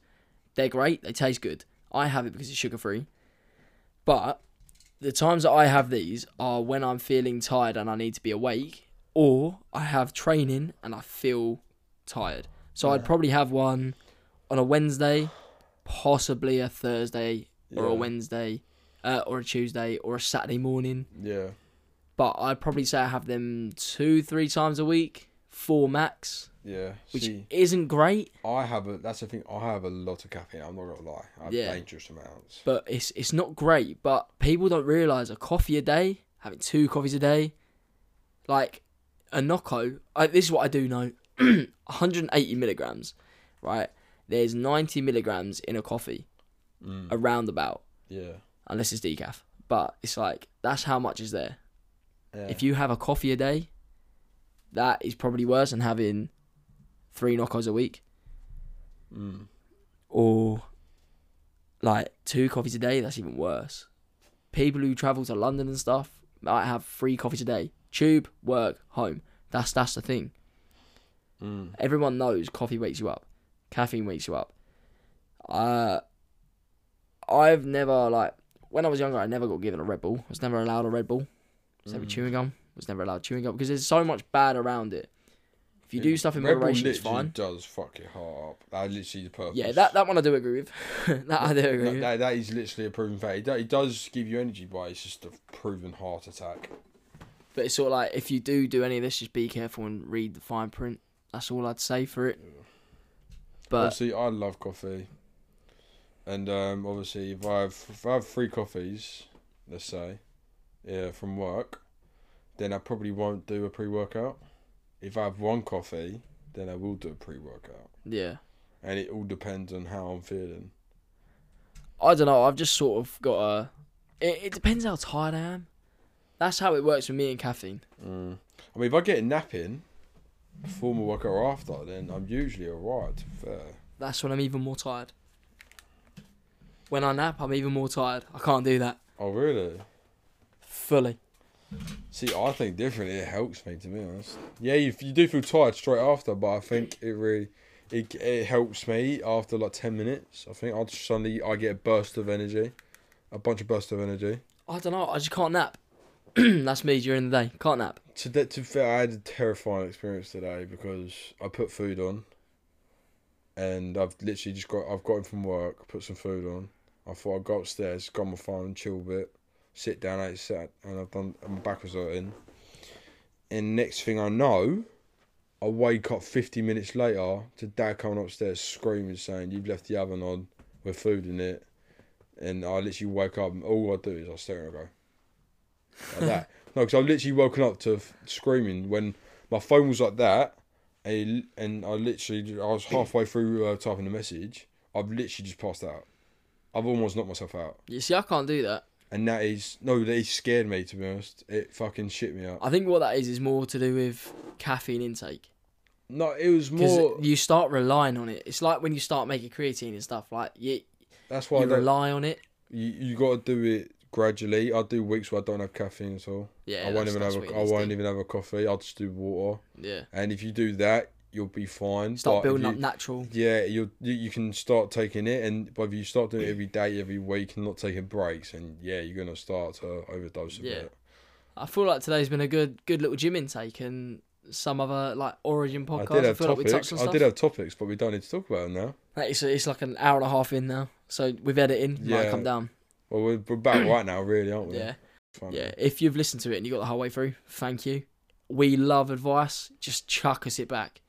[SPEAKER 1] They're great. They taste good. I have it because it's sugar free. But the times that I have these are when I'm feeling tired and I need to be awake, or I have training and I feel tired. So I'd probably have one on a Wednesday, possibly a Thursday or a
[SPEAKER 2] Yeah.
[SPEAKER 1] Wednesday, uh, or a Tuesday or a Saturday morning.
[SPEAKER 2] Yeah.
[SPEAKER 1] But I'd probably say I have them two, three times a week, four max,
[SPEAKER 2] Yeah.
[SPEAKER 1] which
[SPEAKER 2] See,
[SPEAKER 1] isn't great,
[SPEAKER 2] I have a. That's the thing. I have a lot of caffeine. I'm not gonna lie. I have
[SPEAKER 1] Yeah.
[SPEAKER 2] dangerous amounts.
[SPEAKER 1] but it's it's not great. But people don't realise a coffee a day, having two coffees a day, like a Nocco. I, this is what I do know: 180 milligrams, right? There's 90 milligrams in a coffee,
[SPEAKER 2] Mm.
[SPEAKER 1] around about,
[SPEAKER 2] Yeah.
[SPEAKER 1] unless it's decaf. But it's like that's how much is there.
[SPEAKER 2] yeah.
[SPEAKER 1] If you have a coffee a day, that is probably worse than having three knockouts a week
[SPEAKER 2] Mm.
[SPEAKER 1] or like two coffees a day. That's even worse. People who travel to London and stuff might have three coffees a day. Tube, work, home. That's that's the thing.
[SPEAKER 2] Mm.
[SPEAKER 1] Everyone knows coffee wakes you up. Caffeine wakes you up. Uh, I've never like when I was younger, I never got given a Red Bull. I was never allowed a Red Bull. I was never
[SPEAKER 2] Mm.
[SPEAKER 1] chewing gum. I was never allowed chewing gum because there's so much bad around it. If you do stuff in
[SPEAKER 2] Red Bull
[SPEAKER 1] moderation, it's
[SPEAKER 2] literally
[SPEAKER 1] fine.
[SPEAKER 2] Does fuck your heart up. That literally the purpose.
[SPEAKER 1] Yeah, that, that one I do agree with. that I do agree
[SPEAKER 2] No,
[SPEAKER 1] with.
[SPEAKER 2] that, that is literally a proven fact. It, do- it does give you energy, but it's just a proven heart attack.
[SPEAKER 1] But it's sort of like if you do do any of this, just be careful and read the fine print. That's all I'd say for it. But
[SPEAKER 2] obviously, I love coffee, and um, obviously, if I have if I have three coffees, let's say, yeah, from work, then I probably won't do a pre workout. If I have one coffee, then I will do a pre workout,
[SPEAKER 1] yeah,
[SPEAKER 2] and it all depends on how I'm feeling.
[SPEAKER 1] I don't know. I've just sort of got a. It, it depends how tired I am. That's how it works with me and caffeine.
[SPEAKER 2] Mm. I mean, if I get a nap in, before my workout or after, then I'm usually alright. to be Fair.
[SPEAKER 1] That's when I'm even more tired. When I nap, I'm even more tired. I can't do that
[SPEAKER 2] Oh really?
[SPEAKER 1] fully.
[SPEAKER 2] See, I think differently. It helps me, to be honest. Yeah, you, you do feel tired straight after, but I think it really it, it helps me after like ten minutes. I think I just suddenly I get a burst of energy, a bunch of bursts of energy.
[SPEAKER 1] I don't know. I just can't nap. That's me during the day. Can't nap.
[SPEAKER 2] To that to be fair, I had a terrifying experience today because I put food on, and I've literally just got I've gotten from work, put some food on. I thought I'd go upstairs, go on my phone, chill a bit, sit down, I sat, and I've done. and My back was hurting. And next thing I know, I wake up fifty minutes later to dad coming upstairs screaming, saying you've left the oven on with food in it, and I literally wake up and all I do is I stare and I go like that. No, because I've literally woken up to f- screaming when my phone was like that, and, and I literally I was halfway through uh, typing the message. I've literally just passed out. I've almost knocked myself out,
[SPEAKER 1] You see, I can't do that.
[SPEAKER 2] and that is no, that is scared me to be honest. It fucking shit me up.
[SPEAKER 1] I think what that is is more to do with caffeine intake.
[SPEAKER 2] No, it was
[SPEAKER 1] Because
[SPEAKER 2] more.
[SPEAKER 1] you start relying on it. It's like when you start making creatine and stuff. Like you,
[SPEAKER 2] that's why I
[SPEAKER 1] you
[SPEAKER 2] don't-
[SPEAKER 1] rely on it.
[SPEAKER 2] you you got to do it gradually. I do weeks where I don't have caffeine at all.
[SPEAKER 1] Yeah,
[SPEAKER 2] I won't
[SPEAKER 1] that's-
[SPEAKER 2] even
[SPEAKER 1] that's
[SPEAKER 2] have
[SPEAKER 1] what
[SPEAKER 2] a,
[SPEAKER 1] it
[SPEAKER 2] I
[SPEAKER 1] is,
[SPEAKER 2] won't
[SPEAKER 1] dude.
[SPEAKER 2] even have a coffee. I'll just do water.
[SPEAKER 1] Yeah,
[SPEAKER 2] And if you do that, you'll be fine.
[SPEAKER 1] start
[SPEAKER 2] But if
[SPEAKER 1] building
[SPEAKER 2] you-
[SPEAKER 1] up natural.
[SPEAKER 2] Yeah, you'll, you you can start taking it, and but if you start doing it every day, every week, and not taking breaks, and yeah, you're gonna start to overdose a
[SPEAKER 1] Yeah.
[SPEAKER 2] bit.
[SPEAKER 1] I feel like today's been a good, good little gym intake and some other like Origin
[SPEAKER 2] I
[SPEAKER 1] podcast. I,
[SPEAKER 2] did have
[SPEAKER 1] feel like we touched
[SPEAKER 2] topics.
[SPEAKER 1] on
[SPEAKER 2] I
[SPEAKER 1] stuff.
[SPEAKER 2] did have topics, but we don't need to talk about them now.
[SPEAKER 1] Like, it's, it's like an hour and a half in now, so with editing, yeah. might
[SPEAKER 2] Yeah.
[SPEAKER 1] come down.
[SPEAKER 2] Well, we're, we're back right now, really, aren't we?
[SPEAKER 1] Yeah,
[SPEAKER 2] Fun.
[SPEAKER 1] yeah. If you've listened to it and you got the whole way through, thank you. We love advice. Just chuck us it back,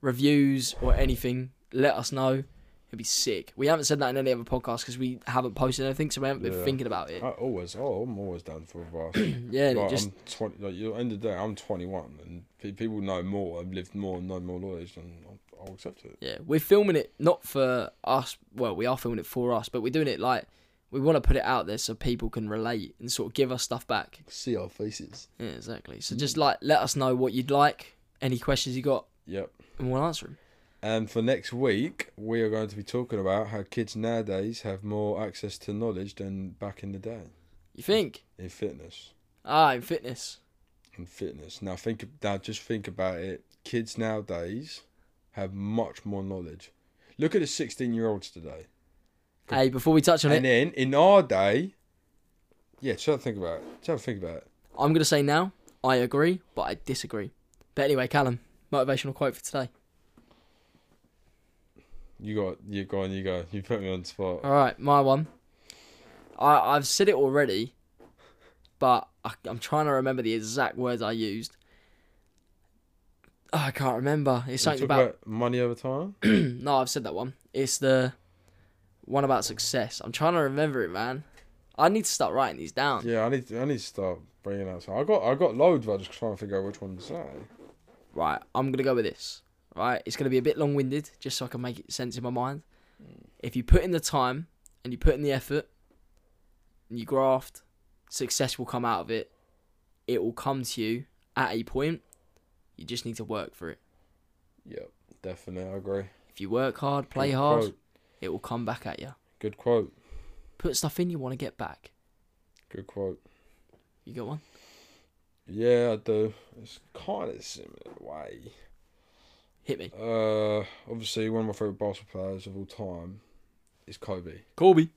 [SPEAKER 1] reviews or anything. Let us know. It'd be sick. We haven't said that in any other podcast because we haven't posted anything, so we haven't been
[SPEAKER 2] Yeah.
[SPEAKER 1] thinking about it.
[SPEAKER 2] I always, oh, I'm always down for advice.
[SPEAKER 1] Yeah, and it
[SPEAKER 2] Like,
[SPEAKER 1] just
[SPEAKER 2] I'm 20, like, you- at the end of the day, I'm 21, and pe- people know more, I've lived more, and know more knowledge, and I'll, I'll accept it.
[SPEAKER 1] yeah, we're filming it not for us. Well, we are filming it for us, but we're doing it like we want to put it out there so people can relate and sort of give us stuff back.
[SPEAKER 2] See our faces.
[SPEAKER 1] Yeah, exactly. So just like let us know what you'd like, any questions you got,
[SPEAKER 2] Yep.
[SPEAKER 1] and we'll answer them.
[SPEAKER 2] And for next week, we are going to be talking about how kids nowadays have more access to knowledge than back in the day
[SPEAKER 1] You think?
[SPEAKER 2] in fitness.
[SPEAKER 1] Ah, in fitness.
[SPEAKER 2] In fitness. Now think now just think about it. Kids nowadays have much more knowledge. Look at the 16 year olds today.
[SPEAKER 1] Hey, before we touch on
[SPEAKER 2] And
[SPEAKER 1] it,
[SPEAKER 2] then in our day, yeah, try to think about it. Try to think about it.
[SPEAKER 1] I'm gonna say now I agree, but I disagree. But anyway, Callum, motivational quote for today.
[SPEAKER 2] You got, you go on, you go. You put me on the spot.
[SPEAKER 1] All right, my one. I I've said it already, but I, I'm trying to remember the exact words I used. Oh, I can't remember. It's
[SPEAKER 2] You
[SPEAKER 1] something
[SPEAKER 2] talk
[SPEAKER 1] about
[SPEAKER 2] about money over time.
[SPEAKER 1] no, I've said that one. It's the one about success. I'm trying to remember it, man. I need to start writing these down.
[SPEAKER 2] Yeah, I need to, I need to start bringing out some. I got I got loads, but I just trying to figure out which one to say.
[SPEAKER 1] Right, I'm gonna go with this. Right, it's gonna be a bit long-winded, just so I can make it sense in my mind. If you put in the time and you put in the effort and you graft, success will come out of it. It will come to you at a point. You just need to work for it.
[SPEAKER 2] Yep, definitely, I agree.
[SPEAKER 1] If you work hard, play
[SPEAKER 2] Good
[SPEAKER 1] hard,
[SPEAKER 2] Quote.
[SPEAKER 1] it will come back at you.
[SPEAKER 2] Good quote.
[SPEAKER 1] Put stuff in you want to get back.
[SPEAKER 2] Good quote.
[SPEAKER 1] You got one?
[SPEAKER 2] Yeah, I do. It's kind of similar way.
[SPEAKER 1] Hit me.
[SPEAKER 2] Uh, obviously, one of my favorite basketball players of all time is Kobe.
[SPEAKER 1] Corby.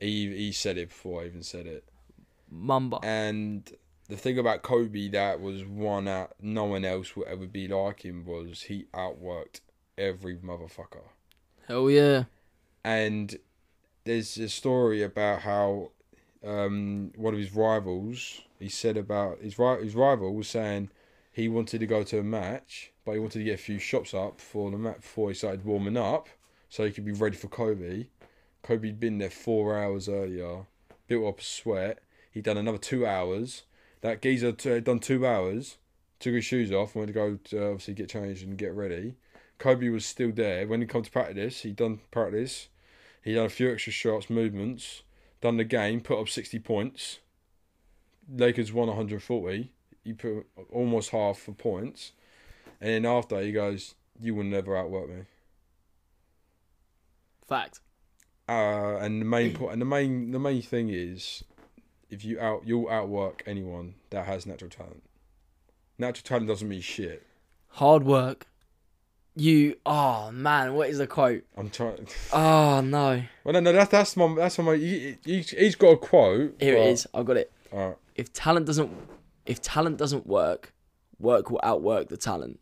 [SPEAKER 2] He he said it before I even said it.
[SPEAKER 1] Mamba.
[SPEAKER 2] And the thing about Kobe that was one that no one else would ever be like him was he outworked every motherfucker.
[SPEAKER 1] Hell yeah.
[SPEAKER 2] and there's a story about how um, one of his rivals he said about his ri- his rival was saying he wanted to go to a match, but he wanted to get a few shots up for the match before he started warming up, so he could be ready for Kobe. Kobe'd been there four hours earlier, built up a sweat. He'd done another two hours. That geezer t- had done two hours, took his shoes off, went to go to uh, obviously get changed and get ready. Kobe was still there. When he come to practice, he'd done practice. He had a few extra shots, movements, done the game, put up 60 points. Lakers won 140. He put almost half for points. And then after, he goes, You will never outwork me.
[SPEAKER 1] Fact.
[SPEAKER 2] Uh, and the main point, and the main, the main thing is, if you out, you'll outwork anyone that has natural talent. Natural talent doesn't mean shit.
[SPEAKER 1] Hard work. You. Oh, man. What is the quote?
[SPEAKER 2] I'm trying.
[SPEAKER 1] Oh, no.
[SPEAKER 2] Well, no, no, that's that's my that's my. He, he, he's got a quote.
[SPEAKER 1] Here
[SPEAKER 2] but-
[SPEAKER 1] it is. I've got it.
[SPEAKER 2] Alright.
[SPEAKER 1] If talent doesn't. If talent doesn't work, work will outwork the talent.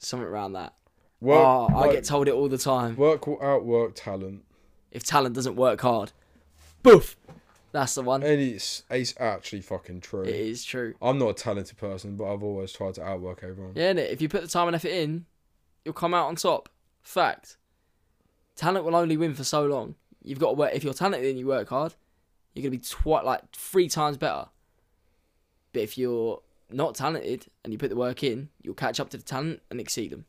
[SPEAKER 1] Something around that.
[SPEAKER 2] work,
[SPEAKER 1] oh, I
[SPEAKER 2] work-
[SPEAKER 1] get told it all the time.
[SPEAKER 2] work will outwork talent.
[SPEAKER 1] If talent doesn't work hard, boof. That's the one. It
[SPEAKER 2] And it's it's actually fucking true.
[SPEAKER 1] is true.
[SPEAKER 2] I'm not a talented person, but I've always tried to outwork everyone.
[SPEAKER 1] Yeah, innit? If you put the time and effort in, you'll come out on top. Fact. Talent will only win for so long. You've got to work. If you're talented and you work hard, you're gonna be twi- like three times better. But if you're not talented and you put the work in, you'll catch up to the talent and exceed them.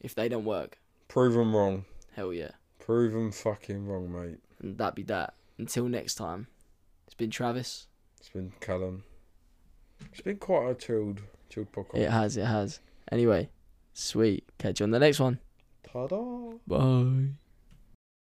[SPEAKER 1] If they don't work,
[SPEAKER 2] Prove 'em wrong.
[SPEAKER 1] hell yeah,
[SPEAKER 2] Prove 'em fucking wrong, mate.
[SPEAKER 1] and that be that. Until next time, it's been Travis.
[SPEAKER 2] It's been Callum. It's been quite a chilled chilled podcast.
[SPEAKER 1] It has, it has. Anyway, sweet. Catch you on the next one.
[SPEAKER 2] Ta-da.
[SPEAKER 1] Bye.